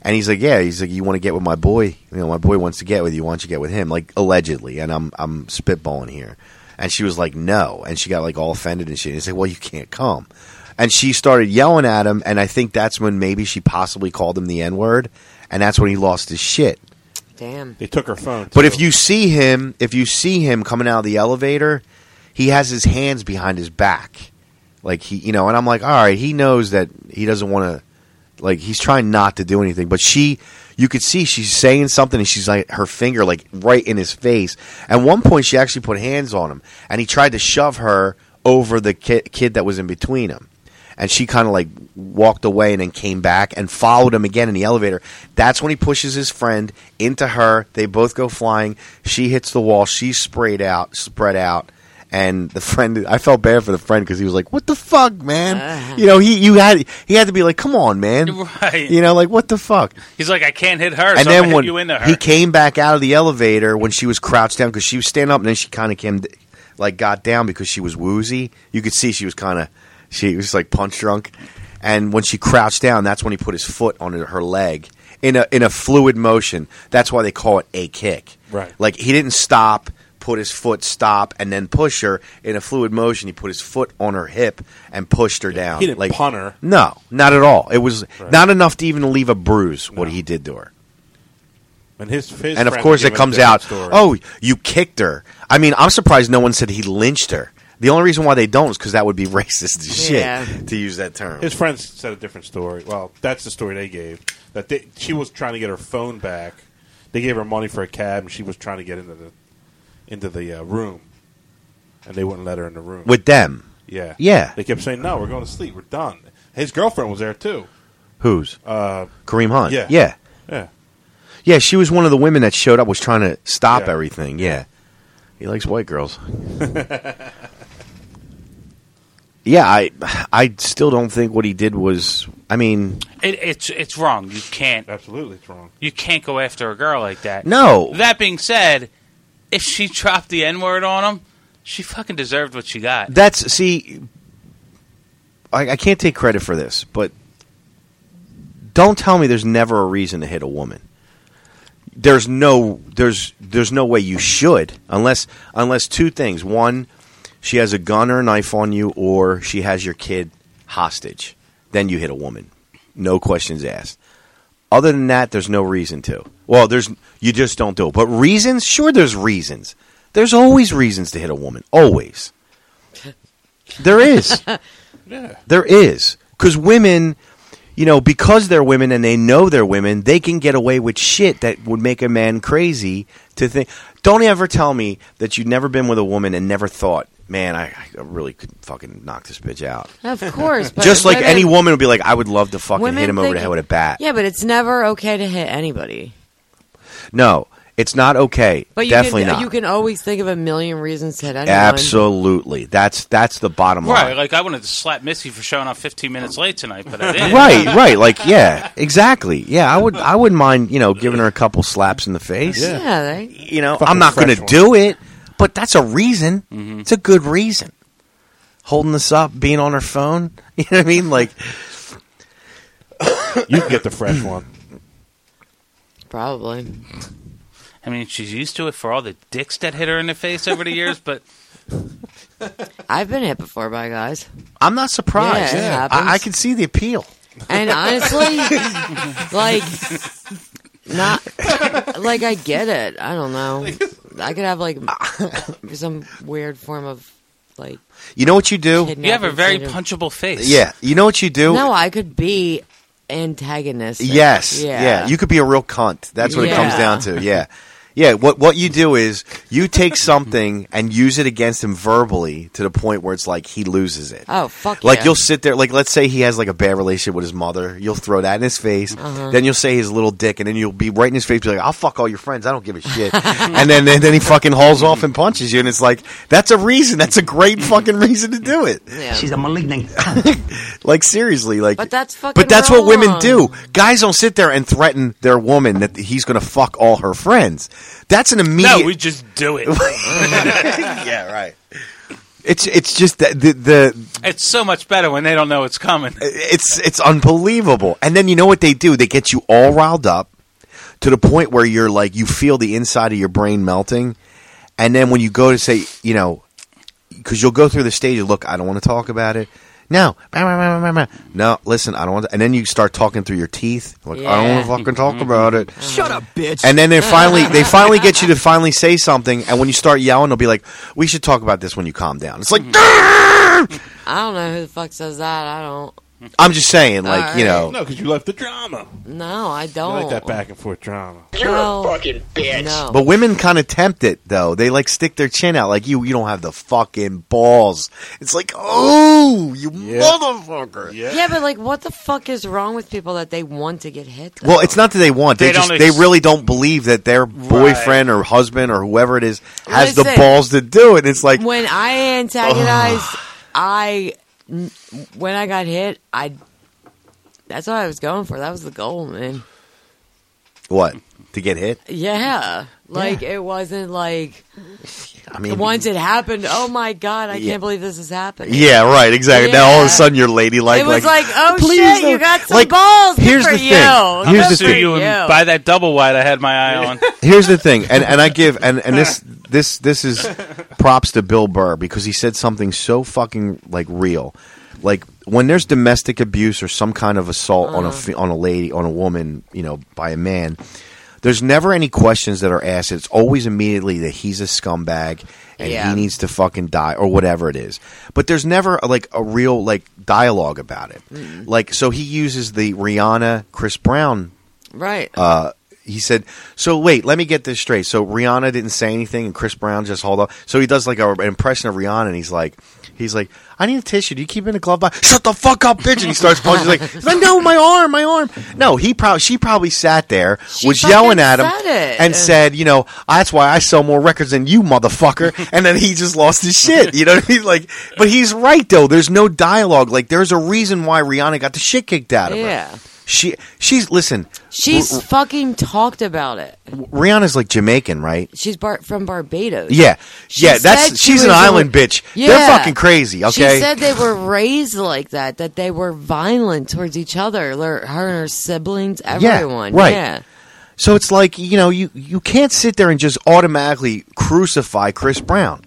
[SPEAKER 8] And he's like, yeah, he's like, you want to get with my boy? You know, my boy wants to get with you. Why don't you get with him? Like allegedly, and I'm I'm spitballing here. And she was like, no. And she got like all offended and shit. And he's like, well, you can't come. And she started yelling at him. And I think that's when maybe she possibly called him the N word. And that's when he lost his shit.
[SPEAKER 7] Damn.
[SPEAKER 9] They took her phone.
[SPEAKER 8] But if you see him, if you see him coming out of the elevator, he has his hands behind his back, like he, you know. And I'm like, all right, he knows that he doesn't want to, like, he's trying not to do anything. But she, you could see she's saying something, and she's like her finger, like right in his face. At one point, she actually put hands on him, and he tried to shove her over the ki- kid that was in between him. And she kind of like walked away and then came back and followed him again in the elevator. That's when he pushes his friend into her. They both go flying. She hits the wall. She's sprayed out, spread out and the friend I felt bad for the friend because he was like, "What the fuck, man?" You know, he you had he had to be like, "Come on, man,"
[SPEAKER 10] Right.
[SPEAKER 8] you know, like what the fuck.
[SPEAKER 10] He's like, I can't hit her, so
[SPEAKER 8] and then
[SPEAKER 10] I'm gonna
[SPEAKER 8] when
[SPEAKER 10] hit you into her.
[SPEAKER 8] he came back out of the elevator when she was crouched down because she was standing up, and then she kind of came like got down because she was woozy. You could see she was kind of she was like punch drunk, and when she crouched down, that's when he put his foot on her leg. In a, in a fluid motion. That's why they call it a kick.
[SPEAKER 9] Right.
[SPEAKER 8] Like he didn't stop, put his foot stop, and then push her in a fluid motion. He put his foot on her hip and pushed her down.
[SPEAKER 9] He didn't
[SPEAKER 8] like,
[SPEAKER 9] punt her.
[SPEAKER 8] No, not at all. It was
[SPEAKER 9] Right.
[SPEAKER 8] not enough to even leave a bruise. What he did to her,
[SPEAKER 9] And his, his
[SPEAKER 8] and of
[SPEAKER 9] friend
[SPEAKER 8] course
[SPEAKER 9] gave
[SPEAKER 8] it
[SPEAKER 9] a
[SPEAKER 8] comes
[SPEAKER 9] different
[SPEAKER 8] out.
[SPEAKER 9] story.
[SPEAKER 8] Oh, you kicked her. I mean, I'm surprised no one said he lynched her. The only reason why they don't is because that would be racist as shit
[SPEAKER 9] Yeah.
[SPEAKER 8] to use that term.
[SPEAKER 9] His friends said a different story. Well, that's the story they gave. That they, she was trying to get her phone back. They gave her money for a cab, and she was trying to get into the into the uh, room, and they wouldn't let her in the room
[SPEAKER 8] With them?
[SPEAKER 9] Yeah,
[SPEAKER 8] Yeah.
[SPEAKER 9] They kept saying, "No, we're going to sleep. We're done." His girlfriend was there too.
[SPEAKER 8] Who's
[SPEAKER 9] Uh,
[SPEAKER 8] Kareem Hunt?
[SPEAKER 9] Yeah,
[SPEAKER 8] yeah,
[SPEAKER 9] yeah.
[SPEAKER 8] Yeah, She was one of the women that showed up was trying to stop
[SPEAKER 9] Yeah.
[SPEAKER 8] everything. Yeah, he likes white girls. Yeah, I I still don't think what he did was. I mean,
[SPEAKER 10] It, it's it's wrong. You can't.
[SPEAKER 9] Absolutely, it's wrong.
[SPEAKER 10] You can't go after a girl like that.
[SPEAKER 8] No.
[SPEAKER 10] That being said, if she dropped the N word on him, she fucking deserved what she got.
[SPEAKER 8] that's see. I, I can't take credit for this, but don't tell me there's never a reason to hit a woman. There's no there's there's no way you should unless unless two things. One, she has a gun or a knife on you, or she has your kid hostage. Then you hit a woman, no questions asked. Other than that, there's no reason to. Well, there's you just don't do it. But reasons, sure, there's reasons. There's always reasons to hit a woman. Always. There is. There is. Because women, you know, because they're women and they know they're women, they can get away with shit that would make a man crazy to think. Don't ever tell me that you've never been with a woman and never thought, man, I, I really could fucking knock this bitch out.
[SPEAKER 7] Of course, but
[SPEAKER 8] Just like
[SPEAKER 7] women-
[SPEAKER 8] any woman would be like, I would love to fucking
[SPEAKER 7] women
[SPEAKER 8] hit him over
[SPEAKER 7] think-
[SPEAKER 8] the head with a bat.
[SPEAKER 7] Yeah, but it's never okay to hit anybody.
[SPEAKER 8] No, it's not okay.
[SPEAKER 7] But you
[SPEAKER 8] Definitely
[SPEAKER 7] can,
[SPEAKER 8] not.
[SPEAKER 7] You can always think of a million reasons to hit anyone.
[SPEAKER 8] Absolutely. That's that's the bottom line.
[SPEAKER 10] Right, like I wanted to slap Missy for showing up 15 minutes late tonight, but I didn't.
[SPEAKER 8] right, right. Like, yeah, exactly. Yeah, I would, I wouldn't mind, you know, giving her a couple slaps in the face.
[SPEAKER 7] Yeah,
[SPEAKER 8] you know, I'm not going to do it, but that's a reason.
[SPEAKER 7] Mm-hmm.
[SPEAKER 8] It's a good reason. Holding this up, being on her phone. You know what I mean? Like,
[SPEAKER 9] you can get the fresh one.
[SPEAKER 7] Probably.
[SPEAKER 10] I mean, she's used to it for all the dicks that hit her in the face over the years, but
[SPEAKER 7] I've been hit before by guys.
[SPEAKER 8] I'm not surprised.
[SPEAKER 7] Yeah, it happens.
[SPEAKER 8] I, I can see the appeal.
[SPEAKER 7] And honestly, like, not like I get it. I don't know. I could have like some weird form of like.
[SPEAKER 8] You know what you do?
[SPEAKER 7] Kidnapping
[SPEAKER 10] you have a very
[SPEAKER 7] syndrome.
[SPEAKER 10] punchable face.
[SPEAKER 8] Yeah, you know what you do?
[SPEAKER 7] No, I could be antagonistic.
[SPEAKER 8] Yes. Yeah.
[SPEAKER 7] Yeah.
[SPEAKER 8] You could be a real cunt. That's what it comes
[SPEAKER 7] Yeah.
[SPEAKER 8] down to. Yeah. Yeah. What what you do is you take something and use it against him verbally to the point where it's like he loses it.
[SPEAKER 7] Oh fuck!
[SPEAKER 8] Like
[SPEAKER 7] yeah.
[SPEAKER 8] you'll sit there, like let's say he has like a bad relationship with his mother, you'll throw that in his face.
[SPEAKER 7] Uh-huh.
[SPEAKER 8] Then you'll say his little dick, and then you'll be right in his face, be like, "I'll fuck all your friends. I don't give a shit." and then, then then he fucking hauls off and punches you, and it's like that's a reason. That's a great fucking reason to do it.
[SPEAKER 1] She's a malignant.
[SPEAKER 8] Like seriously, like
[SPEAKER 7] But that's fucking.
[SPEAKER 8] but that's what women
[SPEAKER 7] wrong.
[SPEAKER 8] do. Guys don't sit there and threaten their woman that he's going to fuck all her friends. That's an immediate.
[SPEAKER 10] No, we just do it.
[SPEAKER 8] yeah, right. It's it's just that the, the
[SPEAKER 10] It's so much better when they don't know it's coming.
[SPEAKER 8] it's it's unbelievable. And then you know what they do? They get you all riled up to the point where you're like you feel the inside of your brain melting. And then when you go to say, you know, because you'll go through the stage. of, Look, I don't want to talk about it. No, Bah, bah, bah, bah, bah, bah. no. Listen, I don't want. To, and then you start talking through your teeth. Like I don't want to
[SPEAKER 12] Yeah.
[SPEAKER 8] fucking talk about it.
[SPEAKER 12] Shut up, bitch.
[SPEAKER 8] And then they finally they finally get you to finally say something. And when you start yelling, they'll be like, "We should talk about this when you calm down." It's like
[SPEAKER 7] I don't know who the fuck says that. I don't.
[SPEAKER 8] I'm just saying, like you know,
[SPEAKER 9] no, because you left the drama.
[SPEAKER 7] No, I
[SPEAKER 9] You
[SPEAKER 7] don't.
[SPEAKER 9] like that back and forth drama.
[SPEAKER 7] You're a fucking bitch.
[SPEAKER 8] But women kind of tempt it though. They like stick their chin out, like you. You don't have the fucking balls. It's like, oh, you motherfucker.
[SPEAKER 7] Yeah. but like, what the fuck is wrong with people that they want to get hit?
[SPEAKER 8] Well, it's not that they want. They,
[SPEAKER 7] They
[SPEAKER 8] just
[SPEAKER 7] don't
[SPEAKER 8] they
[SPEAKER 7] ex-
[SPEAKER 8] really don't believe that their boyfriend or husband or whoever it is has the
[SPEAKER 7] Listen.
[SPEAKER 8] balls to do it. It's like
[SPEAKER 7] when I antagonized, I n- when I got hit, I. That's what I was going for. That was the goal, man.
[SPEAKER 8] what to get hit.
[SPEAKER 7] Yeah, like it wasn't like.
[SPEAKER 8] I mean,
[SPEAKER 7] once it happened, oh my god, I
[SPEAKER 8] Yeah.
[SPEAKER 7] can't believe this has happened.
[SPEAKER 8] Yeah, right. Exactly. Now all of a
[SPEAKER 7] Yeah.
[SPEAKER 8] sudden you're ladylike.
[SPEAKER 7] it was like, oh
[SPEAKER 12] please
[SPEAKER 7] shit,
[SPEAKER 12] don't-
[SPEAKER 7] you got some
[SPEAKER 12] like,
[SPEAKER 7] balls. Good
[SPEAKER 12] here's
[SPEAKER 7] for
[SPEAKER 12] the
[SPEAKER 7] you.
[SPEAKER 12] thing.
[SPEAKER 7] Good
[SPEAKER 8] Here's the
[SPEAKER 7] for
[SPEAKER 8] thing.
[SPEAKER 10] You and buy that double wide I had my eye on.
[SPEAKER 8] Here's the thing, and and I give and and this this this is props to Bill Burr because he said something so fucking like real, like when there's domestic abuse or some kind of assault on a fe- on a lady on a woman, you know, by a man. There's never any questions that are asked. It's always immediately that he's a scumbag and
[SPEAKER 12] Yeah.
[SPEAKER 8] he needs to fucking die or whatever it is. But there's never like a real like dialogue about it.
[SPEAKER 12] Mm.
[SPEAKER 8] Like so he uses the Rihanna Chris Brown
[SPEAKER 7] Right.
[SPEAKER 8] uh, he said, "So wait, let me get this straight. So Rihanna didn't say anything, and Chris Brown just hold up. So he does like a, an impression of Rihanna, and he's like, he's like, I need a tissue. Do you keep it in a glove box? Shut the fuck up, bitch!" And he starts punching. He's like, "No, my arm, my arm." No, he probably she probably sat there was yelling at him
[SPEAKER 7] said it.
[SPEAKER 8] and
[SPEAKER 7] Ugh.
[SPEAKER 8] said, "You know, that's why I sell more records than you, motherfucker." and then he just lost his shit. You know what I mean? Like, but he's right though. There's no dialogue. Like, there's a reason why Rihanna got the shit kicked out of her.
[SPEAKER 7] Yeah.
[SPEAKER 8] She she's listen.
[SPEAKER 7] She's
[SPEAKER 8] R-
[SPEAKER 7] fucking talked about it.
[SPEAKER 8] Rihanna's like Jamaican, right?
[SPEAKER 7] She's bar- from Barbados.
[SPEAKER 8] Yeah,
[SPEAKER 7] She
[SPEAKER 8] yeah. That's
[SPEAKER 7] said she
[SPEAKER 8] she's an
[SPEAKER 7] was a-
[SPEAKER 8] island bitch. They're
[SPEAKER 7] Yeah.
[SPEAKER 8] fucking crazy.
[SPEAKER 7] She
[SPEAKER 8] Okay,
[SPEAKER 7] said they were raised like that, that they were violent towards each other, her her and her siblings, everyone.
[SPEAKER 8] Yeah, right.
[SPEAKER 7] Yeah.
[SPEAKER 8] So it's like you know you you can't sit there and just automatically crucify Chris Brown.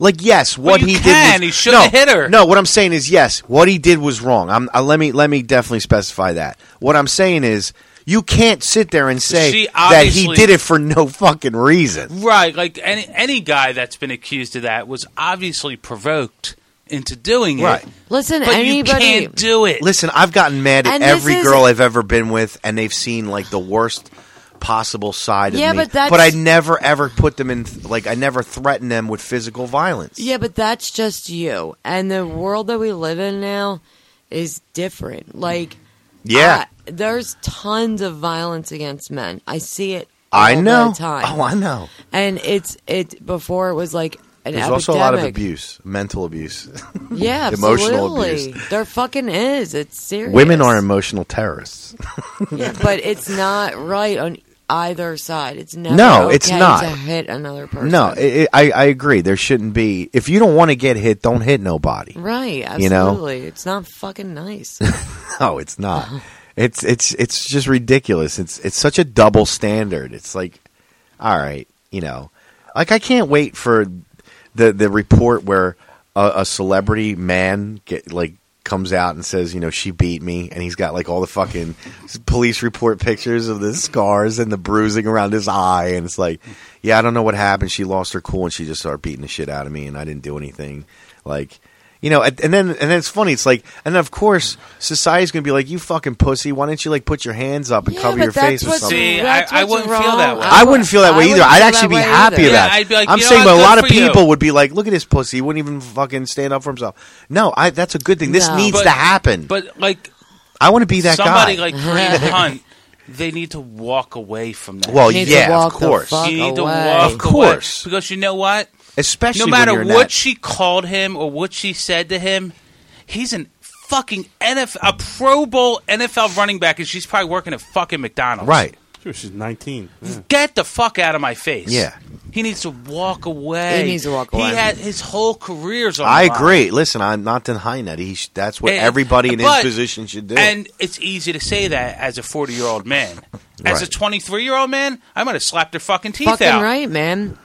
[SPEAKER 8] Like yes, what
[SPEAKER 10] you
[SPEAKER 8] he
[SPEAKER 10] can.
[SPEAKER 8] did was,
[SPEAKER 10] He shouldn't
[SPEAKER 8] no,
[SPEAKER 10] have hit her.
[SPEAKER 8] No, what I'm saying is yes, what he did was wrong. I'm uh, let me let me definitely specify that. What I'm saying is you can't sit there and say
[SPEAKER 10] She
[SPEAKER 8] that he
[SPEAKER 10] obviously-
[SPEAKER 8] did it for no fucking reason.
[SPEAKER 10] Right, like any any guy that's been accused of that was obviously provoked into doing
[SPEAKER 8] Right.
[SPEAKER 10] it.
[SPEAKER 7] Listen,
[SPEAKER 10] but
[SPEAKER 7] anybody.
[SPEAKER 10] you can't do it.
[SPEAKER 8] Listen, I've gotten mad at
[SPEAKER 7] And this
[SPEAKER 8] every
[SPEAKER 7] is-
[SPEAKER 8] girl I've ever been with, and they've seen like the worst possible side
[SPEAKER 7] Yeah,
[SPEAKER 8] of me.
[SPEAKER 7] but that's-
[SPEAKER 8] I never ever put them in. Th- like I never threatened them with physical violence.
[SPEAKER 7] Yeah, but that's just you. And the world that we live in now is different. Like,
[SPEAKER 8] Yeah.
[SPEAKER 7] I- there's tons of violence against men. I see it.
[SPEAKER 8] I
[SPEAKER 7] all
[SPEAKER 8] know.
[SPEAKER 7] The time.
[SPEAKER 8] Oh, I know.
[SPEAKER 7] And it's it before it was like an
[SPEAKER 8] There's
[SPEAKER 7] epidemic.
[SPEAKER 8] also a lot of abuse, mental abuse.
[SPEAKER 7] Yeah,
[SPEAKER 8] emotional
[SPEAKER 7] absolutely.
[SPEAKER 8] abuse.
[SPEAKER 7] There fucking is. It's serious.
[SPEAKER 8] Women are emotional terrorists.
[SPEAKER 7] Yeah, but it's not right on either side. It's never
[SPEAKER 8] No, it's
[SPEAKER 7] okay
[SPEAKER 8] not.
[SPEAKER 7] to hit another person.
[SPEAKER 8] No, it, it, I I agree. There shouldn't be. If you don't want to get hit, don't hit nobody.
[SPEAKER 7] right? Absolutely,
[SPEAKER 8] You know?
[SPEAKER 7] it's not fucking nice.
[SPEAKER 8] No, it's not. It's it's it's just ridiculous. It's it's such a double standard. It's like, all right, you know, like I can't wait for the the report where a, a celebrity man get like comes out and says, you know, she beat me, and he's got like all the fucking police report pictures of the scars and the bruising around his eye, and it's like, yeah, I don't know what happened. She lost her cool and she just started beating the shit out of me, and I didn't do anything. Like, you know, and and then and then it's funny. It's like, and then of course, society's gonna be like, "You fucking pussy! Why don't you like put your hands up and cover
[SPEAKER 10] but
[SPEAKER 8] your face
[SPEAKER 10] that's
[SPEAKER 8] or
[SPEAKER 10] what's-
[SPEAKER 8] something?"
[SPEAKER 10] See, I- I wouldn't feel that way.
[SPEAKER 8] I wouldn't feel that way either.
[SPEAKER 10] wouldn't
[SPEAKER 8] I'd
[SPEAKER 10] feel that
[SPEAKER 8] actually be
[SPEAKER 10] way
[SPEAKER 8] happy
[SPEAKER 10] either.
[SPEAKER 8] about
[SPEAKER 10] Yeah,
[SPEAKER 8] it.
[SPEAKER 10] I'd be like,
[SPEAKER 8] I'm
[SPEAKER 10] you know
[SPEAKER 8] saying,
[SPEAKER 10] what?
[SPEAKER 8] but a
[SPEAKER 10] Good
[SPEAKER 8] lot of
[SPEAKER 10] for you.
[SPEAKER 8] people would be like, "Look at this pussy! He wouldn't even fucking stand up for himself." No, I. That's a good thing. This
[SPEAKER 10] No.
[SPEAKER 8] needs
[SPEAKER 10] But-
[SPEAKER 8] to happen.
[SPEAKER 10] But like
[SPEAKER 8] I want to be that
[SPEAKER 10] somebody
[SPEAKER 8] guy.
[SPEAKER 10] like Kareem Hunt, they need to walk away from that.
[SPEAKER 8] Well, You need to yeah, of walk the course. fuck
[SPEAKER 10] You need to
[SPEAKER 8] away.
[SPEAKER 10] walk
[SPEAKER 8] Of
[SPEAKER 10] away.
[SPEAKER 8] course.
[SPEAKER 10] because you know what?
[SPEAKER 8] Especially
[SPEAKER 10] no
[SPEAKER 8] when
[SPEAKER 10] matter
[SPEAKER 8] you're in
[SPEAKER 10] what
[SPEAKER 8] that-
[SPEAKER 10] she called him or what she said to him, he's an fucking NFL, a Pro Bowl NFL running back, and she's probably working at fucking McDonald's.
[SPEAKER 8] Right.
[SPEAKER 9] Sure, she's 19. Yeah.
[SPEAKER 10] Get the fuck out of my face.
[SPEAKER 8] Yeah.
[SPEAKER 10] He needs to walk away.
[SPEAKER 8] He needs to walk away.
[SPEAKER 10] He had his whole career's on
[SPEAKER 8] I
[SPEAKER 10] the line.
[SPEAKER 8] agree. Listen, I'm not denying that. He sh- that's what
[SPEAKER 10] And-
[SPEAKER 8] everybody in his
[SPEAKER 10] but-
[SPEAKER 8] position should do.
[SPEAKER 10] And it's easy to say that as a 40 year old man. As a
[SPEAKER 8] Right.
[SPEAKER 10] 23 year old man, I might have slapped their fucking teeth
[SPEAKER 7] fucking
[SPEAKER 10] out.
[SPEAKER 7] right, man.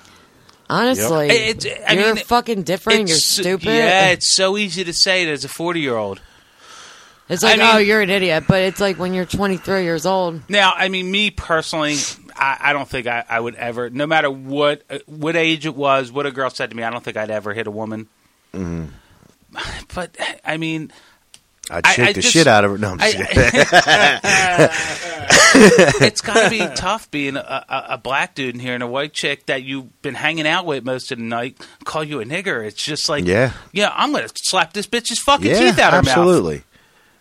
[SPEAKER 7] Honestly,
[SPEAKER 10] It- it- I
[SPEAKER 7] you're
[SPEAKER 10] mean,
[SPEAKER 7] fucking different.
[SPEAKER 10] it's
[SPEAKER 7] you're
[SPEAKER 10] so-
[SPEAKER 7] stupid.
[SPEAKER 10] Yeah, it's so easy to say it as a forty-year-old.
[SPEAKER 7] It's like,
[SPEAKER 10] I mean-
[SPEAKER 7] oh, you're an idiot. But it's like when you're 23 years old.
[SPEAKER 10] Now, I mean, me personally, I, I don't think I, I would ever, no matter what uh, what age it was, what a girl said to me, I don't think I'd ever hit a woman.
[SPEAKER 8] Mhm.
[SPEAKER 10] But I mean,
[SPEAKER 8] I'd shake the shit out of her. No, I'm just kidding.
[SPEAKER 10] it's got to be tough being a, a, a black dude in here and a white chick that you've been hanging out with most of the night call you a nigger. It's just like,
[SPEAKER 8] Yeah.
[SPEAKER 10] yeah, I'm gonna slap this bitch's fucking
[SPEAKER 8] yeah,
[SPEAKER 10] teeth out of her mouth.
[SPEAKER 8] absolutely.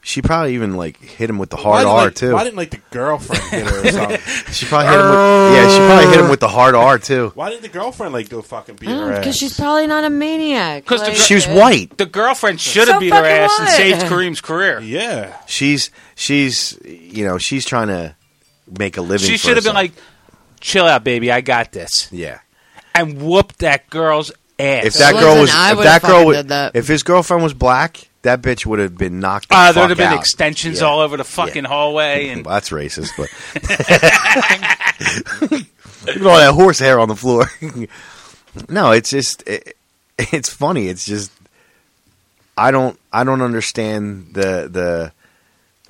[SPEAKER 8] She probably even like hit him with the hard
[SPEAKER 9] why
[SPEAKER 8] R
[SPEAKER 9] didn't, like,
[SPEAKER 8] too.
[SPEAKER 9] Why didn't like the girlfriend hit her or something?
[SPEAKER 8] she probably hit him with, yeah, she probably hit him with the hard R too.
[SPEAKER 9] Why didn't the girlfriend like go fucking beat
[SPEAKER 10] Mm,
[SPEAKER 9] her
[SPEAKER 7] Because
[SPEAKER 9] ass?
[SPEAKER 7] she's probably not a maniac.
[SPEAKER 10] Because
[SPEAKER 7] Like,
[SPEAKER 8] She was white.
[SPEAKER 10] The girlfriend should have
[SPEAKER 7] So
[SPEAKER 10] beat her
[SPEAKER 7] fucking
[SPEAKER 10] ass and
[SPEAKER 7] what?
[SPEAKER 10] saved Kareem's career.
[SPEAKER 9] Yeah,
[SPEAKER 8] She's she's you know she's trying to make a living.
[SPEAKER 10] she
[SPEAKER 8] for
[SPEAKER 10] should have been
[SPEAKER 8] herself.
[SPEAKER 10] like, "Chill out, baby, I got this."
[SPEAKER 8] Yeah,
[SPEAKER 10] and whooped that girl's ass.
[SPEAKER 8] if that girl was if that girl would, if his girlfriend was black, that bitch would have been knocked. the
[SPEAKER 10] Uh, there
[SPEAKER 8] fuck
[SPEAKER 10] would have been
[SPEAKER 8] out.
[SPEAKER 10] extensions
[SPEAKER 8] Yeah.
[SPEAKER 10] all over the fucking hallway, and
[SPEAKER 8] Well, that's racist, but look at all that horse hair on the floor. no, it's just it, it's funny. It's just I don't I don't understand the the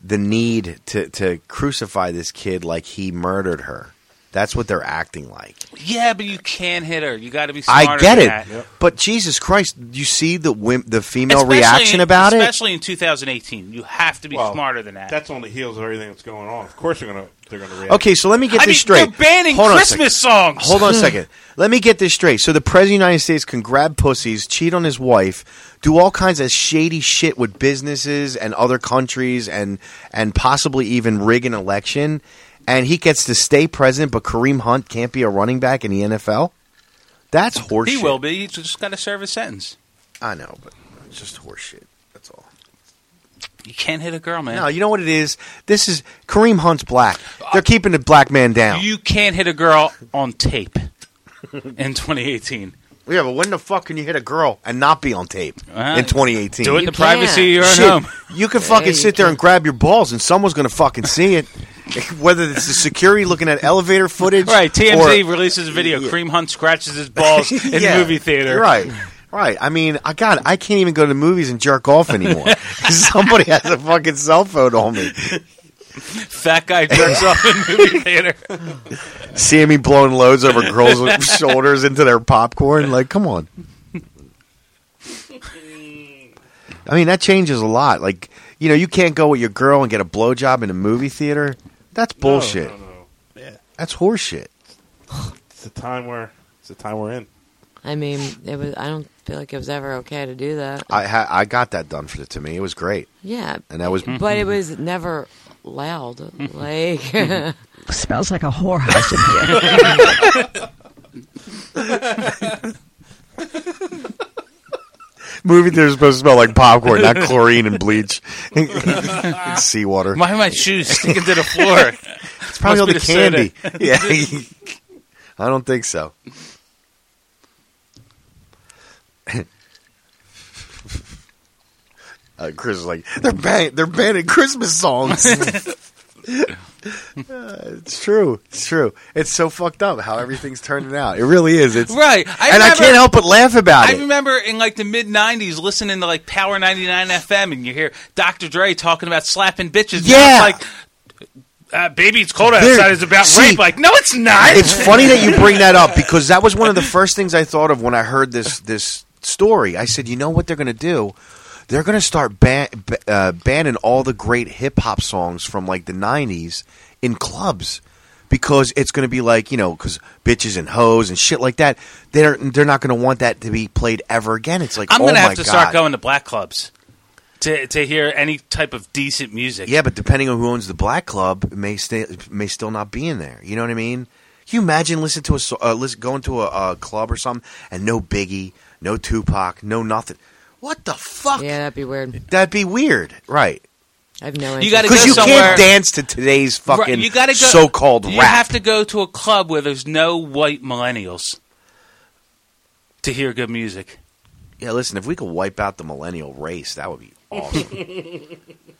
[SPEAKER 8] the need to to crucify this kid like he murdered her. That's what they're acting like.
[SPEAKER 10] yeah, but you can hit her. You got to be. Smarter
[SPEAKER 8] I get
[SPEAKER 10] than
[SPEAKER 8] it,
[SPEAKER 10] that.
[SPEAKER 8] but Jesus Christ, you see the wim- the female
[SPEAKER 10] Especially-
[SPEAKER 8] reaction about it.
[SPEAKER 10] especially in 2018. You have to be smarter than that.
[SPEAKER 9] That's on the heels of everything that's going on. Of course, they're gonna they're gonna react.
[SPEAKER 8] Okay, so let me get
[SPEAKER 9] I
[SPEAKER 8] this
[SPEAKER 9] mean,
[SPEAKER 8] straight.
[SPEAKER 9] they're banning
[SPEAKER 8] Hold on a
[SPEAKER 9] Christmas
[SPEAKER 8] second.
[SPEAKER 9] songs.
[SPEAKER 8] Hold on a second. Let me get this straight. So the president of the United States can grab pussies, cheat on his wife, do all kinds of shady shit with businesses and other countries, and and possibly even rig an election, and he gets to stay president. But Kareem Hunt can't be a running back in the NFL. That's horseshit.
[SPEAKER 10] he will be. He's just got to serve his sentence.
[SPEAKER 8] I know, but it's just horseshit. That's all.
[SPEAKER 10] You can't hit a girl, man.
[SPEAKER 8] No, you know what it is. This is Kareem Hunt's black. They're
[SPEAKER 9] Uh,
[SPEAKER 8] keeping the black man down.
[SPEAKER 10] You can't hit a girl on tape in 2018.
[SPEAKER 8] Yeah, but when the fuck can you hit a girl and not be on tape in 2018?
[SPEAKER 10] do it in You the privacy of your own
[SPEAKER 8] Shit,
[SPEAKER 10] home.
[SPEAKER 8] You can
[SPEAKER 10] Yeah,
[SPEAKER 8] fucking
[SPEAKER 10] you
[SPEAKER 8] sit there and grab your balls, and someone's going to fucking see it. Whether it's the security looking at elevator footage,
[SPEAKER 10] Right, TMZ
[SPEAKER 8] or-
[SPEAKER 10] releases a video. Cream Hunt scratches his balls in
[SPEAKER 8] Yeah,
[SPEAKER 10] the movie theater.
[SPEAKER 8] Right, right. I mean, I God, I can't even go to the movies and jerk off anymore. Somebody has a fucking cell phone on me.
[SPEAKER 10] Fat guy jerks off in movie theater.
[SPEAKER 8] Seeing me blowing loads over girls' shoulders into their popcorn, like, come on. I mean, that changes a lot. Like, you know, you can't go with your girl and get a blowjob in a movie theater. That's bullshit. That's horseshit.
[SPEAKER 9] It's the time where it's the time we're in.
[SPEAKER 7] I mean, it was. I don't feel like it was ever okay to do that.
[SPEAKER 8] I ha- I got that done for to me. It was great.
[SPEAKER 7] Yeah,
[SPEAKER 8] and that was.
[SPEAKER 7] but it was never loud. Like
[SPEAKER 14] Smells like a whorehouse
[SPEAKER 8] movie theaters supposed to smell like popcorn, not chlorine and bleach, and seawater.
[SPEAKER 10] Why are my shoes sticking to the floor?
[SPEAKER 8] It's probably all the
[SPEAKER 10] Must be
[SPEAKER 8] candy.
[SPEAKER 10] soda.
[SPEAKER 8] yeah, I don't think so. Uh, Chris is like, they're ban- they're banning Christmas songs. Uh, it's true. It's true. It's so fucked up how everything's turning out. It really is. It's
[SPEAKER 10] Right. I
[SPEAKER 8] and I
[SPEAKER 10] remember-
[SPEAKER 8] can't help but laugh about
[SPEAKER 10] I
[SPEAKER 8] it.
[SPEAKER 10] remember in like the mid '90s listening to like Power 99 FM, and you hear Dr. Dre talking about slapping bitches. and
[SPEAKER 8] Yeah.
[SPEAKER 10] it's like, uh, baby, it's cold outside.
[SPEAKER 8] There-
[SPEAKER 10] it's about
[SPEAKER 8] see,
[SPEAKER 10] rape. Like, no, it's not.
[SPEAKER 8] It's funny that you bring that up because that was one of the first things I thought of when I heard this this story. I said, you know what they're going to do? They're going to start ban- ba- uh, banning all the great hip hop songs from like the '90s in clubs because it's going to be like you know because bitches and hoes and shit like that. They're they're not going to want that to be played ever again. It's like
[SPEAKER 10] I'm
[SPEAKER 8] oh
[SPEAKER 10] gonna
[SPEAKER 8] my
[SPEAKER 10] have to
[SPEAKER 8] God.
[SPEAKER 10] start going to black clubs to to hear any type of decent music.
[SPEAKER 8] Yeah, but depending on who owns the black club, it may stay may still not be in there. You know what I mean? Can you imagine listen to a so- uh, listen, going to a uh, club or something and no Biggie, no Tupac, no nothing. What the fuck?
[SPEAKER 7] Yeah, that'd be weird.
[SPEAKER 8] That'd be weird, right?
[SPEAKER 7] I've no.
[SPEAKER 10] You gotta
[SPEAKER 8] because
[SPEAKER 10] go
[SPEAKER 8] you
[SPEAKER 10] somewhere-
[SPEAKER 8] can't dance to today's fucking
[SPEAKER 10] Right, you gotta go,
[SPEAKER 8] so-called
[SPEAKER 10] You
[SPEAKER 8] rap.
[SPEAKER 10] have to go to a club where there's no white millennials to hear good music.
[SPEAKER 8] yeah, listen, if we could wipe out the millennial race, that would be awesome.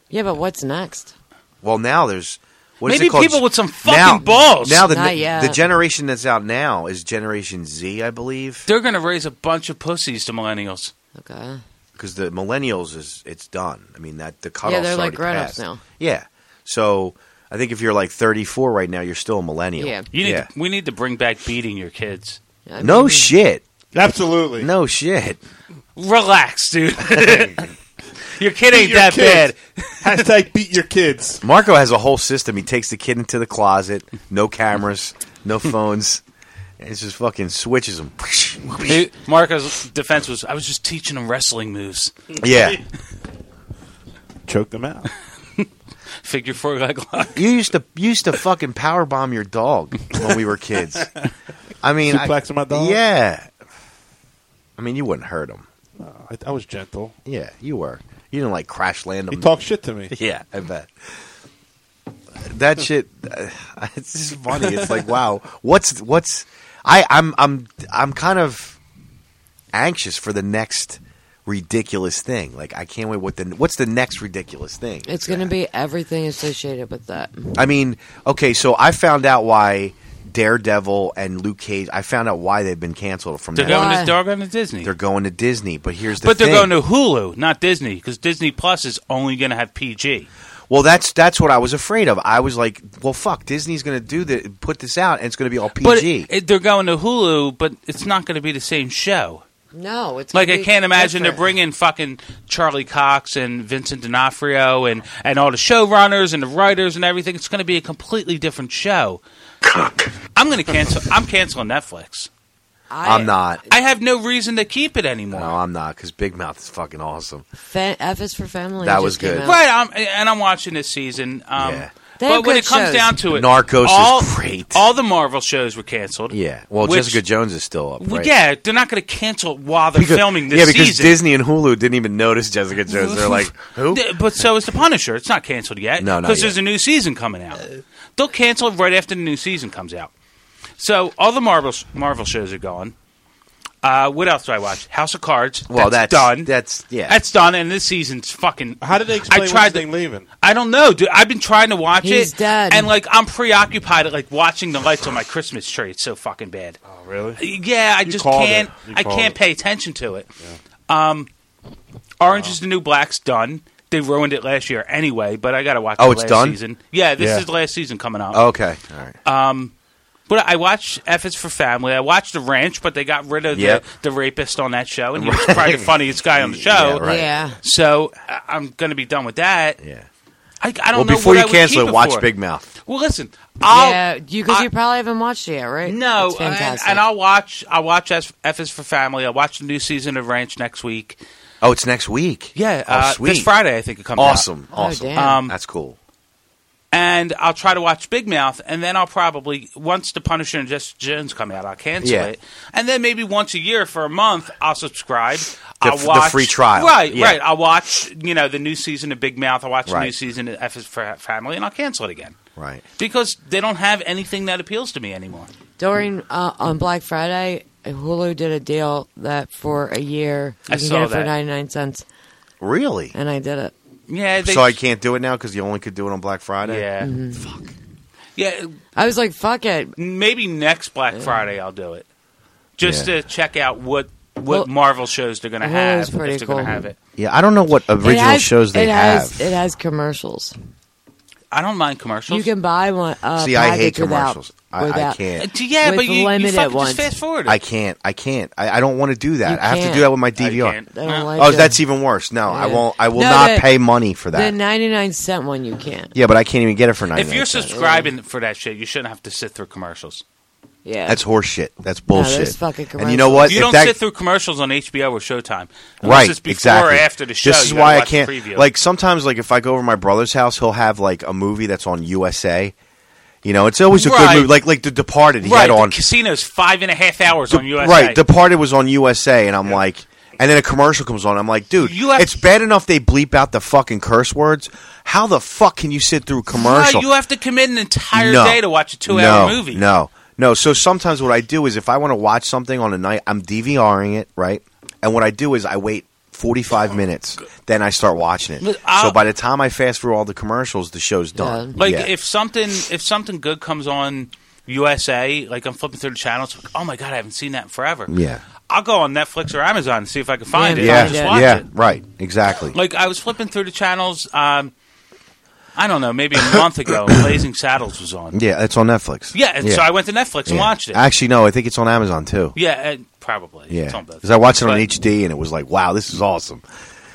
[SPEAKER 7] Yeah, but what's next?
[SPEAKER 8] well, now there's what is
[SPEAKER 10] Maybe
[SPEAKER 8] it called?
[SPEAKER 10] people with some fucking
[SPEAKER 8] now,
[SPEAKER 10] balls.
[SPEAKER 8] Now the
[SPEAKER 10] Not yet.
[SPEAKER 8] the generation that's out now is Generation Z, I believe,
[SPEAKER 10] They're going to raise a bunch of pussies to millennials.
[SPEAKER 7] Okay.
[SPEAKER 8] because the millennials is it's done. I mean that the cutoff.
[SPEAKER 7] Yeah, they're like grown-ups
[SPEAKER 8] grown-ups
[SPEAKER 7] now.
[SPEAKER 8] Yeah, so I think if you're like 34 right now, you're still a millennial.
[SPEAKER 10] You need To, we need to bring back beating your kids.
[SPEAKER 8] no shit. Absolutely. No shit.
[SPEAKER 10] Relax, dude. your kid ain't
[SPEAKER 9] Beat your
[SPEAKER 10] that
[SPEAKER 9] kids.
[SPEAKER 8] bad. Hashtag beat your kids. Marco has a whole system. He takes the kid into the closet. No cameras. no phones. It's just fucking switches them.
[SPEAKER 10] bad. Dude, Marco's defense was, I was just teaching him wrestling moves.
[SPEAKER 8] Yeah. Choke them out.
[SPEAKER 10] Figure four leg lock.
[SPEAKER 8] You used to you used to fucking power bomb your dog when we were kids. I mean, I-
[SPEAKER 9] Suplexing my dog?
[SPEAKER 8] Yeah. I mean, you wouldn't hurt him.
[SPEAKER 9] I, I was gentle.
[SPEAKER 8] Yeah, you were. You didn't like crash land him.
[SPEAKER 9] He talked shit to me.
[SPEAKER 8] Yeah, I bet. That shit, uh, it's just funny. It's like, wow, what's what's? I I'm I'm I'm kind of anxious for the next ridiculous thing. Like, I can't wait. What the what's the next ridiculous thing?
[SPEAKER 7] It's going to be everything associated with that.
[SPEAKER 8] I mean, okay, so I found out why Daredevil and Luke Cage. I found out why they've been canceled from.
[SPEAKER 10] They're
[SPEAKER 8] now.
[SPEAKER 10] going to, they're going to Disney.
[SPEAKER 8] They're going to Disney, but here's the
[SPEAKER 10] but
[SPEAKER 8] thing.
[SPEAKER 10] they're going to Hulu, not Disney, because Disney Plus is only going to have PG.
[SPEAKER 8] Well, that's that's what I was afraid of. I was like, well, fuck, Disney's going to do the put this out, and it's going to be all
[SPEAKER 10] But
[SPEAKER 8] PG.
[SPEAKER 10] it- they're going to Hulu, but it's not going to be the same show.
[SPEAKER 7] No, it's
[SPEAKER 10] Like
[SPEAKER 7] gonna
[SPEAKER 10] I
[SPEAKER 7] be
[SPEAKER 10] can't imagine they're
[SPEAKER 7] different.
[SPEAKER 10] bringing fucking Charlie Cox and Vincent D'Onofrio and and all the showrunners and the writers and everything. It's going to be a completely different show. I'm going to cancel. I'm canceling Netflix.
[SPEAKER 8] I, am not.
[SPEAKER 10] I have no reason to keep it anymore.
[SPEAKER 8] No, I'm not because Big Mouth is fucking awesome.
[SPEAKER 7] Fa- F is for family.
[SPEAKER 8] That
[SPEAKER 7] just
[SPEAKER 8] was
[SPEAKER 7] came
[SPEAKER 8] good.
[SPEAKER 7] out.
[SPEAKER 10] Right, I'm, and I'm watching this season. Um,
[SPEAKER 7] They
[SPEAKER 10] But
[SPEAKER 7] have
[SPEAKER 10] when
[SPEAKER 7] good
[SPEAKER 10] it comes
[SPEAKER 7] shows.
[SPEAKER 10] down to it,
[SPEAKER 8] Narcos is
[SPEAKER 10] all, great. All the Marvel shows were canceled.
[SPEAKER 8] Yeah. Well,
[SPEAKER 10] which-
[SPEAKER 8] Jessica Jones is still up.
[SPEAKER 10] Well,
[SPEAKER 8] right?
[SPEAKER 10] yeah, they're not going to cancel while they're
[SPEAKER 8] Because-
[SPEAKER 10] filming this
[SPEAKER 8] yeah, because
[SPEAKER 10] season.
[SPEAKER 8] Disney and Hulu didn't even notice Jessica Jones. They're like, who?
[SPEAKER 10] Th- But so is The Punisher. It's not canceled yet.
[SPEAKER 8] No, not
[SPEAKER 10] Because
[SPEAKER 8] yet.
[SPEAKER 10] there's a new season coming out. They'll cancel it right after the new season comes out. So all the Marvel Marvel shows are gone. Uh, what else do I watch? House of Cards.
[SPEAKER 8] Well, that's-
[SPEAKER 10] done.
[SPEAKER 8] that's- yeah.
[SPEAKER 10] That's done. And this season's fucking. How did they
[SPEAKER 9] explain
[SPEAKER 10] I tried
[SPEAKER 9] Weinstein leaving?
[SPEAKER 10] I don't know, dude. I've been trying to watch
[SPEAKER 9] He's
[SPEAKER 10] it,
[SPEAKER 9] dead.
[SPEAKER 10] and like I'm preoccupied at like watching the lights on my Christmas tree. It's so fucking bad.
[SPEAKER 9] Oh, really?
[SPEAKER 10] Yeah, I
[SPEAKER 9] You
[SPEAKER 10] just
[SPEAKER 9] called
[SPEAKER 10] can't.
[SPEAKER 9] it. You
[SPEAKER 10] I
[SPEAKER 9] called
[SPEAKER 10] can't
[SPEAKER 9] it.
[SPEAKER 10] pay attention to it. Um, Orange is the New Black's done. They ruined it last year anyway, but I gotta watch.
[SPEAKER 8] Oh,
[SPEAKER 10] the
[SPEAKER 8] it's
[SPEAKER 10] last
[SPEAKER 8] done?
[SPEAKER 10] Season. Yeah, this
[SPEAKER 8] Yeah. Oh.
[SPEAKER 10] is the last season coming up.
[SPEAKER 8] Okay, all right.
[SPEAKER 10] Um, but I watched F is for Family. I watched The Ranch, but they got rid of
[SPEAKER 8] Yep.
[SPEAKER 10] the, the rapist on that show, and he was probably the funniest guy on the show.
[SPEAKER 8] Yeah, right. Yeah.
[SPEAKER 10] So I- I'm gonna be done with that.
[SPEAKER 8] Yeah.
[SPEAKER 10] I, I don't
[SPEAKER 8] well,
[SPEAKER 10] know.
[SPEAKER 8] before
[SPEAKER 10] what I
[SPEAKER 8] you
[SPEAKER 10] would
[SPEAKER 8] cancel
[SPEAKER 10] keep
[SPEAKER 8] it, watch
[SPEAKER 10] for.
[SPEAKER 8] Big Mouth.
[SPEAKER 10] Well, listen, I'll,
[SPEAKER 7] yeah, you because you probably haven't watched it yet, right?
[SPEAKER 10] no,
[SPEAKER 7] it's fantastic.
[SPEAKER 10] And, and I'll watch. I'll watch F F is for Family. I'll watch the new season of Ranch next week.
[SPEAKER 8] Oh, it's next week.
[SPEAKER 10] Yeah,
[SPEAKER 8] Oh,
[SPEAKER 10] uh,
[SPEAKER 8] sweet.
[SPEAKER 10] this Friday I think it comes out. Oh, Um,
[SPEAKER 8] Awesome,
[SPEAKER 7] Oh,
[SPEAKER 8] awesome. That's cool.
[SPEAKER 10] and I'll try to watch Big Mouth, and then I'll probably once The Punisher and Jessica Jones come out, I'll cancel
[SPEAKER 8] Yeah.
[SPEAKER 10] it, and then maybe once a year for a month, I'll subscribe.
[SPEAKER 8] The f-
[SPEAKER 10] I'll
[SPEAKER 8] the
[SPEAKER 10] watch
[SPEAKER 8] free trial.
[SPEAKER 10] right?
[SPEAKER 8] Yeah.
[SPEAKER 10] Right. I'll watch you know the new season of Big Mouth. I'll watch the new
[SPEAKER 8] Right.
[SPEAKER 10] season of F is for Family, and I'll cancel it again
[SPEAKER 8] Right.
[SPEAKER 10] because they don't have anything that appeals to me anymore.
[SPEAKER 7] During uh, on Black Friday, Hulu did a deal that for a year you
[SPEAKER 10] I
[SPEAKER 7] can
[SPEAKER 10] saw
[SPEAKER 7] get it for
[SPEAKER 10] that.
[SPEAKER 7] ninety nine cents,
[SPEAKER 8] Really?
[SPEAKER 7] and I did it.
[SPEAKER 10] Yeah,
[SPEAKER 8] so I can't do it now because you only could do it on Black Friday.
[SPEAKER 10] Yeah.
[SPEAKER 7] Mm-hmm.
[SPEAKER 8] Fuck.
[SPEAKER 10] Yeah,
[SPEAKER 7] I was like, fuck it.
[SPEAKER 10] Maybe next Black Friday I'll do it, just
[SPEAKER 8] Yeah.
[SPEAKER 10] to check out what what Marvel shows they're going to have.
[SPEAKER 7] Hulu's
[SPEAKER 10] If
[SPEAKER 7] pretty
[SPEAKER 10] they're going
[SPEAKER 7] cool.
[SPEAKER 10] to have it,
[SPEAKER 8] Yeah, I don't know what
[SPEAKER 7] It
[SPEAKER 8] original
[SPEAKER 7] has-
[SPEAKER 8] shows they
[SPEAKER 7] it
[SPEAKER 8] have.
[SPEAKER 7] Has, it has commercials.
[SPEAKER 10] I don't mind commercials.
[SPEAKER 7] You can buy one. Uh,
[SPEAKER 8] See, I hate
[SPEAKER 7] package without-
[SPEAKER 8] commercials. I, I
[SPEAKER 7] without-
[SPEAKER 8] can't.
[SPEAKER 10] Uh, yeah,
[SPEAKER 7] with
[SPEAKER 10] but you, you
[SPEAKER 7] limited
[SPEAKER 10] fucking
[SPEAKER 7] ones.
[SPEAKER 10] just fast forward. it.
[SPEAKER 8] I can't. I can't. I, I don't want to do that.
[SPEAKER 7] You
[SPEAKER 8] I have to
[SPEAKER 7] can't.
[SPEAKER 8] do that with my
[SPEAKER 7] I
[SPEAKER 8] DVR.
[SPEAKER 7] can't. I
[SPEAKER 10] Uh,
[SPEAKER 7] don't like
[SPEAKER 8] oh,
[SPEAKER 7] it.
[SPEAKER 8] that's even worse. No, I
[SPEAKER 7] Yeah.
[SPEAKER 8] won't. I will
[SPEAKER 7] No,
[SPEAKER 8] not
[SPEAKER 7] the-
[SPEAKER 8] pay money for
[SPEAKER 7] The
[SPEAKER 8] that.
[SPEAKER 7] ninety nine cent one you can't.
[SPEAKER 8] yeah, but I can't even get it for ninety.
[SPEAKER 10] If you're subscribing for that shit, you shouldn't have to sit through commercials.
[SPEAKER 7] Yeah,
[SPEAKER 8] that's horseshit. That's
[SPEAKER 10] No,
[SPEAKER 8] bullshit.
[SPEAKER 10] there's
[SPEAKER 7] fucking
[SPEAKER 8] and you know what?
[SPEAKER 10] You
[SPEAKER 8] If
[SPEAKER 10] don't
[SPEAKER 8] that-
[SPEAKER 10] sit through commercials on HBO or Showtime. Unless
[SPEAKER 8] right
[SPEAKER 10] It's before
[SPEAKER 8] exactly.
[SPEAKER 10] or after the show.
[SPEAKER 8] This is
[SPEAKER 10] you gotta
[SPEAKER 8] why I
[SPEAKER 10] watch the
[SPEAKER 8] can't.
[SPEAKER 10] preview.
[SPEAKER 8] Like sometimes, like if I go over to my brother's house, he'll have like a movie that's on USA. You know, it's always a
[SPEAKER 10] Right.
[SPEAKER 8] good movie. Like like The Departed. He
[SPEAKER 10] right,
[SPEAKER 8] had on
[SPEAKER 10] the casino's five and a half hours on USA.
[SPEAKER 8] Right, Departed was on USA, and I'm like, and then a commercial comes on. I'm like, dude, it's bad enough they bleep out the fucking curse words. How the fuck can you sit through a commercial?
[SPEAKER 10] Right, you have to commit an entire
[SPEAKER 8] no,
[SPEAKER 10] day to watch a
[SPEAKER 8] no,
[SPEAKER 10] two-hour movie.
[SPEAKER 8] No, no. So sometimes what I do is if I want to watch something on a night, I'm DVRing it, right? And what I do is I wait 45 minutes. Then I start watching it.
[SPEAKER 10] But Oh, I'll-
[SPEAKER 8] so by the time I fast through all the commercials, the show's done.
[SPEAKER 10] Like
[SPEAKER 8] Yeah.
[SPEAKER 10] if something if something good comes on USA, like I'm flipping through the channels, like, oh my god, I haven't seen that in forever.
[SPEAKER 8] Yeah.
[SPEAKER 10] I'll go on Netflix or Amazon and see if I can find it.
[SPEAKER 8] yeah,
[SPEAKER 10] I'll just watch
[SPEAKER 8] yeah,
[SPEAKER 10] it.
[SPEAKER 8] right, exactly.
[SPEAKER 10] Like I was flipping through the channels. Um, I don't know, maybe a month ago, Blazing Saddles was on.
[SPEAKER 8] Yeah, it's on Netflix.
[SPEAKER 10] Yeah, and so I went to Netflix and watched it.
[SPEAKER 8] Actually, no, I think it's on Amazon too.
[SPEAKER 10] Yeah, and probably. It's
[SPEAKER 8] Yeah,
[SPEAKER 10] on both.
[SPEAKER 8] because I watched it on HD and it was like, wow, this is awesome.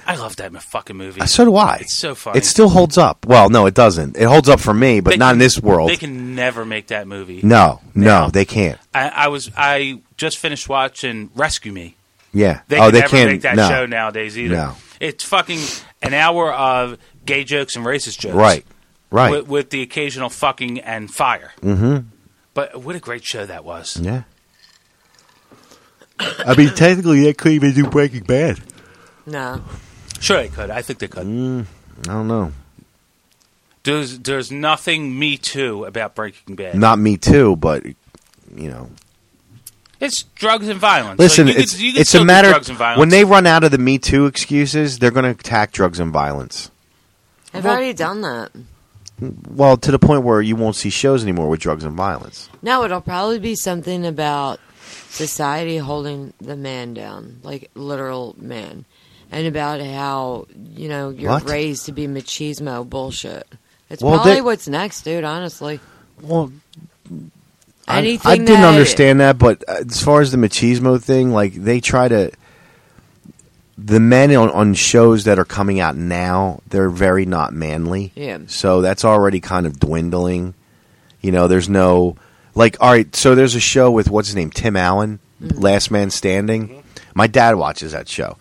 [SPEAKER 10] I love that fucking movie.
[SPEAKER 8] Uh, So do I.
[SPEAKER 10] It's so funny.
[SPEAKER 8] It still holds up. Well, no, it doesn't. It holds up for me, but
[SPEAKER 10] They
[SPEAKER 8] not in
[SPEAKER 10] can-
[SPEAKER 8] this world.
[SPEAKER 10] They can never make that movie.
[SPEAKER 8] no, no, they can't.
[SPEAKER 10] I, I was I just finished watching Rescue Me.
[SPEAKER 8] Yeah.
[SPEAKER 10] They
[SPEAKER 8] Oh,
[SPEAKER 10] can
[SPEAKER 8] they
[SPEAKER 10] never
[SPEAKER 8] can't-
[SPEAKER 10] make that
[SPEAKER 8] no.
[SPEAKER 10] show nowadays either.
[SPEAKER 8] No.
[SPEAKER 10] It's fucking an hour of gay jokes and racist jokes.
[SPEAKER 8] Right. Right.
[SPEAKER 10] With, with the occasional fucking and fire.
[SPEAKER 8] Mm-hmm.
[SPEAKER 10] But what a great show that was.
[SPEAKER 8] Yeah. I mean, technically, they couldn't even do Breaking Bad.
[SPEAKER 7] No.
[SPEAKER 10] Sure they could. I think they could.
[SPEAKER 8] Mm, I don't know.
[SPEAKER 10] There's there's nothing me too about Breaking Bad.
[SPEAKER 8] Not me too, but you know.
[SPEAKER 10] It's drugs and violence.
[SPEAKER 8] Listen,
[SPEAKER 10] Like, you
[SPEAKER 8] it's
[SPEAKER 10] could, you could
[SPEAKER 8] it's
[SPEAKER 10] still
[SPEAKER 8] a
[SPEAKER 10] do
[SPEAKER 8] matter
[SPEAKER 10] drugs and violence.
[SPEAKER 8] when they run out of the Me Too excuses, they're going to attack drugs and violence.
[SPEAKER 7] I've already done that.
[SPEAKER 8] Well, to the point where you won't see shows anymore with drugs and violence.
[SPEAKER 7] No, it'll probably be something about society holding the man down, like literal man, and about how you know you're
[SPEAKER 8] What?
[SPEAKER 7] raised to be machismo bullshit. It's
[SPEAKER 8] Well,
[SPEAKER 7] probably
[SPEAKER 8] they-
[SPEAKER 7] what's next, dude. Honestly.
[SPEAKER 8] Well. I-
[SPEAKER 7] Anything
[SPEAKER 8] I, didn't
[SPEAKER 7] that-
[SPEAKER 8] understand that, but uh, as far as the machismo thing, like they try to. The men on, on shows that are coming out now, they're very not manly.
[SPEAKER 7] Yeah.
[SPEAKER 8] So that's already kind of dwindling. You know, there's no like all right, so there's a show with what's his name, Tim Allen,
[SPEAKER 7] Mm-hmm.
[SPEAKER 8] Last Man Standing. My dad watches that show.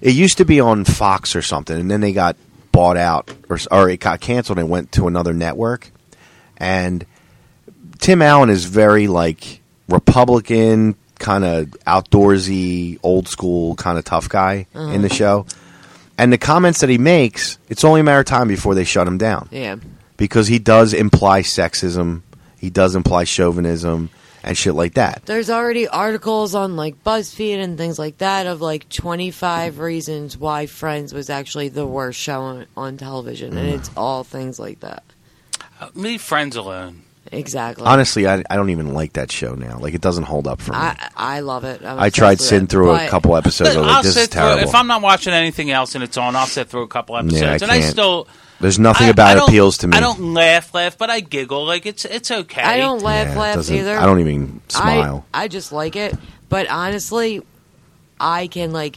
[SPEAKER 8] It used to be on Fox or something, and then they got bought out or s- or it got canceled and went to another network. And Tim Allen is very like Republican, kind of outdoorsy, old school, kind of tough guy in the
[SPEAKER 7] Uh-huh.
[SPEAKER 8] show. And the comments that he makes, it's only a matter of time before they shut him down
[SPEAKER 7] Yeah.
[SPEAKER 8] because he does imply sexism, he does imply chauvinism and shit like that.
[SPEAKER 7] There's already articles on like BuzzFeed and things like that of like 25 reasons why Friends was actually the worst show on, on television, and
[SPEAKER 8] Mm.
[SPEAKER 7] it's all things like that.
[SPEAKER 10] Uh, Leave Friends alone.
[SPEAKER 7] Exactly.
[SPEAKER 8] Honestly, I, I don't even like that show now. Like it doesn't hold up for me.
[SPEAKER 7] I I love it. I'm
[SPEAKER 8] I tried
[SPEAKER 7] obsessed with
[SPEAKER 8] sitting
[SPEAKER 7] it.
[SPEAKER 8] through a
[SPEAKER 7] But-
[SPEAKER 8] couple episodes. I was like,
[SPEAKER 10] I'll
[SPEAKER 8] this is
[SPEAKER 10] sit through,
[SPEAKER 8] terrible.
[SPEAKER 10] if I'm not watching anything else and it's on, I'll sit through a couple episodes.
[SPEAKER 8] yeah, I
[SPEAKER 10] and
[SPEAKER 8] can't.
[SPEAKER 10] I still
[SPEAKER 8] There's nothing
[SPEAKER 10] I
[SPEAKER 8] about
[SPEAKER 10] don't-
[SPEAKER 8] appeals to me.
[SPEAKER 10] I don't laugh, laugh, but I giggle. Like it's it's okay.
[SPEAKER 7] I don't laugh,
[SPEAKER 8] Yeah, it
[SPEAKER 7] laugh
[SPEAKER 8] doesn't-
[SPEAKER 7] either.
[SPEAKER 8] I don't even smile.
[SPEAKER 7] I, I just like it. But honestly, I can like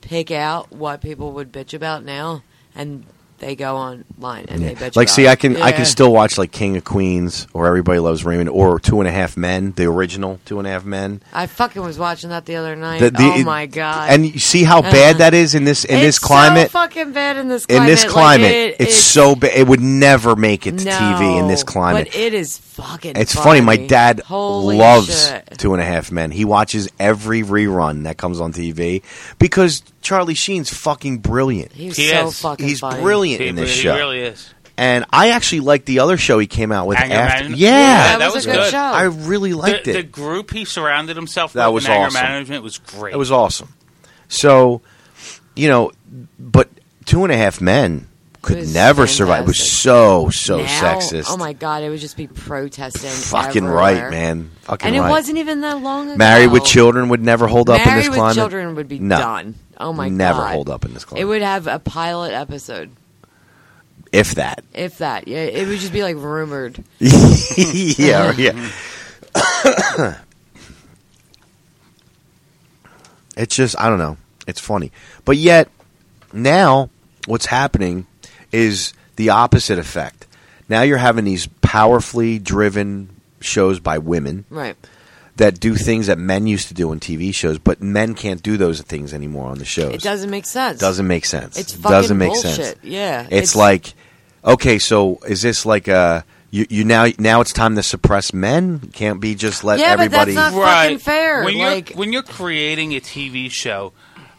[SPEAKER 7] pick out what people would bitch about now, and they go online and they bitch.
[SPEAKER 8] Like,
[SPEAKER 7] about
[SPEAKER 8] see, I
[SPEAKER 7] it.
[SPEAKER 8] can I can
[SPEAKER 7] Yeah.
[SPEAKER 8] still watch like King of Queens or Everybody Loves Raymond or Two and a Half Men, the original Two and a Half Men.
[SPEAKER 7] I fucking was watching that the other night.
[SPEAKER 8] The- the-
[SPEAKER 7] oh my god!
[SPEAKER 8] And you see how bad that is in this in
[SPEAKER 7] Uh-huh.
[SPEAKER 8] this
[SPEAKER 7] It's
[SPEAKER 8] climate.
[SPEAKER 7] so fucking bad in this
[SPEAKER 8] in
[SPEAKER 7] climate.
[SPEAKER 8] this
[SPEAKER 7] Like,
[SPEAKER 8] climate,
[SPEAKER 7] it-
[SPEAKER 8] it's, so bad. It would never make it to TV in this
[SPEAKER 7] No,
[SPEAKER 8] climate.
[SPEAKER 7] But it is fucking.
[SPEAKER 8] It's funny. My dad
[SPEAKER 7] Holy
[SPEAKER 8] loves
[SPEAKER 7] shit.
[SPEAKER 8] Two and a Half Men. He watches every rerun that comes on TV because Charlie Sheen's fucking brilliant.
[SPEAKER 7] He's
[SPEAKER 10] He
[SPEAKER 7] so
[SPEAKER 10] is.
[SPEAKER 7] fucking.
[SPEAKER 8] He's
[SPEAKER 7] funny.
[SPEAKER 8] brilliant
[SPEAKER 10] He
[SPEAKER 8] in this
[SPEAKER 10] re- he
[SPEAKER 8] show.
[SPEAKER 10] really is.
[SPEAKER 8] And I actually liked the other show he came out with
[SPEAKER 10] Anger
[SPEAKER 8] after.
[SPEAKER 10] Management?
[SPEAKER 8] Yeah,
[SPEAKER 10] Yeah, that That was was a good good. show.
[SPEAKER 8] I really liked
[SPEAKER 10] the,
[SPEAKER 8] it.
[SPEAKER 10] The group he surrounded himself
[SPEAKER 8] That
[SPEAKER 10] with
[SPEAKER 8] was
[SPEAKER 10] in anger
[SPEAKER 8] awesome.
[SPEAKER 10] management was great.
[SPEAKER 8] It was awesome. So, you know, but Two and a Half Men could
[SPEAKER 7] was
[SPEAKER 8] never survive. It was so so
[SPEAKER 7] Now-
[SPEAKER 8] sexist.
[SPEAKER 7] Oh my god! It would just be protesting.
[SPEAKER 8] Fucking
[SPEAKER 7] everywhere.
[SPEAKER 8] right, man. Fucking
[SPEAKER 7] and it
[SPEAKER 8] right.
[SPEAKER 7] wasn't even that long ago.
[SPEAKER 8] Married with Children would never hold up in
[SPEAKER 7] Married
[SPEAKER 8] this
[SPEAKER 7] with
[SPEAKER 8] climate.
[SPEAKER 7] Children would be
[SPEAKER 8] no,
[SPEAKER 7] done. Oh my
[SPEAKER 8] never
[SPEAKER 7] god!
[SPEAKER 8] hold up in this climate,
[SPEAKER 7] It would have a pilot episode,
[SPEAKER 8] if that.
[SPEAKER 7] if that. Yeah, it would just be like rumored.
[SPEAKER 8] yeah, yeah. it's just I don't know. It's funny, but yet now what's happening is the opposite effect. Now you're having these powerfully driven shows by women
[SPEAKER 7] Right.
[SPEAKER 8] that do things that men used to do on TV shows, but men can't do those things anymore on the shows.
[SPEAKER 7] It doesn't make sense.
[SPEAKER 8] Doesn't make sense.
[SPEAKER 7] It's fucking
[SPEAKER 8] doesn't make
[SPEAKER 7] bullshit.
[SPEAKER 8] sense.
[SPEAKER 7] Yeah.
[SPEAKER 8] It's, like, okay, so is this like a you, you now now it's time to suppress men? Can't be just let
[SPEAKER 7] Yeah, but that's
[SPEAKER 8] everybody.
[SPEAKER 7] not fucking fair,
[SPEAKER 10] When
[SPEAKER 7] like-
[SPEAKER 10] you're when you're creating a TV show,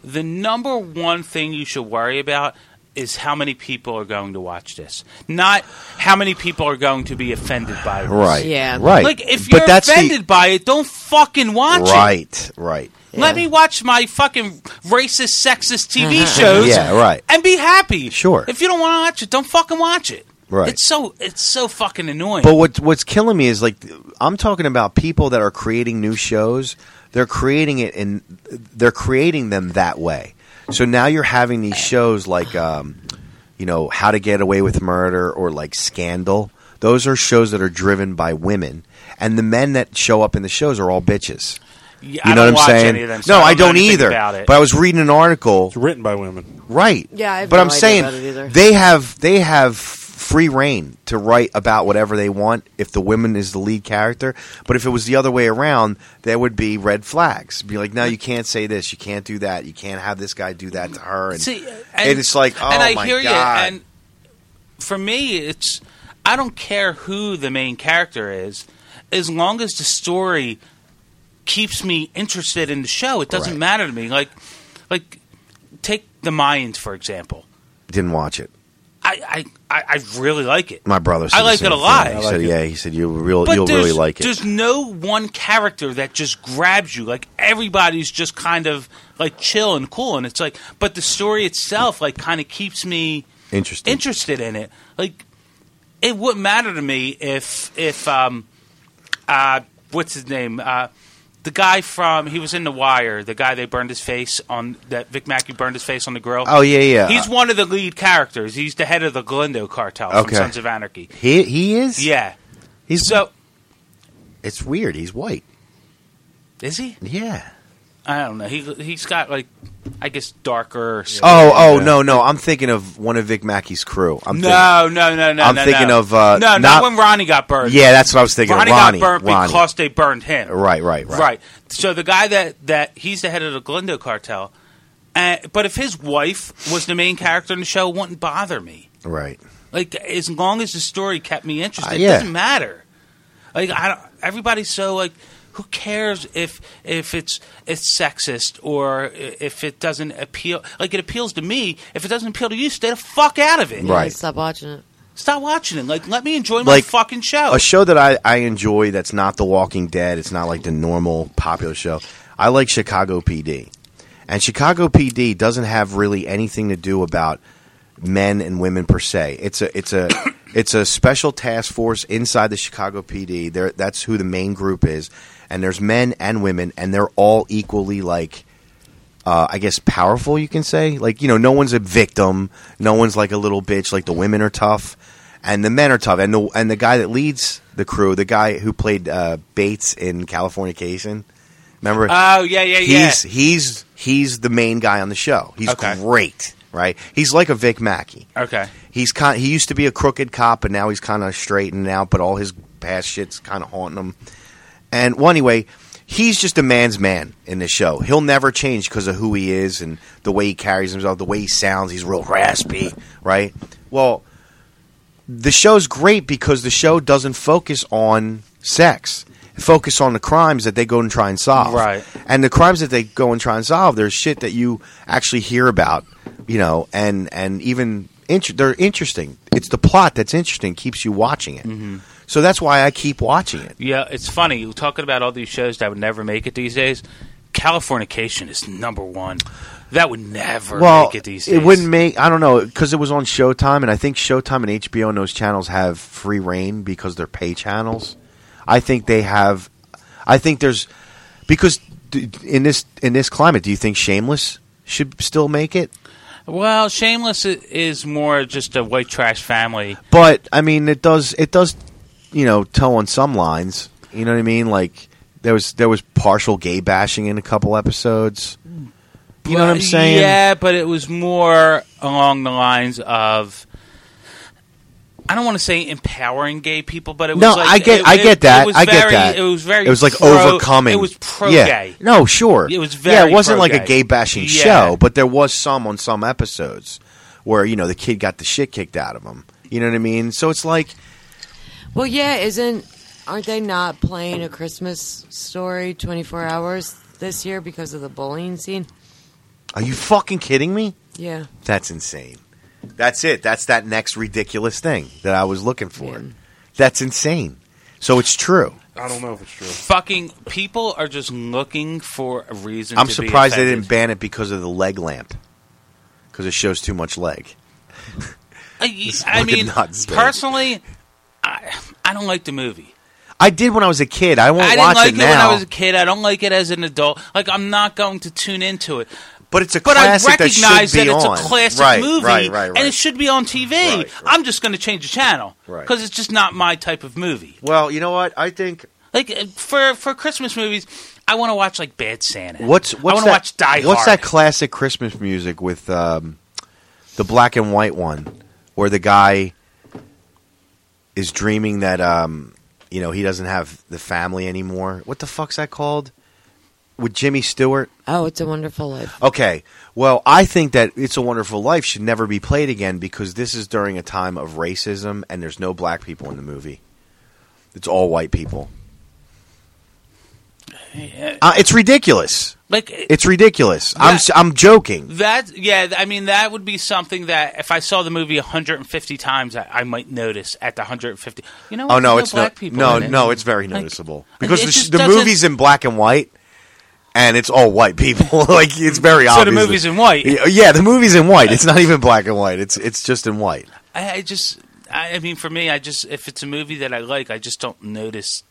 [SPEAKER 10] the number one thing you should worry about is how many people are going to watch this, not how many people are going to be offended by this.
[SPEAKER 8] Right. Yeah. Right.
[SPEAKER 10] Like if
[SPEAKER 8] But
[SPEAKER 10] you're
[SPEAKER 8] that's the-
[SPEAKER 10] offended by it, don't fucking watch it.
[SPEAKER 8] Right, right.
[SPEAKER 10] Let me watch my fucking racist, sexist TV shows.
[SPEAKER 8] Mm-hmm. Yeah, right.
[SPEAKER 10] And be happy.
[SPEAKER 8] Sure.
[SPEAKER 10] If you don't want to watch it, don't fucking watch it.
[SPEAKER 8] Right.
[SPEAKER 10] It's so it's so fucking annoying.
[SPEAKER 8] But what's what's killing me is like I'm talking about people that are creating new shows. They're creating it and they're creating them that way. So now you're having these shows like, um, you know, How to Get Away with Murder or like Scandal. Those are shows that are driven by women, and the men that show up in the shows are all bitches.
[SPEAKER 10] Yeah,
[SPEAKER 8] you
[SPEAKER 10] I
[SPEAKER 8] know
[SPEAKER 10] don't
[SPEAKER 8] what I'm
[SPEAKER 10] watch
[SPEAKER 8] saying?
[SPEAKER 10] any of them, so
[SPEAKER 8] no,
[SPEAKER 10] I
[SPEAKER 8] I
[SPEAKER 10] don't know
[SPEAKER 8] don't
[SPEAKER 10] anything
[SPEAKER 8] either.
[SPEAKER 10] about it.
[SPEAKER 8] But I was reading an article. It's
[SPEAKER 9] written by women,
[SPEAKER 8] right?
[SPEAKER 7] Yeah, I have
[SPEAKER 8] but
[SPEAKER 7] no
[SPEAKER 8] I'm
[SPEAKER 7] idea
[SPEAKER 8] saying
[SPEAKER 7] about it either.
[SPEAKER 8] they have they have free reign to write about whatever they want if the woman is the lead character. But if it was the other way around, there would be red flags. Be like, no, you can't say this, you can't do that, you can't have this guy do that to her, and,
[SPEAKER 10] See,
[SPEAKER 8] and it's like, oh
[SPEAKER 10] and I
[SPEAKER 8] my
[SPEAKER 10] hear
[SPEAKER 8] god,
[SPEAKER 10] You, and for me, it's I don't care who the main character is, as long as the story keeps me interested in the show. It doesn't matter to me. Like, like take the Mayans for example.
[SPEAKER 8] didn't watch it.
[SPEAKER 10] I I, I, I really like it.
[SPEAKER 8] My brother, said
[SPEAKER 10] I
[SPEAKER 8] the
[SPEAKER 10] like
[SPEAKER 8] same
[SPEAKER 10] it a
[SPEAKER 8] thing.
[SPEAKER 10] lot.
[SPEAKER 8] He said, yeah, he said you real, you'll
[SPEAKER 10] there's-
[SPEAKER 8] really like it.
[SPEAKER 10] There's no one character that just grabs you. Like everybody's just kind of like chill and cool, and it's like, but the story itself like kind of keeps me
[SPEAKER 8] Interesting.
[SPEAKER 10] interested in it. Like it wouldn't matter to me if if um uh what's his name uh. The guy from he was in The Wire, the guy they burned his face on that Vic Mackey burned his face on the grill.
[SPEAKER 8] Oh, yeah, yeah.
[SPEAKER 10] He's one of the lead characters. He's the head of the Glendo cartel
[SPEAKER 8] Okay.
[SPEAKER 10] from Sons of Anarchy.
[SPEAKER 8] He he is.
[SPEAKER 10] Yeah,
[SPEAKER 8] He's
[SPEAKER 10] so.
[SPEAKER 8] It's weird. He's white.
[SPEAKER 10] Is he?
[SPEAKER 8] Yeah.
[SPEAKER 10] I don't know. He he's got like, I guess darker. or something.
[SPEAKER 8] Oh, oh no, no! I'm thinking of one of Vic Mackey's crew. I'm
[SPEAKER 10] no,
[SPEAKER 8] thinking,
[SPEAKER 10] no, no, no.
[SPEAKER 8] I'm
[SPEAKER 10] no,
[SPEAKER 8] thinking
[SPEAKER 10] no.
[SPEAKER 8] of uh,
[SPEAKER 10] no, not, when Ronnie got burned.
[SPEAKER 8] Yeah, that's what I was thinking.
[SPEAKER 10] Ronnie,
[SPEAKER 8] Ronnie
[SPEAKER 10] got burned
[SPEAKER 8] Ronnie.
[SPEAKER 10] because they burned him.
[SPEAKER 8] Right, right, right.
[SPEAKER 10] So the guy that that he's the head of the Glendo cartel, and, but if his wife was the main character in the show, it wouldn't bother me.
[SPEAKER 8] Right.
[SPEAKER 10] Like as long as the story kept me interested,
[SPEAKER 8] Uh, yeah.
[SPEAKER 10] it doesn't matter. Like I don't. Everybody's so like, who cares if if it's it's sexist or i- if it doesn't appeal? Like it appeals to me. If it doesn't appeal to you, stay the fuck out of it.
[SPEAKER 8] Yeah, Right.
[SPEAKER 7] Stop watching it.
[SPEAKER 10] Stop watching it. Like let me enjoy my
[SPEAKER 8] Like,
[SPEAKER 10] fucking show.
[SPEAKER 8] A show that I, I enjoy that's not The Walking Dead. It's not like the normal popular show. I like Chicago PD, and Chicago PD doesn't have really anything to do about men and women per se. It's a it's a it's a special task force inside the Chicago PD. There, that's who the main group is, and there's men and women, and they're all equally like. uh, I guess powerful. You can say like you know, no one's a victim. No one's like a little bitch. Like the women are tough, and the men are tough. And the and the guy that leads the crew, the guy who played uh, Bates in Californication, remember?
[SPEAKER 10] Oh, yeah, yeah, yeah.
[SPEAKER 8] he's, He's he's the main guy on the show. He's great, right? He's like a Vic Mackey.
[SPEAKER 10] okay.
[SPEAKER 8] He's kind. He used to be a crooked cop, but now he's kind of straightened out. But all his past shit's kind of haunting him. And well, anyway, he's just a man's man in this show. He'll never change because of who he is and the way he carries himself, the way he sounds. He's real raspy, right? Well, the show's great because the show doesn't focus on sex. Focus on the crimes that they go and try and solve.
[SPEAKER 10] Right.
[SPEAKER 8] And the crimes that they go and try and solve, there's shit that you actually hear about, you know, and and even inter- they're interesting. It's the plot that's interesting, keeps you watching it. So that's why I keep watching it.
[SPEAKER 10] Yeah, it's funny. You're talking about all these shows that would never make it these days. Californication is number one. That would never
[SPEAKER 8] well,
[SPEAKER 10] make it these days.
[SPEAKER 8] It wouldn't make. I don't know because it was on Showtime, and I think Showtime and HBO and those channels have free reign because they're pay channels. I think they have. I think there's because d- in this in this climate, do you think Shameless should still make it?
[SPEAKER 10] Well, Shameless i- is more just a white trash family.
[SPEAKER 8] But I mean, it does. It does. You know, toe on some lines. You know what I mean? Like there was there was partial gay bashing in a couple episodes. You know what I'm saying?
[SPEAKER 10] Yeah, but it was more along the lines of. I don't want to say empowering gay people, but it was
[SPEAKER 8] no,
[SPEAKER 10] like
[SPEAKER 8] I get,
[SPEAKER 10] it-
[SPEAKER 8] I
[SPEAKER 10] it-
[SPEAKER 8] get that,
[SPEAKER 10] It was
[SPEAKER 8] I get
[SPEAKER 10] very,
[SPEAKER 8] that.
[SPEAKER 10] It was very.
[SPEAKER 8] it was like
[SPEAKER 10] pro-
[SPEAKER 8] overcoming.
[SPEAKER 10] It was pro
[SPEAKER 8] Yeah.
[SPEAKER 10] gay.
[SPEAKER 8] No, sure,
[SPEAKER 10] It was
[SPEAKER 8] Yeah,
[SPEAKER 10] very
[SPEAKER 8] it wasn't like a
[SPEAKER 10] pro-gay.
[SPEAKER 8] gay bashing
[SPEAKER 10] Yeah.
[SPEAKER 8] show, but there was some on some episodes where you know the kid got the shit kicked out of him. You know what I mean? So it's like,
[SPEAKER 7] Well, yeah, isn't aren't they not playing a Christmas story 24 hours this year because of the bullying scene?
[SPEAKER 8] are you fucking kidding me?
[SPEAKER 7] Yeah.
[SPEAKER 8] That's insane. That's it. That's that next ridiculous thing that I was looking for. That's insane. So it's true.
[SPEAKER 9] I don't know if it's true.
[SPEAKER 10] Fucking people are just looking for a reason.
[SPEAKER 8] I'm
[SPEAKER 10] to
[SPEAKER 8] surprised
[SPEAKER 10] be
[SPEAKER 8] they
[SPEAKER 10] offended.
[SPEAKER 8] didn't ban it because of the leg lamp, because it shows too much leg.
[SPEAKER 10] I,
[SPEAKER 8] It's
[SPEAKER 10] I
[SPEAKER 8] fucking
[SPEAKER 10] mean,
[SPEAKER 8] nuts, man.
[SPEAKER 10] personally, I, I don't like the movie.
[SPEAKER 8] I did when I was a kid. I won't
[SPEAKER 10] I didn't
[SPEAKER 8] watch
[SPEAKER 10] like
[SPEAKER 8] it
[SPEAKER 10] it,
[SPEAKER 8] now.
[SPEAKER 10] when I was a kid. I don't like it as an adult. Like, I'm not going to tune into it.
[SPEAKER 8] But it's a
[SPEAKER 10] But I
[SPEAKER 8] classic that should
[SPEAKER 10] recognize that,
[SPEAKER 8] be
[SPEAKER 10] it's
[SPEAKER 8] on.
[SPEAKER 10] a classic
[SPEAKER 8] Right,
[SPEAKER 10] movie,
[SPEAKER 8] right, right,
[SPEAKER 10] and
[SPEAKER 8] right.
[SPEAKER 10] it should be on TV. I'm just going to change the channel
[SPEAKER 8] Right.
[SPEAKER 10] because it's just not my type of movie.
[SPEAKER 8] Well, you know what? I think
[SPEAKER 10] like uh, for for Christmas movies, I want to watch like Bad Santa.
[SPEAKER 8] What's
[SPEAKER 10] I
[SPEAKER 8] what's
[SPEAKER 10] want
[SPEAKER 8] that?
[SPEAKER 10] to watch Die
[SPEAKER 8] what's
[SPEAKER 10] Hard.
[SPEAKER 8] that classic Christmas music with um, the black and white one, where the guy is dreaming that um, you know he doesn't have the family anymore. What the fuck's that called? With Jimmy Stewart.
[SPEAKER 7] Oh, it's a wonderful life.
[SPEAKER 8] Okay. Well, I think that It's a Wonderful Life should never be played again because this is during a time of racism and there's no black people in the movie. It's all white people. Uh, it's ridiculous.
[SPEAKER 10] Like,
[SPEAKER 8] it's ridiculous. I'm s- I'm joking.
[SPEAKER 10] That yeah, th- I mean that would be something that if I saw the movie 150 times, I, I might notice at the 150. You know?
[SPEAKER 8] Oh
[SPEAKER 10] there's
[SPEAKER 8] no, it's
[SPEAKER 10] black
[SPEAKER 8] not.
[SPEAKER 10] people
[SPEAKER 8] no,
[SPEAKER 10] in it.
[SPEAKER 8] no, it's very
[SPEAKER 10] Like,
[SPEAKER 8] noticeable because
[SPEAKER 10] it
[SPEAKER 8] the, sh-
[SPEAKER 10] just
[SPEAKER 8] the
[SPEAKER 10] doesn't-
[SPEAKER 8] movie's in black and white, and it's all white people. like it's very
[SPEAKER 10] So the
[SPEAKER 8] obvious.
[SPEAKER 10] movie's in white.
[SPEAKER 8] Yeah, Yeah, the movie's in white. It's not even black and white. It's it's just in white.
[SPEAKER 10] I, I just, I, I mean, for me, I just if it's a movie that I like, I just don't notice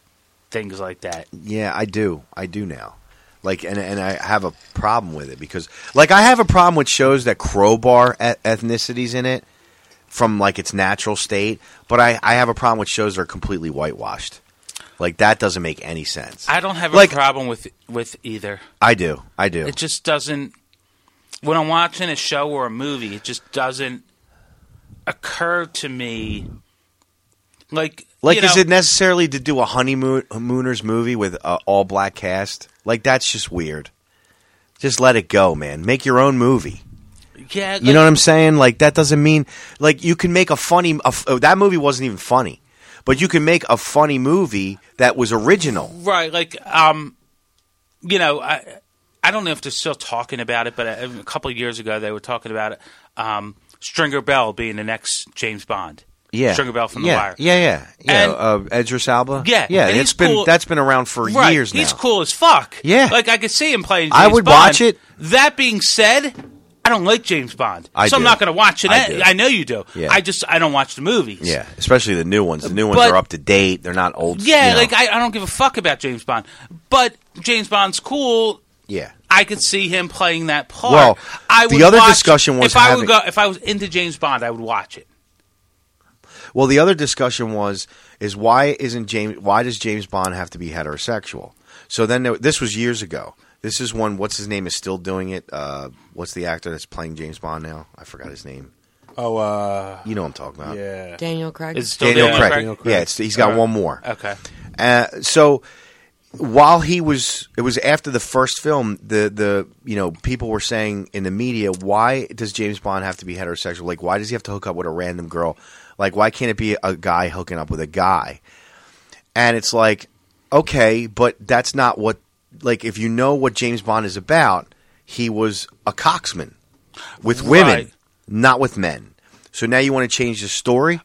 [SPEAKER 10] things like that.
[SPEAKER 8] Yeah, I do. I do now. Like, and and I have a problem with it because, like, I have a problem with shows that crowbar e- ethnicities in it from like its natural state. But I I have a problem with shows that are completely whitewashed. Like that doesn't make any sense.
[SPEAKER 10] I don't have a
[SPEAKER 8] Like-
[SPEAKER 10] problem with with either.
[SPEAKER 8] I do. I do.
[SPEAKER 10] It just doesn't. When I'm watching a show or a movie, it just doesn't occur to me. Like,
[SPEAKER 8] Like,
[SPEAKER 10] you know,
[SPEAKER 8] is it necessarily to do a honeymoon honeymooners movie with uh, all black cast? Like, that's just weird. Just let it go, man. Make your own movie.
[SPEAKER 10] Yeah,
[SPEAKER 8] You know what I'm saying? Like, that doesn't mean like you can make a funny. a f- oh, that movie wasn't even funny, but you can make a funny movie that was original.
[SPEAKER 10] Right, like um, you know, I I don't know if they're still talking about it, but uh, a, a couple of years ago they were talking about it. Um, Stringer Bell being the next James Bond.
[SPEAKER 8] Yeah,
[SPEAKER 10] Stringer Bell from
[SPEAKER 8] yeah,
[SPEAKER 10] The Wire.
[SPEAKER 8] Yeah, yeah, yeah.
[SPEAKER 10] And-
[SPEAKER 8] uh, Edris Alba.
[SPEAKER 10] Yeah,
[SPEAKER 8] yeah.
[SPEAKER 10] and
[SPEAKER 8] It's
[SPEAKER 10] he's
[SPEAKER 8] been
[SPEAKER 10] cool-
[SPEAKER 8] that's been around for
[SPEAKER 10] Right,
[SPEAKER 8] years now.
[SPEAKER 10] He's cool as fuck.
[SPEAKER 8] Yeah.
[SPEAKER 10] like I could see him playing. James
[SPEAKER 8] I would
[SPEAKER 10] Bond.
[SPEAKER 8] watch it.
[SPEAKER 10] That being said, I don't like James Bond,
[SPEAKER 8] I
[SPEAKER 10] so
[SPEAKER 8] do.
[SPEAKER 10] I'm not going to watch it.
[SPEAKER 8] I
[SPEAKER 10] I,
[SPEAKER 8] do.
[SPEAKER 10] know you do.
[SPEAKER 8] Yeah.
[SPEAKER 10] I just I don't watch the movies.
[SPEAKER 8] Yeah, especially the new ones. The new ones
[SPEAKER 10] But-
[SPEAKER 8] are up to date. They're not old.
[SPEAKER 10] Yeah,
[SPEAKER 8] you know.
[SPEAKER 10] like I, I don't give a fuck about James Bond, but James Bond's cool.
[SPEAKER 8] yeah.
[SPEAKER 10] I could see him playing that part.
[SPEAKER 8] Well,
[SPEAKER 10] I
[SPEAKER 8] the
[SPEAKER 10] would
[SPEAKER 8] other
[SPEAKER 10] watch-
[SPEAKER 8] discussion was
[SPEAKER 10] if I
[SPEAKER 8] having-
[SPEAKER 10] would go if I was into James Bond, I would watch it.
[SPEAKER 8] Well, the other discussion was is why isn't James? Why does James Bond have to be heterosexual? So then there, this was years ago. This is when what's his name is still doing it. Uh, what's the actor that's playing James Bond now? I forgot his name.
[SPEAKER 9] Oh, uh,
[SPEAKER 8] You know what I'm talking about?
[SPEAKER 9] Yeah,
[SPEAKER 7] Daniel Craig.
[SPEAKER 8] Daniel, Craig. Yeah, it's, he's got
[SPEAKER 9] Uh,
[SPEAKER 8] one more.
[SPEAKER 10] Okay.
[SPEAKER 8] Uh, so while he was, it was after the first film. The the you know people were saying in the media, why does James Bond have to be heterosexual? Like, why does he have to hook up with a random girl? Like, why can't it be a guy hooking up with a guy? And it's like, okay, but that's not what. Like, if you know what James Bond is about, he was a coxman with women,
[SPEAKER 10] Right.
[SPEAKER 8] not with men. So now you want to change the story?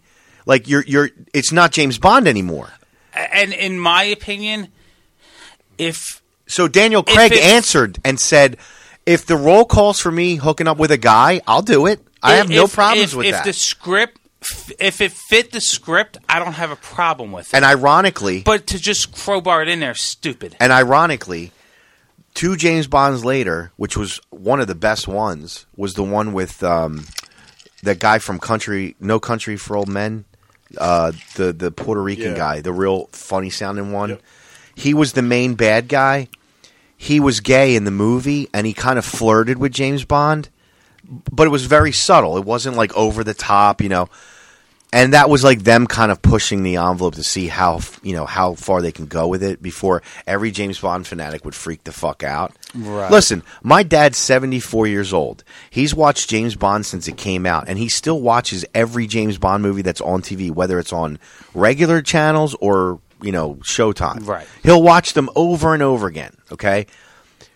[SPEAKER 8] Like you're you're it's not James Bond anymore.
[SPEAKER 10] A- And in my opinion, if
[SPEAKER 8] So Daniel Craig
[SPEAKER 10] it's-
[SPEAKER 8] answered and said, "If the role calls for me hooking up with a guy, I'll do it. I have no
[SPEAKER 10] if-
[SPEAKER 8] problems
[SPEAKER 10] if-
[SPEAKER 8] with
[SPEAKER 10] if
[SPEAKER 8] that."
[SPEAKER 10] the script if it fit the script, I don't have a problem with it.
[SPEAKER 8] and ironically,
[SPEAKER 10] But to just crowbar it in there, is stupid.
[SPEAKER 8] and ironically, two James Bonds later, which was one of the best ones, was the one with um, that guy from Country No Country for Old Men, uh, the the Puerto Rican
[SPEAKER 9] Yeah.
[SPEAKER 8] guy, the real funny sounding one. He was the main bad guy. He was gay in the movie, and he kind of flirted with James Bond, but it was very subtle. It wasn't like over the top, you know. And that was like them kind of pushing the envelope to see how f- you know how far they can go with it before every James Bond fanatic would freak the fuck out.
[SPEAKER 1] Right.
[SPEAKER 8] Listen, my dad's 74 years old. He's watched James Bond since it came out, and he still watches every James Bond movie that's on TV, whether it's on regular channels or, you know, Showtime. Right. He'll watch them over and over again, okay?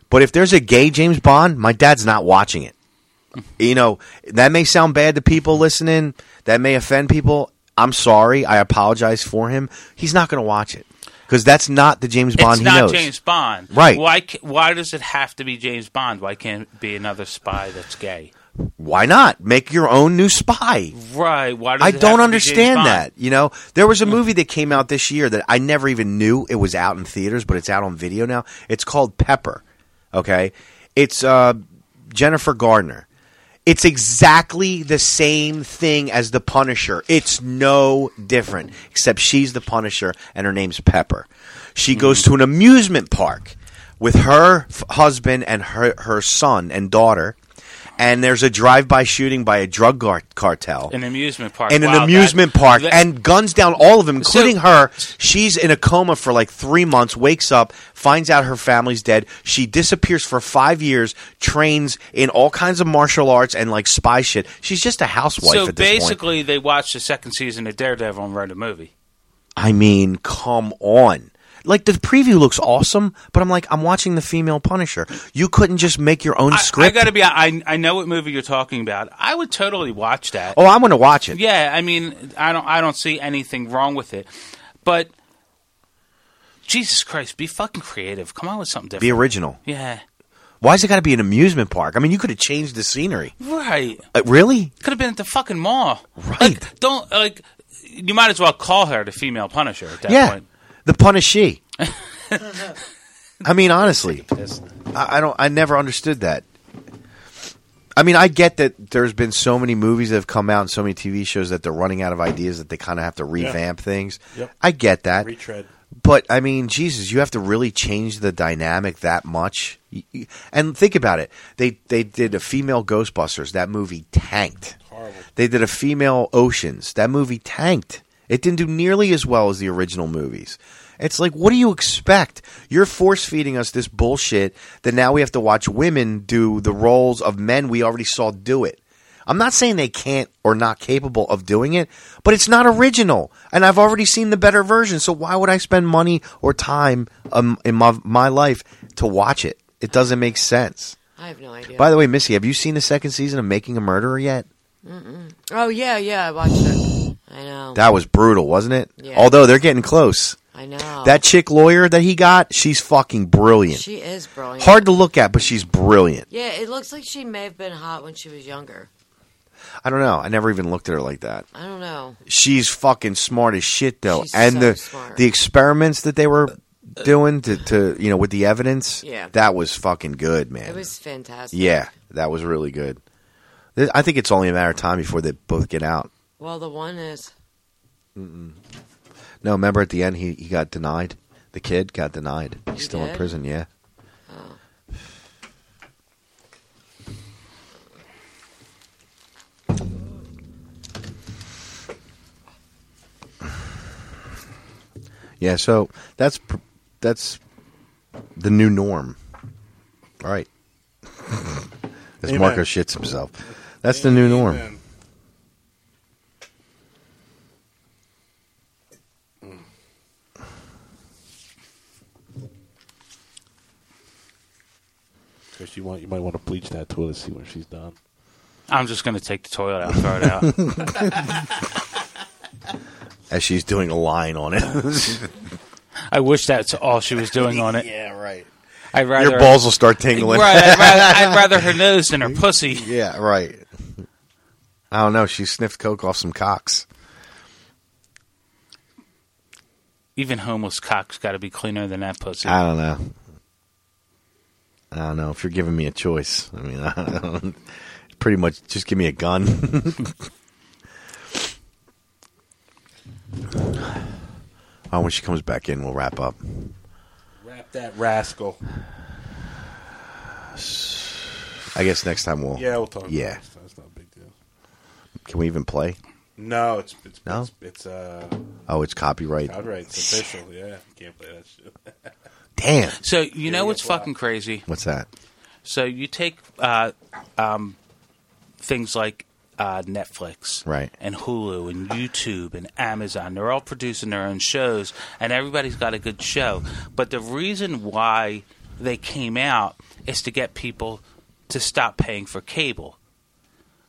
[SPEAKER 8] But if there's a gay James Bond, my dad's not watching it. You know, that may sound bad to people listening, that may offend people. I'm sorry. I apologize for him. He's not going to watch it. because that's not the James Bond
[SPEAKER 10] It's
[SPEAKER 8] he
[SPEAKER 10] not
[SPEAKER 8] knows.
[SPEAKER 10] James Bond,
[SPEAKER 8] Right.
[SPEAKER 10] Why? ca- Why does it have to be James Bond? Why can't it be another spy that's gay?
[SPEAKER 8] Why not make your own new spy?
[SPEAKER 10] Right? Why? Does
[SPEAKER 8] I
[SPEAKER 10] it have to be
[SPEAKER 8] don't
[SPEAKER 10] James
[SPEAKER 8] understand
[SPEAKER 10] Bond?
[SPEAKER 8] that. You know, there was a movie that came out this year that I never even knew it was out in theaters, but it's out on video now. It's called Pepper. Okay, it's uh, Jennifer Gardner. It's exactly the same thing as The Punisher. It's no different, except she's the Punisher and her name's Pepper. She
[SPEAKER 10] Hmm.
[SPEAKER 8] goes to an amusement park with her f- husband and her, her son and daughter, and there's a drive-by shooting by a drug gar- cartel
[SPEAKER 10] An amusement park.
[SPEAKER 8] in an
[SPEAKER 10] Wow, that-
[SPEAKER 8] amusement park
[SPEAKER 10] that-
[SPEAKER 8] and guns down all of them, including her. She's in a coma for like three months, wakes up, finds out her family's dead. She disappears for five years, trains in all kinds of martial arts and like spy shit. She's just a housewife
[SPEAKER 10] so
[SPEAKER 8] at this point.
[SPEAKER 10] basically, they watched the second season of Daredevil and wrote a movie.
[SPEAKER 8] I mean, come on. Like the preview looks awesome, but I'm like, I'm watching the female Punisher. You couldn't just make your own
[SPEAKER 10] I
[SPEAKER 8] script.
[SPEAKER 10] got to be. I I know what movie you're talking about. I would totally watch that.
[SPEAKER 8] oh, I'm going to watch it.
[SPEAKER 10] Yeah, I mean, I don't, I don't see anything wrong with it, but Jesus Christ, be fucking creative. Come on with something different.
[SPEAKER 8] Be original.
[SPEAKER 10] Yeah,
[SPEAKER 8] Why's it got to be an amusement park? I mean, you could have changed the scenery.
[SPEAKER 10] right.
[SPEAKER 8] Uh, really?
[SPEAKER 10] Could have been at the fucking mall. Right. Like, don't like. You might as well call her the female Punisher at that
[SPEAKER 8] yeah.
[SPEAKER 10] point.
[SPEAKER 8] The Punishee. I mean, honestly, I, I don't. I never understood that. I mean, I get that there's been so many movies that have come out and so many TV shows that they're running out of ideas that they kind of have to revamp things.
[SPEAKER 9] Yep.
[SPEAKER 8] I get that.
[SPEAKER 9] Retread.
[SPEAKER 8] But I mean, Jesus, you have to really change the dynamic that much. Y- y- And think about it. They they did a female Ghostbusters. That movie tanked. Horrible. They did a female Oceans. That movie tanked. It didn't do nearly as well as the original movies. It's like, what do you expect? You're force feeding us this bullshit that now we have to watch women do the roles of men we already saw do it. I'm not saying they can't or not capable of doing it, but it's not original. And I've already seen the better version, so why would I spend money or time um, in my, my life to watch it? It doesn't make sense.
[SPEAKER 7] I have no idea.
[SPEAKER 8] By the way, Missy, have you seen the second season of Making a Murderer yet?
[SPEAKER 7] Mm-mm. Oh yeah, yeah, I watched it. I know.
[SPEAKER 8] That was brutal, wasn't it?
[SPEAKER 7] Yeah.
[SPEAKER 8] Although they're getting close.
[SPEAKER 7] I know.
[SPEAKER 8] That chick lawyer that he got, she's fucking brilliant.
[SPEAKER 7] She is brilliant.
[SPEAKER 8] Hard to look at, but she's brilliant.
[SPEAKER 7] Yeah, it looks like she may have been hot when she was younger.
[SPEAKER 8] I don't know. I never even looked at her like that.
[SPEAKER 7] I don't know.
[SPEAKER 8] She's fucking smart as shit though.
[SPEAKER 7] She's
[SPEAKER 8] and
[SPEAKER 7] so
[SPEAKER 8] the
[SPEAKER 7] smart.
[SPEAKER 8] the experiments that they were doing to, to you know with the evidence,
[SPEAKER 7] Yeah.
[SPEAKER 8] that was fucking good, man.
[SPEAKER 7] It was fantastic.
[SPEAKER 8] yeah, that was really good. Th- I think it's only a matter of time before they both get out.
[SPEAKER 7] Well, the one is.
[SPEAKER 8] Mm-mm. No, remember at the end he, he got denied. The kid got denied. He's
[SPEAKER 7] He
[SPEAKER 8] still in
[SPEAKER 7] did?
[SPEAKER 8] prison. Yeah. Yeah, so that's pr- that's the new norm. All right. As
[SPEAKER 9] Amen.
[SPEAKER 8] Marco shits himself. That's the new norm. Hmm.
[SPEAKER 9] Because you want, you might want to bleach that toilet seat when she's done.
[SPEAKER 10] I'm just gonna take the toilet out, and throw it out.
[SPEAKER 8] As she's doing a line on it.
[SPEAKER 10] I wish that's all she was doing on it.
[SPEAKER 8] yeah, right.
[SPEAKER 10] I'd rather
[SPEAKER 8] Your balls will start tingling.
[SPEAKER 10] Right, I'd rather, I'd rather her nose than her pussy.
[SPEAKER 8] Yeah, right. I don't know. She sniffed coke off some cocks.
[SPEAKER 10] Even homeless cock's got to be cleaner than that pussy.
[SPEAKER 8] I don't know. I don't know. If you're giving me a choice, I mean, I don't, pretty much just give me a gun. oh, when she comes back in, we'll wrap up.
[SPEAKER 9] Wrap that rascal.
[SPEAKER 8] I guess next time we'll.
[SPEAKER 9] Yeah, we'll talk. about
[SPEAKER 8] Yeah.
[SPEAKER 9] it. That's not a big deal.
[SPEAKER 8] Can we even play?
[SPEAKER 9] No, it's it's
[SPEAKER 8] No?
[SPEAKER 9] it's, it's uh
[SPEAKER 8] Oh, it's copyright.
[SPEAKER 9] copyright. It's official. Yeah, can't play that shit.
[SPEAKER 8] Damn.
[SPEAKER 10] So you know what's fucking crazy?
[SPEAKER 8] What's that?
[SPEAKER 10] So you take uh, um, things like uh, Netflix,
[SPEAKER 8] Right.
[SPEAKER 10] and Hulu, and YouTube, and Amazon. They're all producing their own shows, and everybody's got a good show. But the reason why they came out is to get people to stop paying for cable.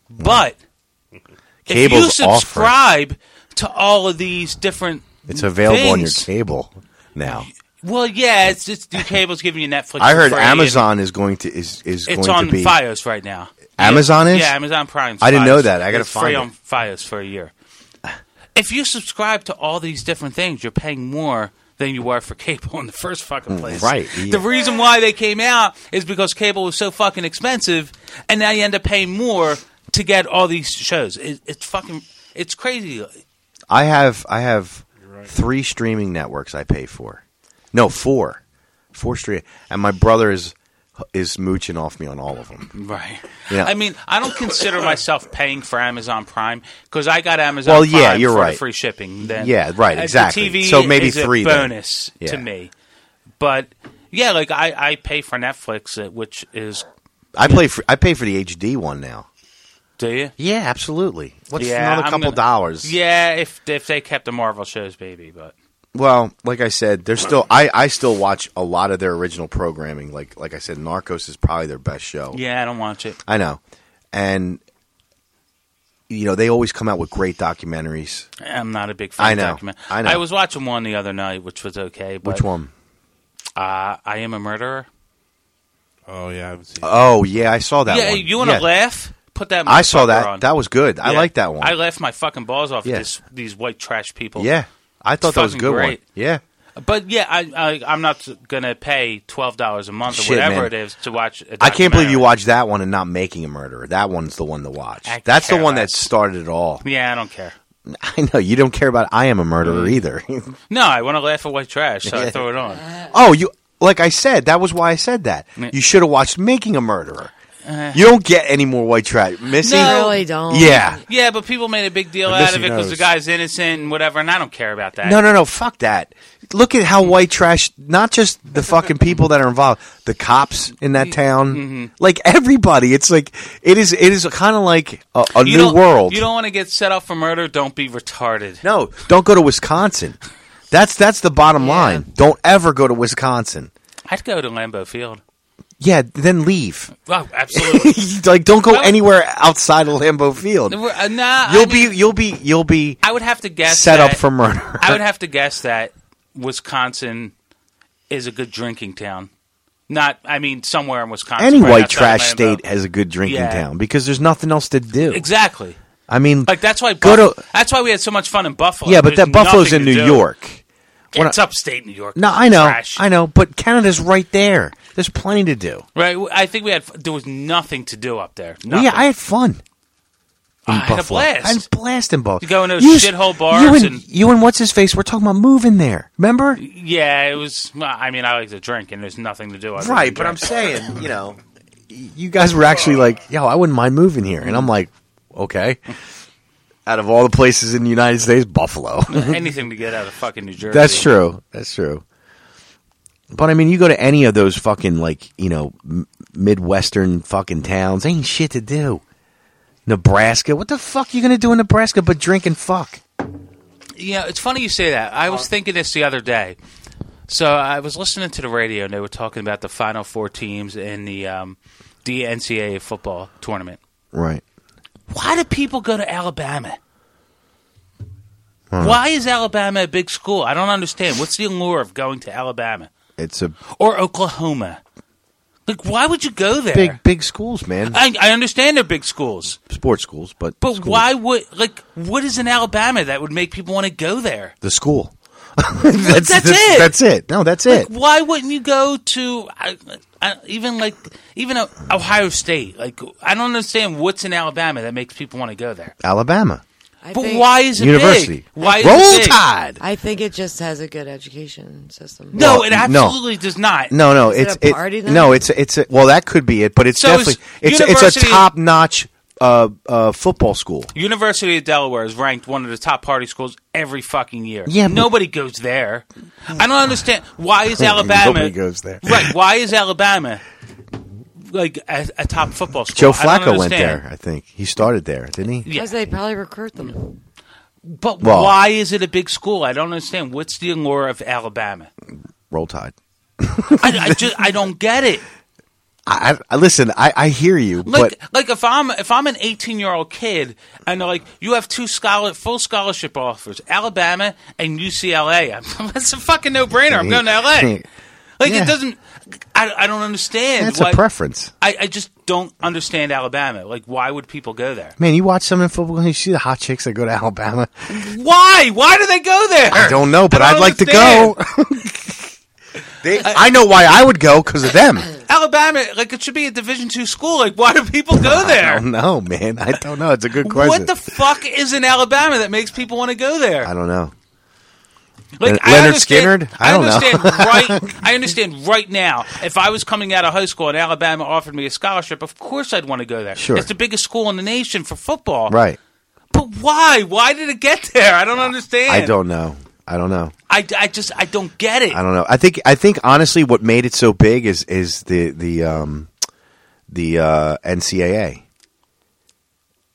[SPEAKER 8] Hmm.
[SPEAKER 10] But if you
[SPEAKER 8] Cable's offering-
[SPEAKER 10] subscribe to all of these different
[SPEAKER 8] It's available on your
[SPEAKER 10] things,
[SPEAKER 8] cable. now.
[SPEAKER 10] Well, yeah, it's just new cable's giving you Netflix.
[SPEAKER 8] I
[SPEAKER 10] for
[SPEAKER 8] heard
[SPEAKER 10] free,
[SPEAKER 8] Amazon is going to is is
[SPEAKER 10] and It's
[SPEAKER 8] going
[SPEAKER 10] on
[SPEAKER 8] to be
[SPEAKER 10] FiOS right now.
[SPEAKER 8] Amazon
[SPEAKER 10] yeah,
[SPEAKER 8] is?
[SPEAKER 10] yeah Amazon Prime.
[SPEAKER 8] I didn't know that. I gotta
[SPEAKER 10] it's free
[SPEAKER 8] find it.
[SPEAKER 10] on FiOS for a year. If you subscribe to all these different things, you're paying more than you were for cable in the first fucking place.
[SPEAKER 8] Mm, right, yeah.
[SPEAKER 10] The reason why they came out is because cable was so fucking expensive, and now you end up paying more to get all these shows. It, it's fucking. It's crazy.
[SPEAKER 8] I have I have three streaming networks I pay for. No, four, four stream, and my brother is is mooching off me on all of them.
[SPEAKER 10] Right.
[SPEAKER 8] Yeah.
[SPEAKER 10] I mean, I don't consider myself paying for Amazon Prime because I got Amazon
[SPEAKER 8] Well, yeah,
[SPEAKER 10] Prime
[SPEAKER 8] you're
[SPEAKER 10] for the
[SPEAKER 8] right.
[SPEAKER 10] free shipping. Then
[SPEAKER 8] Yeah, right,
[SPEAKER 10] Uh, the
[SPEAKER 8] exactly.
[SPEAKER 10] TV
[SPEAKER 8] So maybe
[SPEAKER 10] is a
[SPEAKER 8] three then.
[SPEAKER 10] bonus
[SPEAKER 8] Yeah.
[SPEAKER 10] to me, but yeah, like I, I pay for Netflix, uh, which is
[SPEAKER 8] I play for I pay for the HD one now.
[SPEAKER 10] do you?
[SPEAKER 8] Yeah, absolutely. What's
[SPEAKER 10] Yeah,
[SPEAKER 8] another
[SPEAKER 10] I'm
[SPEAKER 8] couple
[SPEAKER 10] gonna-
[SPEAKER 8] dollars?
[SPEAKER 10] Yeah, if if they kept the Marvel shows, baby, but
[SPEAKER 8] Well, like I said, they're still I, I still watch a lot of their original programming. Like like I said, Narcos is probably their best show.
[SPEAKER 10] yeah, I don't watch it.
[SPEAKER 8] I know. And you know, they always come out with great documentaries.
[SPEAKER 10] I'm not a big fan.
[SPEAKER 8] I know.
[SPEAKER 10] Of document-
[SPEAKER 8] I know.
[SPEAKER 10] I was watching one the other night, which was okay. But,
[SPEAKER 8] Which one?
[SPEAKER 10] Uh, I am a murderer.
[SPEAKER 9] Oh yeah, I haven't seen.
[SPEAKER 8] Oh yeah, I saw that
[SPEAKER 10] yeah,
[SPEAKER 8] one.
[SPEAKER 10] you want to
[SPEAKER 8] Yeah.
[SPEAKER 10] laugh? Put that.
[SPEAKER 8] I saw
[SPEAKER 10] motherfucker
[SPEAKER 8] that.
[SPEAKER 10] on.
[SPEAKER 8] That was good. I
[SPEAKER 10] Yeah.
[SPEAKER 8] like that one.
[SPEAKER 10] I laughed my fucking balls off
[SPEAKER 8] Yeah.
[SPEAKER 10] at this, these white trash people.
[SPEAKER 8] yeah. I
[SPEAKER 10] It's
[SPEAKER 8] thought that was a
[SPEAKER 10] fucking
[SPEAKER 8] good
[SPEAKER 10] great.
[SPEAKER 8] one. Yeah.
[SPEAKER 10] But yeah, I, I I'm not gonna pay twelve dollars a month or
[SPEAKER 8] Shit,
[SPEAKER 10] whatever
[SPEAKER 8] man.
[SPEAKER 10] it is to watch. I
[SPEAKER 8] I can't believe you watched that one and not making a murderer. That one's the one to watch.
[SPEAKER 10] I
[SPEAKER 8] That's the
[SPEAKER 10] care
[SPEAKER 8] one that
[SPEAKER 10] less.
[SPEAKER 8] started it all.
[SPEAKER 10] Yeah, I don't care.
[SPEAKER 8] I know you don't care about I am a murderer either.
[SPEAKER 10] No, I want to laugh at white trash, so I throw it on.
[SPEAKER 8] oh, you like I said, that was why I said that.
[SPEAKER 10] Yeah.
[SPEAKER 8] You should have watched Making a Murderer.
[SPEAKER 10] Eh.
[SPEAKER 8] You don't get any more white trash, Missy.
[SPEAKER 10] No. Really
[SPEAKER 7] don't.
[SPEAKER 8] Yeah.
[SPEAKER 10] Yeah, but people made a big deal
[SPEAKER 8] Unless
[SPEAKER 10] out of
[SPEAKER 8] he
[SPEAKER 10] it because
[SPEAKER 8] knows.
[SPEAKER 10] the guy's innocent and whatever, and I don't care about that.
[SPEAKER 8] No, no, no. Fuck that. Look at how white trash. Not just the fucking people that are involved, the cops
[SPEAKER 10] Mm-hmm.
[SPEAKER 8] in that town, like everybody. It's like it is. It is kind of like a, a
[SPEAKER 10] You
[SPEAKER 8] new
[SPEAKER 10] don't-
[SPEAKER 8] world.
[SPEAKER 10] You don't want to get set up for murder. Don't be retarded.
[SPEAKER 8] No, don't go to Wisconsin. That's that's the bottom line. Don't ever go to Wisconsin.
[SPEAKER 10] I'd go to Lambeau Field.
[SPEAKER 8] Yeah, then leave.
[SPEAKER 10] Oh, absolutely.
[SPEAKER 8] like, don't go anywhere outside of Lambeau Field.
[SPEAKER 10] We're- uh, nah,
[SPEAKER 8] You'll
[SPEAKER 10] I
[SPEAKER 8] be, you'll be, you'll be.
[SPEAKER 10] I would have to guess
[SPEAKER 8] set up
[SPEAKER 10] that-
[SPEAKER 8] for murder.
[SPEAKER 10] I would have to guess that Wisconsin is a good drinking town. Not, I mean, somewhere in Wisconsin.
[SPEAKER 8] Any
[SPEAKER 10] right
[SPEAKER 8] white
[SPEAKER 10] outside
[SPEAKER 8] trash
[SPEAKER 10] Lambeau.
[SPEAKER 8] state has a good drinking
[SPEAKER 10] Yeah.
[SPEAKER 8] town because there's nothing else to do.
[SPEAKER 10] Exactly.
[SPEAKER 8] I mean,
[SPEAKER 10] Like that's why.
[SPEAKER 8] Go
[SPEAKER 10] Buff-
[SPEAKER 8] to-
[SPEAKER 10] that's why we had so much fun in Buffalo.
[SPEAKER 8] yeah, but
[SPEAKER 10] There's
[SPEAKER 8] that Buffalo's in
[SPEAKER 10] nothing to
[SPEAKER 8] New
[SPEAKER 10] do.
[SPEAKER 8] York. When
[SPEAKER 10] It's
[SPEAKER 8] I-
[SPEAKER 10] upstate New York.
[SPEAKER 8] No, I know,
[SPEAKER 10] Trash.
[SPEAKER 8] I know, but Canada's right there. There's plenty to do.
[SPEAKER 10] Right. I think we had. There was nothing to do up there.
[SPEAKER 8] Well,
[SPEAKER 10] Nothing.
[SPEAKER 8] yeah, I had fun. In
[SPEAKER 10] had a
[SPEAKER 8] Buffalo.
[SPEAKER 10] blast.
[SPEAKER 8] I had a blast in Buffalo.
[SPEAKER 10] You go in those
[SPEAKER 8] s-
[SPEAKER 10] shithole bars
[SPEAKER 8] You and,
[SPEAKER 10] and-
[SPEAKER 8] you and what's his face? We're talking about moving there. Remember?
[SPEAKER 10] Yeah, it was. well, I mean, I like to drink, and there's nothing to do. Other
[SPEAKER 8] Right,
[SPEAKER 10] than
[SPEAKER 8] but I'm
[SPEAKER 10] drink.
[SPEAKER 8] saying, you know, You guys were actually like, "Yo, I wouldn't mind moving here," and I'm like, "Okay." Out of all the places in the United States, Buffalo.
[SPEAKER 10] anything to get out of fucking New Jersey.
[SPEAKER 8] That's true. That's true. But I mean, you go to any of those fucking like you know m- midwestern fucking towns, ain't shit to do. Nebraska, what the fuck you gonna do in Nebraska but drink and fuck?
[SPEAKER 10] Yeah, it's funny you say that. I
[SPEAKER 8] Uh-huh.
[SPEAKER 10] was thinking this the other day. So I was listening to the radio, and they were talking about the final four teams in the um, the NCAA football tournament.
[SPEAKER 8] Right.
[SPEAKER 10] Why do people go to Alabama? Why is Alabama a big school? I don't understand. What's the allure of going to Alabama
[SPEAKER 8] It's a
[SPEAKER 10] or Oklahoma? Like, why would you go there?
[SPEAKER 8] big big schools, man.
[SPEAKER 10] I, I understand they're big schools,
[SPEAKER 8] Sports schools, but
[SPEAKER 10] but
[SPEAKER 8] schools.
[SPEAKER 10] why would like what is in Alabama that would make people want to go there?
[SPEAKER 8] the school? that's,
[SPEAKER 10] That's it.
[SPEAKER 8] That's it. No, that's it.
[SPEAKER 10] Like, why wouldn't you go to I, I, even like even uh, Ohio State? Like, I don't understand what's in Alabama that makes people want to go there.
[SPEAKER 8] Alabama.
[SPEAKER 10] but why is it
[SPEAKER 8] University.
[SPEAKER 10] Big? Why is
[SPEAKER 8] Roll
[SPEAKER 10] it big?
[SPEAKER 8] Tide.
[SPEAKER 7] I think it just has a good education system.
[SPEAKER 10] No,
[SPEAKER 8] Well,
[SPEAKER 10] it
[SPEAKER 8] no.
[SPEAKER 10] absolutely does not.
[SPEAKER 8] No, no,
[SPEAKER 7] Is it
[SPEAKER 8] it's
[SPEAKER 7] a party then?
[SPEAKER 8] no, it's it's a, well that could be it, but it's
[SPEAKER 10] So
[SPEAKER 8] definitely
[SPEAKER 10] is
[SPEAKER 8] it's a, it's a
[SPEAKER 10] university-
[SPEAKER 8] top notch uh, uh, football school.
[SPEAKER 10] University of Delaware is ranked one of the top party schools every fucking year.
[SPEAKER 8] Yeah, but-
[SPEAKER 10] nobody goes there. I don't understand why is
[SPEAKER 8] Nobody
[SPEAKER 10] Alabama
[SPEAKER 8] goes there.
[SPEAKER 10] right? Why is Alabama like a, a top football school?
[SPEAKER 8] Joe
[SPEAKER 10] I don't
[SPEAKER 8] Flacco went
[SPEAKER 10] understand.
[SPEAKER 8] there, I think. He started there, didn't he?
[SPEAKER 7] Because they probably recruit them.
[SPEAKER 10] But
[SPEAKER 8] Well-
[SPEAKER 10] why is it a big school? I don't understand. What's the allure of Alabama?
[SPEAKER 8] Roll Tide.
[SPEAKER 10] I, I just I don't get it.
[SPEAKER 8] I, I listen. I, I hear you,
[SPEAKER 10] Like,
[SPEAKER 8] but
[SPEAKER 10] like if I'm if I'm an 18 year old kid and they're like you have two scholar full scholarship offers, Alabama and UCLA, I'm, that's a fucking no brainer. I'm going to LA. Like it doesn't. I, I don't understand.
[SPEAKER 8] That's
[SPEAKER 10] why-
[SPEAKER 8] a preference.
[SPEAKER 10] I, I just don't understand Alabama. Like why would people go there?
[SPEAKER 8] Man, you watch some in football and you see the hot chicks that go to Alabama.
[SPEAKER 10] Why? Why do they go there?
[SPEAKER 8] I don't know, but
[SPEAKER 10] I
[SPEAKER 8] I'd
[SPEAKER 10] don't
[SPEAKER 8] like to go. they, I, know why I would go because of them.
[SPEAKER 10] Alabama, like it should be a Division two school. Like why do people go
[SPEAKER 8] I
[SPEAKER 10] there?
[SPEAKER 8] don't know, man. I don't know. It's a good question.
[SPEAKER 10] What the fuck is in Alabama that makes people want to go there?
[SPEAKER 8] I don't know.
[SPEAKER 10] Like,
[SPEAKER 8] Le-
[SPEAKER 10] I
[SPEAKER 8] Leonard
[SPEAKER 10] understand-
[SPEAKER 8] Skinnard? I don't
[SPEAKER 10] understand
[SPEAKER 8] know.
[SPEAKER 10] right. I understand right now. If I was coming out of high school and Alabama offered me a scholarship, of course I'd want to go there.
[SPEAKER 8] Sure.
[SPEAKER 10] it's the biggest school in the nation for football.
[SPEAKER 8] Right.
[SPEAKER 10] But why? Why did it get there? I don't understand.
[SPEAKER 8] I don't know. I don't know.
[SPEAKER 10] I, I just I don't get it.
[SPEAKER 8] I don't know. I think I think honestly, what made it so big is is the the um the uh, NCAA.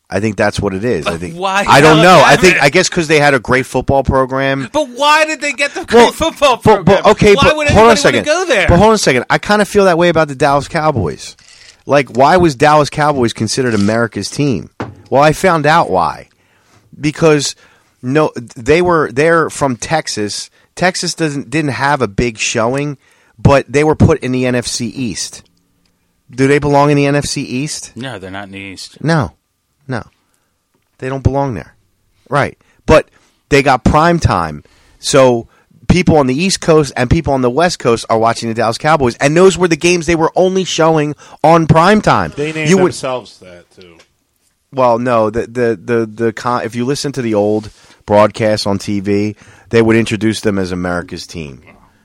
[SPEAKER 8] I think that's what it is. I think.
[SPEAKER 10] why
[SPEAKER 8] I don't know. I
[SPEAKER 10] Alabama?
[SPEAKER 8] think. I guess because they had a great football program.
[SPEAKER 10] But why did they get the great football program?
[SPEAKER 8] But okay,
[SPEAKER 10] why
[SPEAKER 8] but
[SPEAKER 10] would
[SPEAKER 8] hold on a
[SPEAKER 10] anybody want
[SPEAKER 8] second.
[SPEAKER 10] to go there?
[SPEAKER 8] But hold on a second. I kind of feel that way about the Dallas Cowboys. Like, why was Dallas Cowboys considered America's team? Well, I found out why. Because no, they were they're from Texas. Texas doesn't didn't have a big showing, but they were put in the NFC East. Do they belong in the NFC East?
[SPEAKER 10] no, they're not in the East.
[SPEAKER 8] No, no, they don't belong there. Right, but they got prime time, so people on the East Coast and people on the West Coast are watching the Dallas Cowboys, and those were the games they were only showing on prime time.
[SPEAKER 9] They named
[SPEAKER 8] you would,
[SPEAKER 9] themselves that too.
[SPEAKER 8] well, no, the the the the con- if you listen to the old broadcasts on TV, they would introduce them as America's team.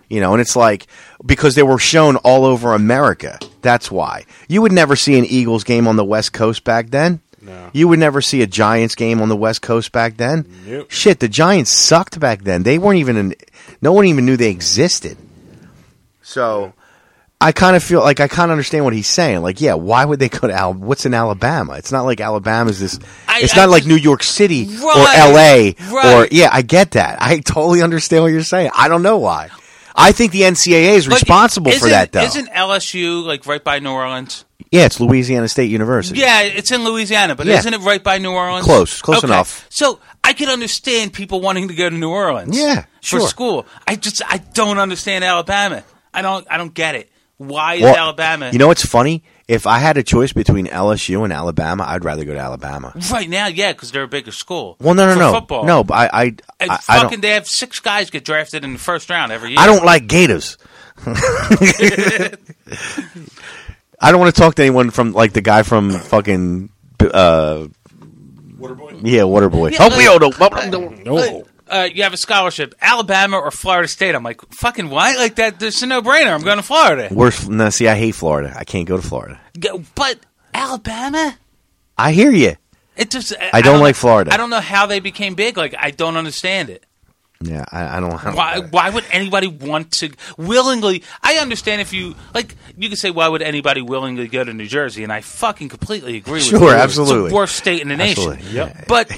[SPEAKER 8] You know, and it's like because they were shown all over America. That's why you would never see an Eagles game on the West Coast back then. No. You would never see a Giants game on the West Coast back then. Shit, the Giants sucked back then. They weren't even in. No one even knew they existed. So I kind of feel like I kind of understand what he's saying. Like, yeah, why would they go to Al? What's in Alabama? It's not like Alabama's this. it's not like New York City
[SPEAKER 2] Right,
[SPEAKER 8] or L.A. or
[SPEAKER 2] right.
[SPEAKER 8] yeah. I get that. I totally understand what you're saying. I don't know why. I think the NCAA is responsible for
[SPEAKER 10] Isn't-
[SPEAKER 8] that, though.
[SPEAKER 10] Isn't LSU like right by New Orleans?
[SPEAKER 8] yeah, it's Louisiana State University.
[SPEAKER 10] Yeah, it's in Louisiana, but
[SPEAKER 8] Yeah.
[SPEAKER 10] isn't it right by New Orleans?
[SPEAKER 8] Close, close enough.
[SPEAKER 10] So I can understand people wanting to go to New Orleans.
[SPEAKER 8] Yeah,
[SPEAKER 10] for
[SPEAKER 8] sure.
[SPEAKER 10] school. I just I don't understand Alabama. I don't I don't get it. Why is
[SPEAKER 8] Well,
[SPEAKER 10] Alabama?
[SPEAKER 8] You know what's funny? If I had a choice between LSU and Alabama, I'd rather go to Alabama.
[SPEAKER 10] right now, yeah, because they're a bigger school.
[SPEAKER 8] Well, no, no,
[SPEAKER 10] for
[SPEAKER 8] no,
[SPEAKER 10] football.
[SPEAKER 8] no. But I, I,
[SPEAKER 10] And
[SPEAKER 8] I, I
[SPEAKER 10] fucking,
[SPEAKER 8] don't.
[SPEAKER 10] they have six guys get drafted in the first round every year.
[SPEAKER 8] I don't like Gators. I don't want to talk to anyone from like the guy from fucking uh, Waterboy. Yeah, Waterboy.
[SPEAKER 10] Yeah,
[SPEAKER 8] oh,
[SPEAKER 10] like-
[SPEAKER 8] we all know. No.
[SPEAKER 10] uh, you have a scholarship, Alabama or Florida State. I'm like, fucking why? Like that? There's a no brainer. I'm going to Florida.
[SPEAKER 8] We're f- no. See, I hate Florida. I can't go to Florida.
[SPEAKER 10] Go- But Alabama,
[SPEAKER 8] I hear you.
[SPEAKER 10] it just. I,
[SPEAKER 8] don't like Florida.
[SPEAKER 10] I don't know how they became big. Like I don't understand it.
[SPEAKER 8] Yeah, I, I don't. I don't
[SPEAKER 10] Why? Why would anybody want to willingly? I understand if you like. You could say, why would anybody willingly go to New Jersey? And I fucking completely agree with
[SPEAKER 8] Sure,
[SPEAKER 10] you. It's
[SPEAKER 8] absolutely.
[SPEAKER 10] the worst state in the nation.
[SPEAKER 8] Absolutely, yeah.
[SPEAKER 10] But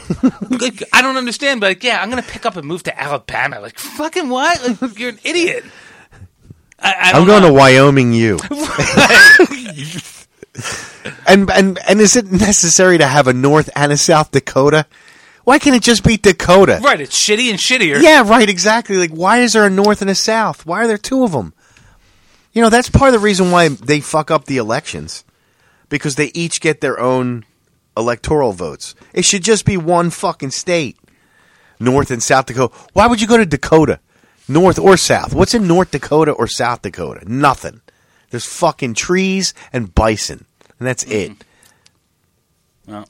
[SPEAKER 10] like, I don't understand. But like, yeah, I'm gonna pick up and move to Alabama. Like fucking what? Like, you're an idiot. I, I don't
[SPEAKER 8] I'm going
[SPEAKER 10] know.
[SPEAKER 8] to Wyoming. You. and and and is it necessary to have a North and a South Dakota? Why can't it just be Dakota?
[SPEAKER 10] Right, it's shitty and shittier.
[SPEAKER 8] Yeah, right, exactly. Like, why is there a North and a South? Why are there two of them? You know, that's part of the reason why they fuck up the elections because they each get their own electoral votes. It should just be one fucking state, North and South Dakota. Why would you go to Dakota, North or South? What's in North Dakota or South Dakota? Nothing. There's fucking trees and bison, and that's it.
[SPEAKER 10] Well,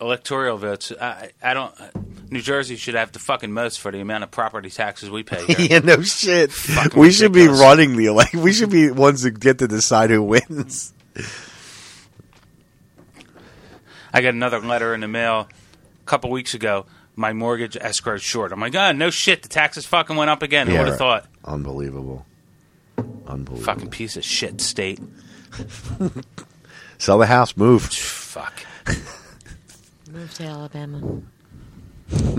[SPEAKER 10] electoral votes. I, I don't. uh, New Jersey should have the fucking most for the amount of property taxes we pay. Here.
[SPEAKER 8] yeah, no shit. we should be running the elect. We should be ones that get to decide who wins.
[SPEAKER 10] I got another letter in the mail a couple weeks ago. My mortgage escrow's short. I'm like, oh, no shit. The taxes fucking went up again. Who would have thought?
[SPEAKER 8] Unbelievable. Unbelievable.
[SPEAKER 10] Fucking piece of shit state.
[SPEAKER 8] Sell the house, move.
[SPEAKER 10] Fuck.
[SPEAKER 7] Move to Alabama.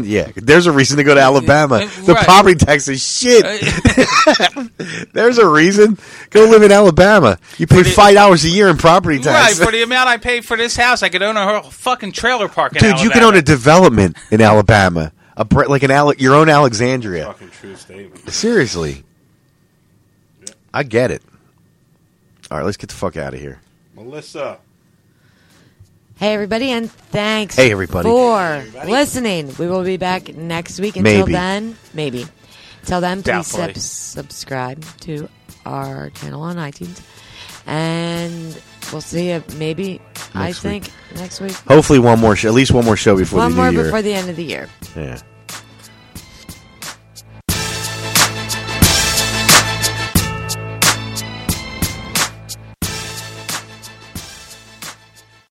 [SPEAKER 8] yeah, there's a reason to go to Alabama. The
[SPEAKER 10] right. Uh,
[SPEAKER 8] poverty tax is shit. there's a reason. Go live in Alabama. You pay five dollars a year in property
[SPEAKER 10] Right,
[SPEAKER 8] tax.
[SPEAKER 10] for the amount I paid for this house, I could own a whole fucking trailer park in
[SPEAKER 8] Dude, you can
[SPEAKER 10] Alabama.
[SPEAKER 8] own a development in Alabama, a bre- like an Ale- your own Alexandria. Seriously, I get it. All right, let's get the fuck out of here.
[SPEAKER 9] Melissa.
[SPEAKER 7] Hey, everybody, and thanks.
[SPEAKER 8] Hey, everybody.
[SPEAKER 7] For listening. We will be back next week. Until
[SPEAKER 8] Maybe.
[SPEAKER 7] then, maybe. Till then, please
[SPEAKER 8] Doubtfully.
[SPEAKER 7] sub- subscribe to our channel on iTunes. And we'll see you maybe, I
[SPEAKER 8] Next
[SPEAKER 7] think,
[SPEAKER 8] week.
[SPEAKER 7] next week.
[SPEAKER 8] Hopefully, one more show, at least one more show before
[SPEAKER 7] One
[SPEAKER 8] the
[SPEAKER 7] more
[SPEAKER 8] new year.
[SPEAKER 7] before the end of the year.
[SPEAKER 8] yeah.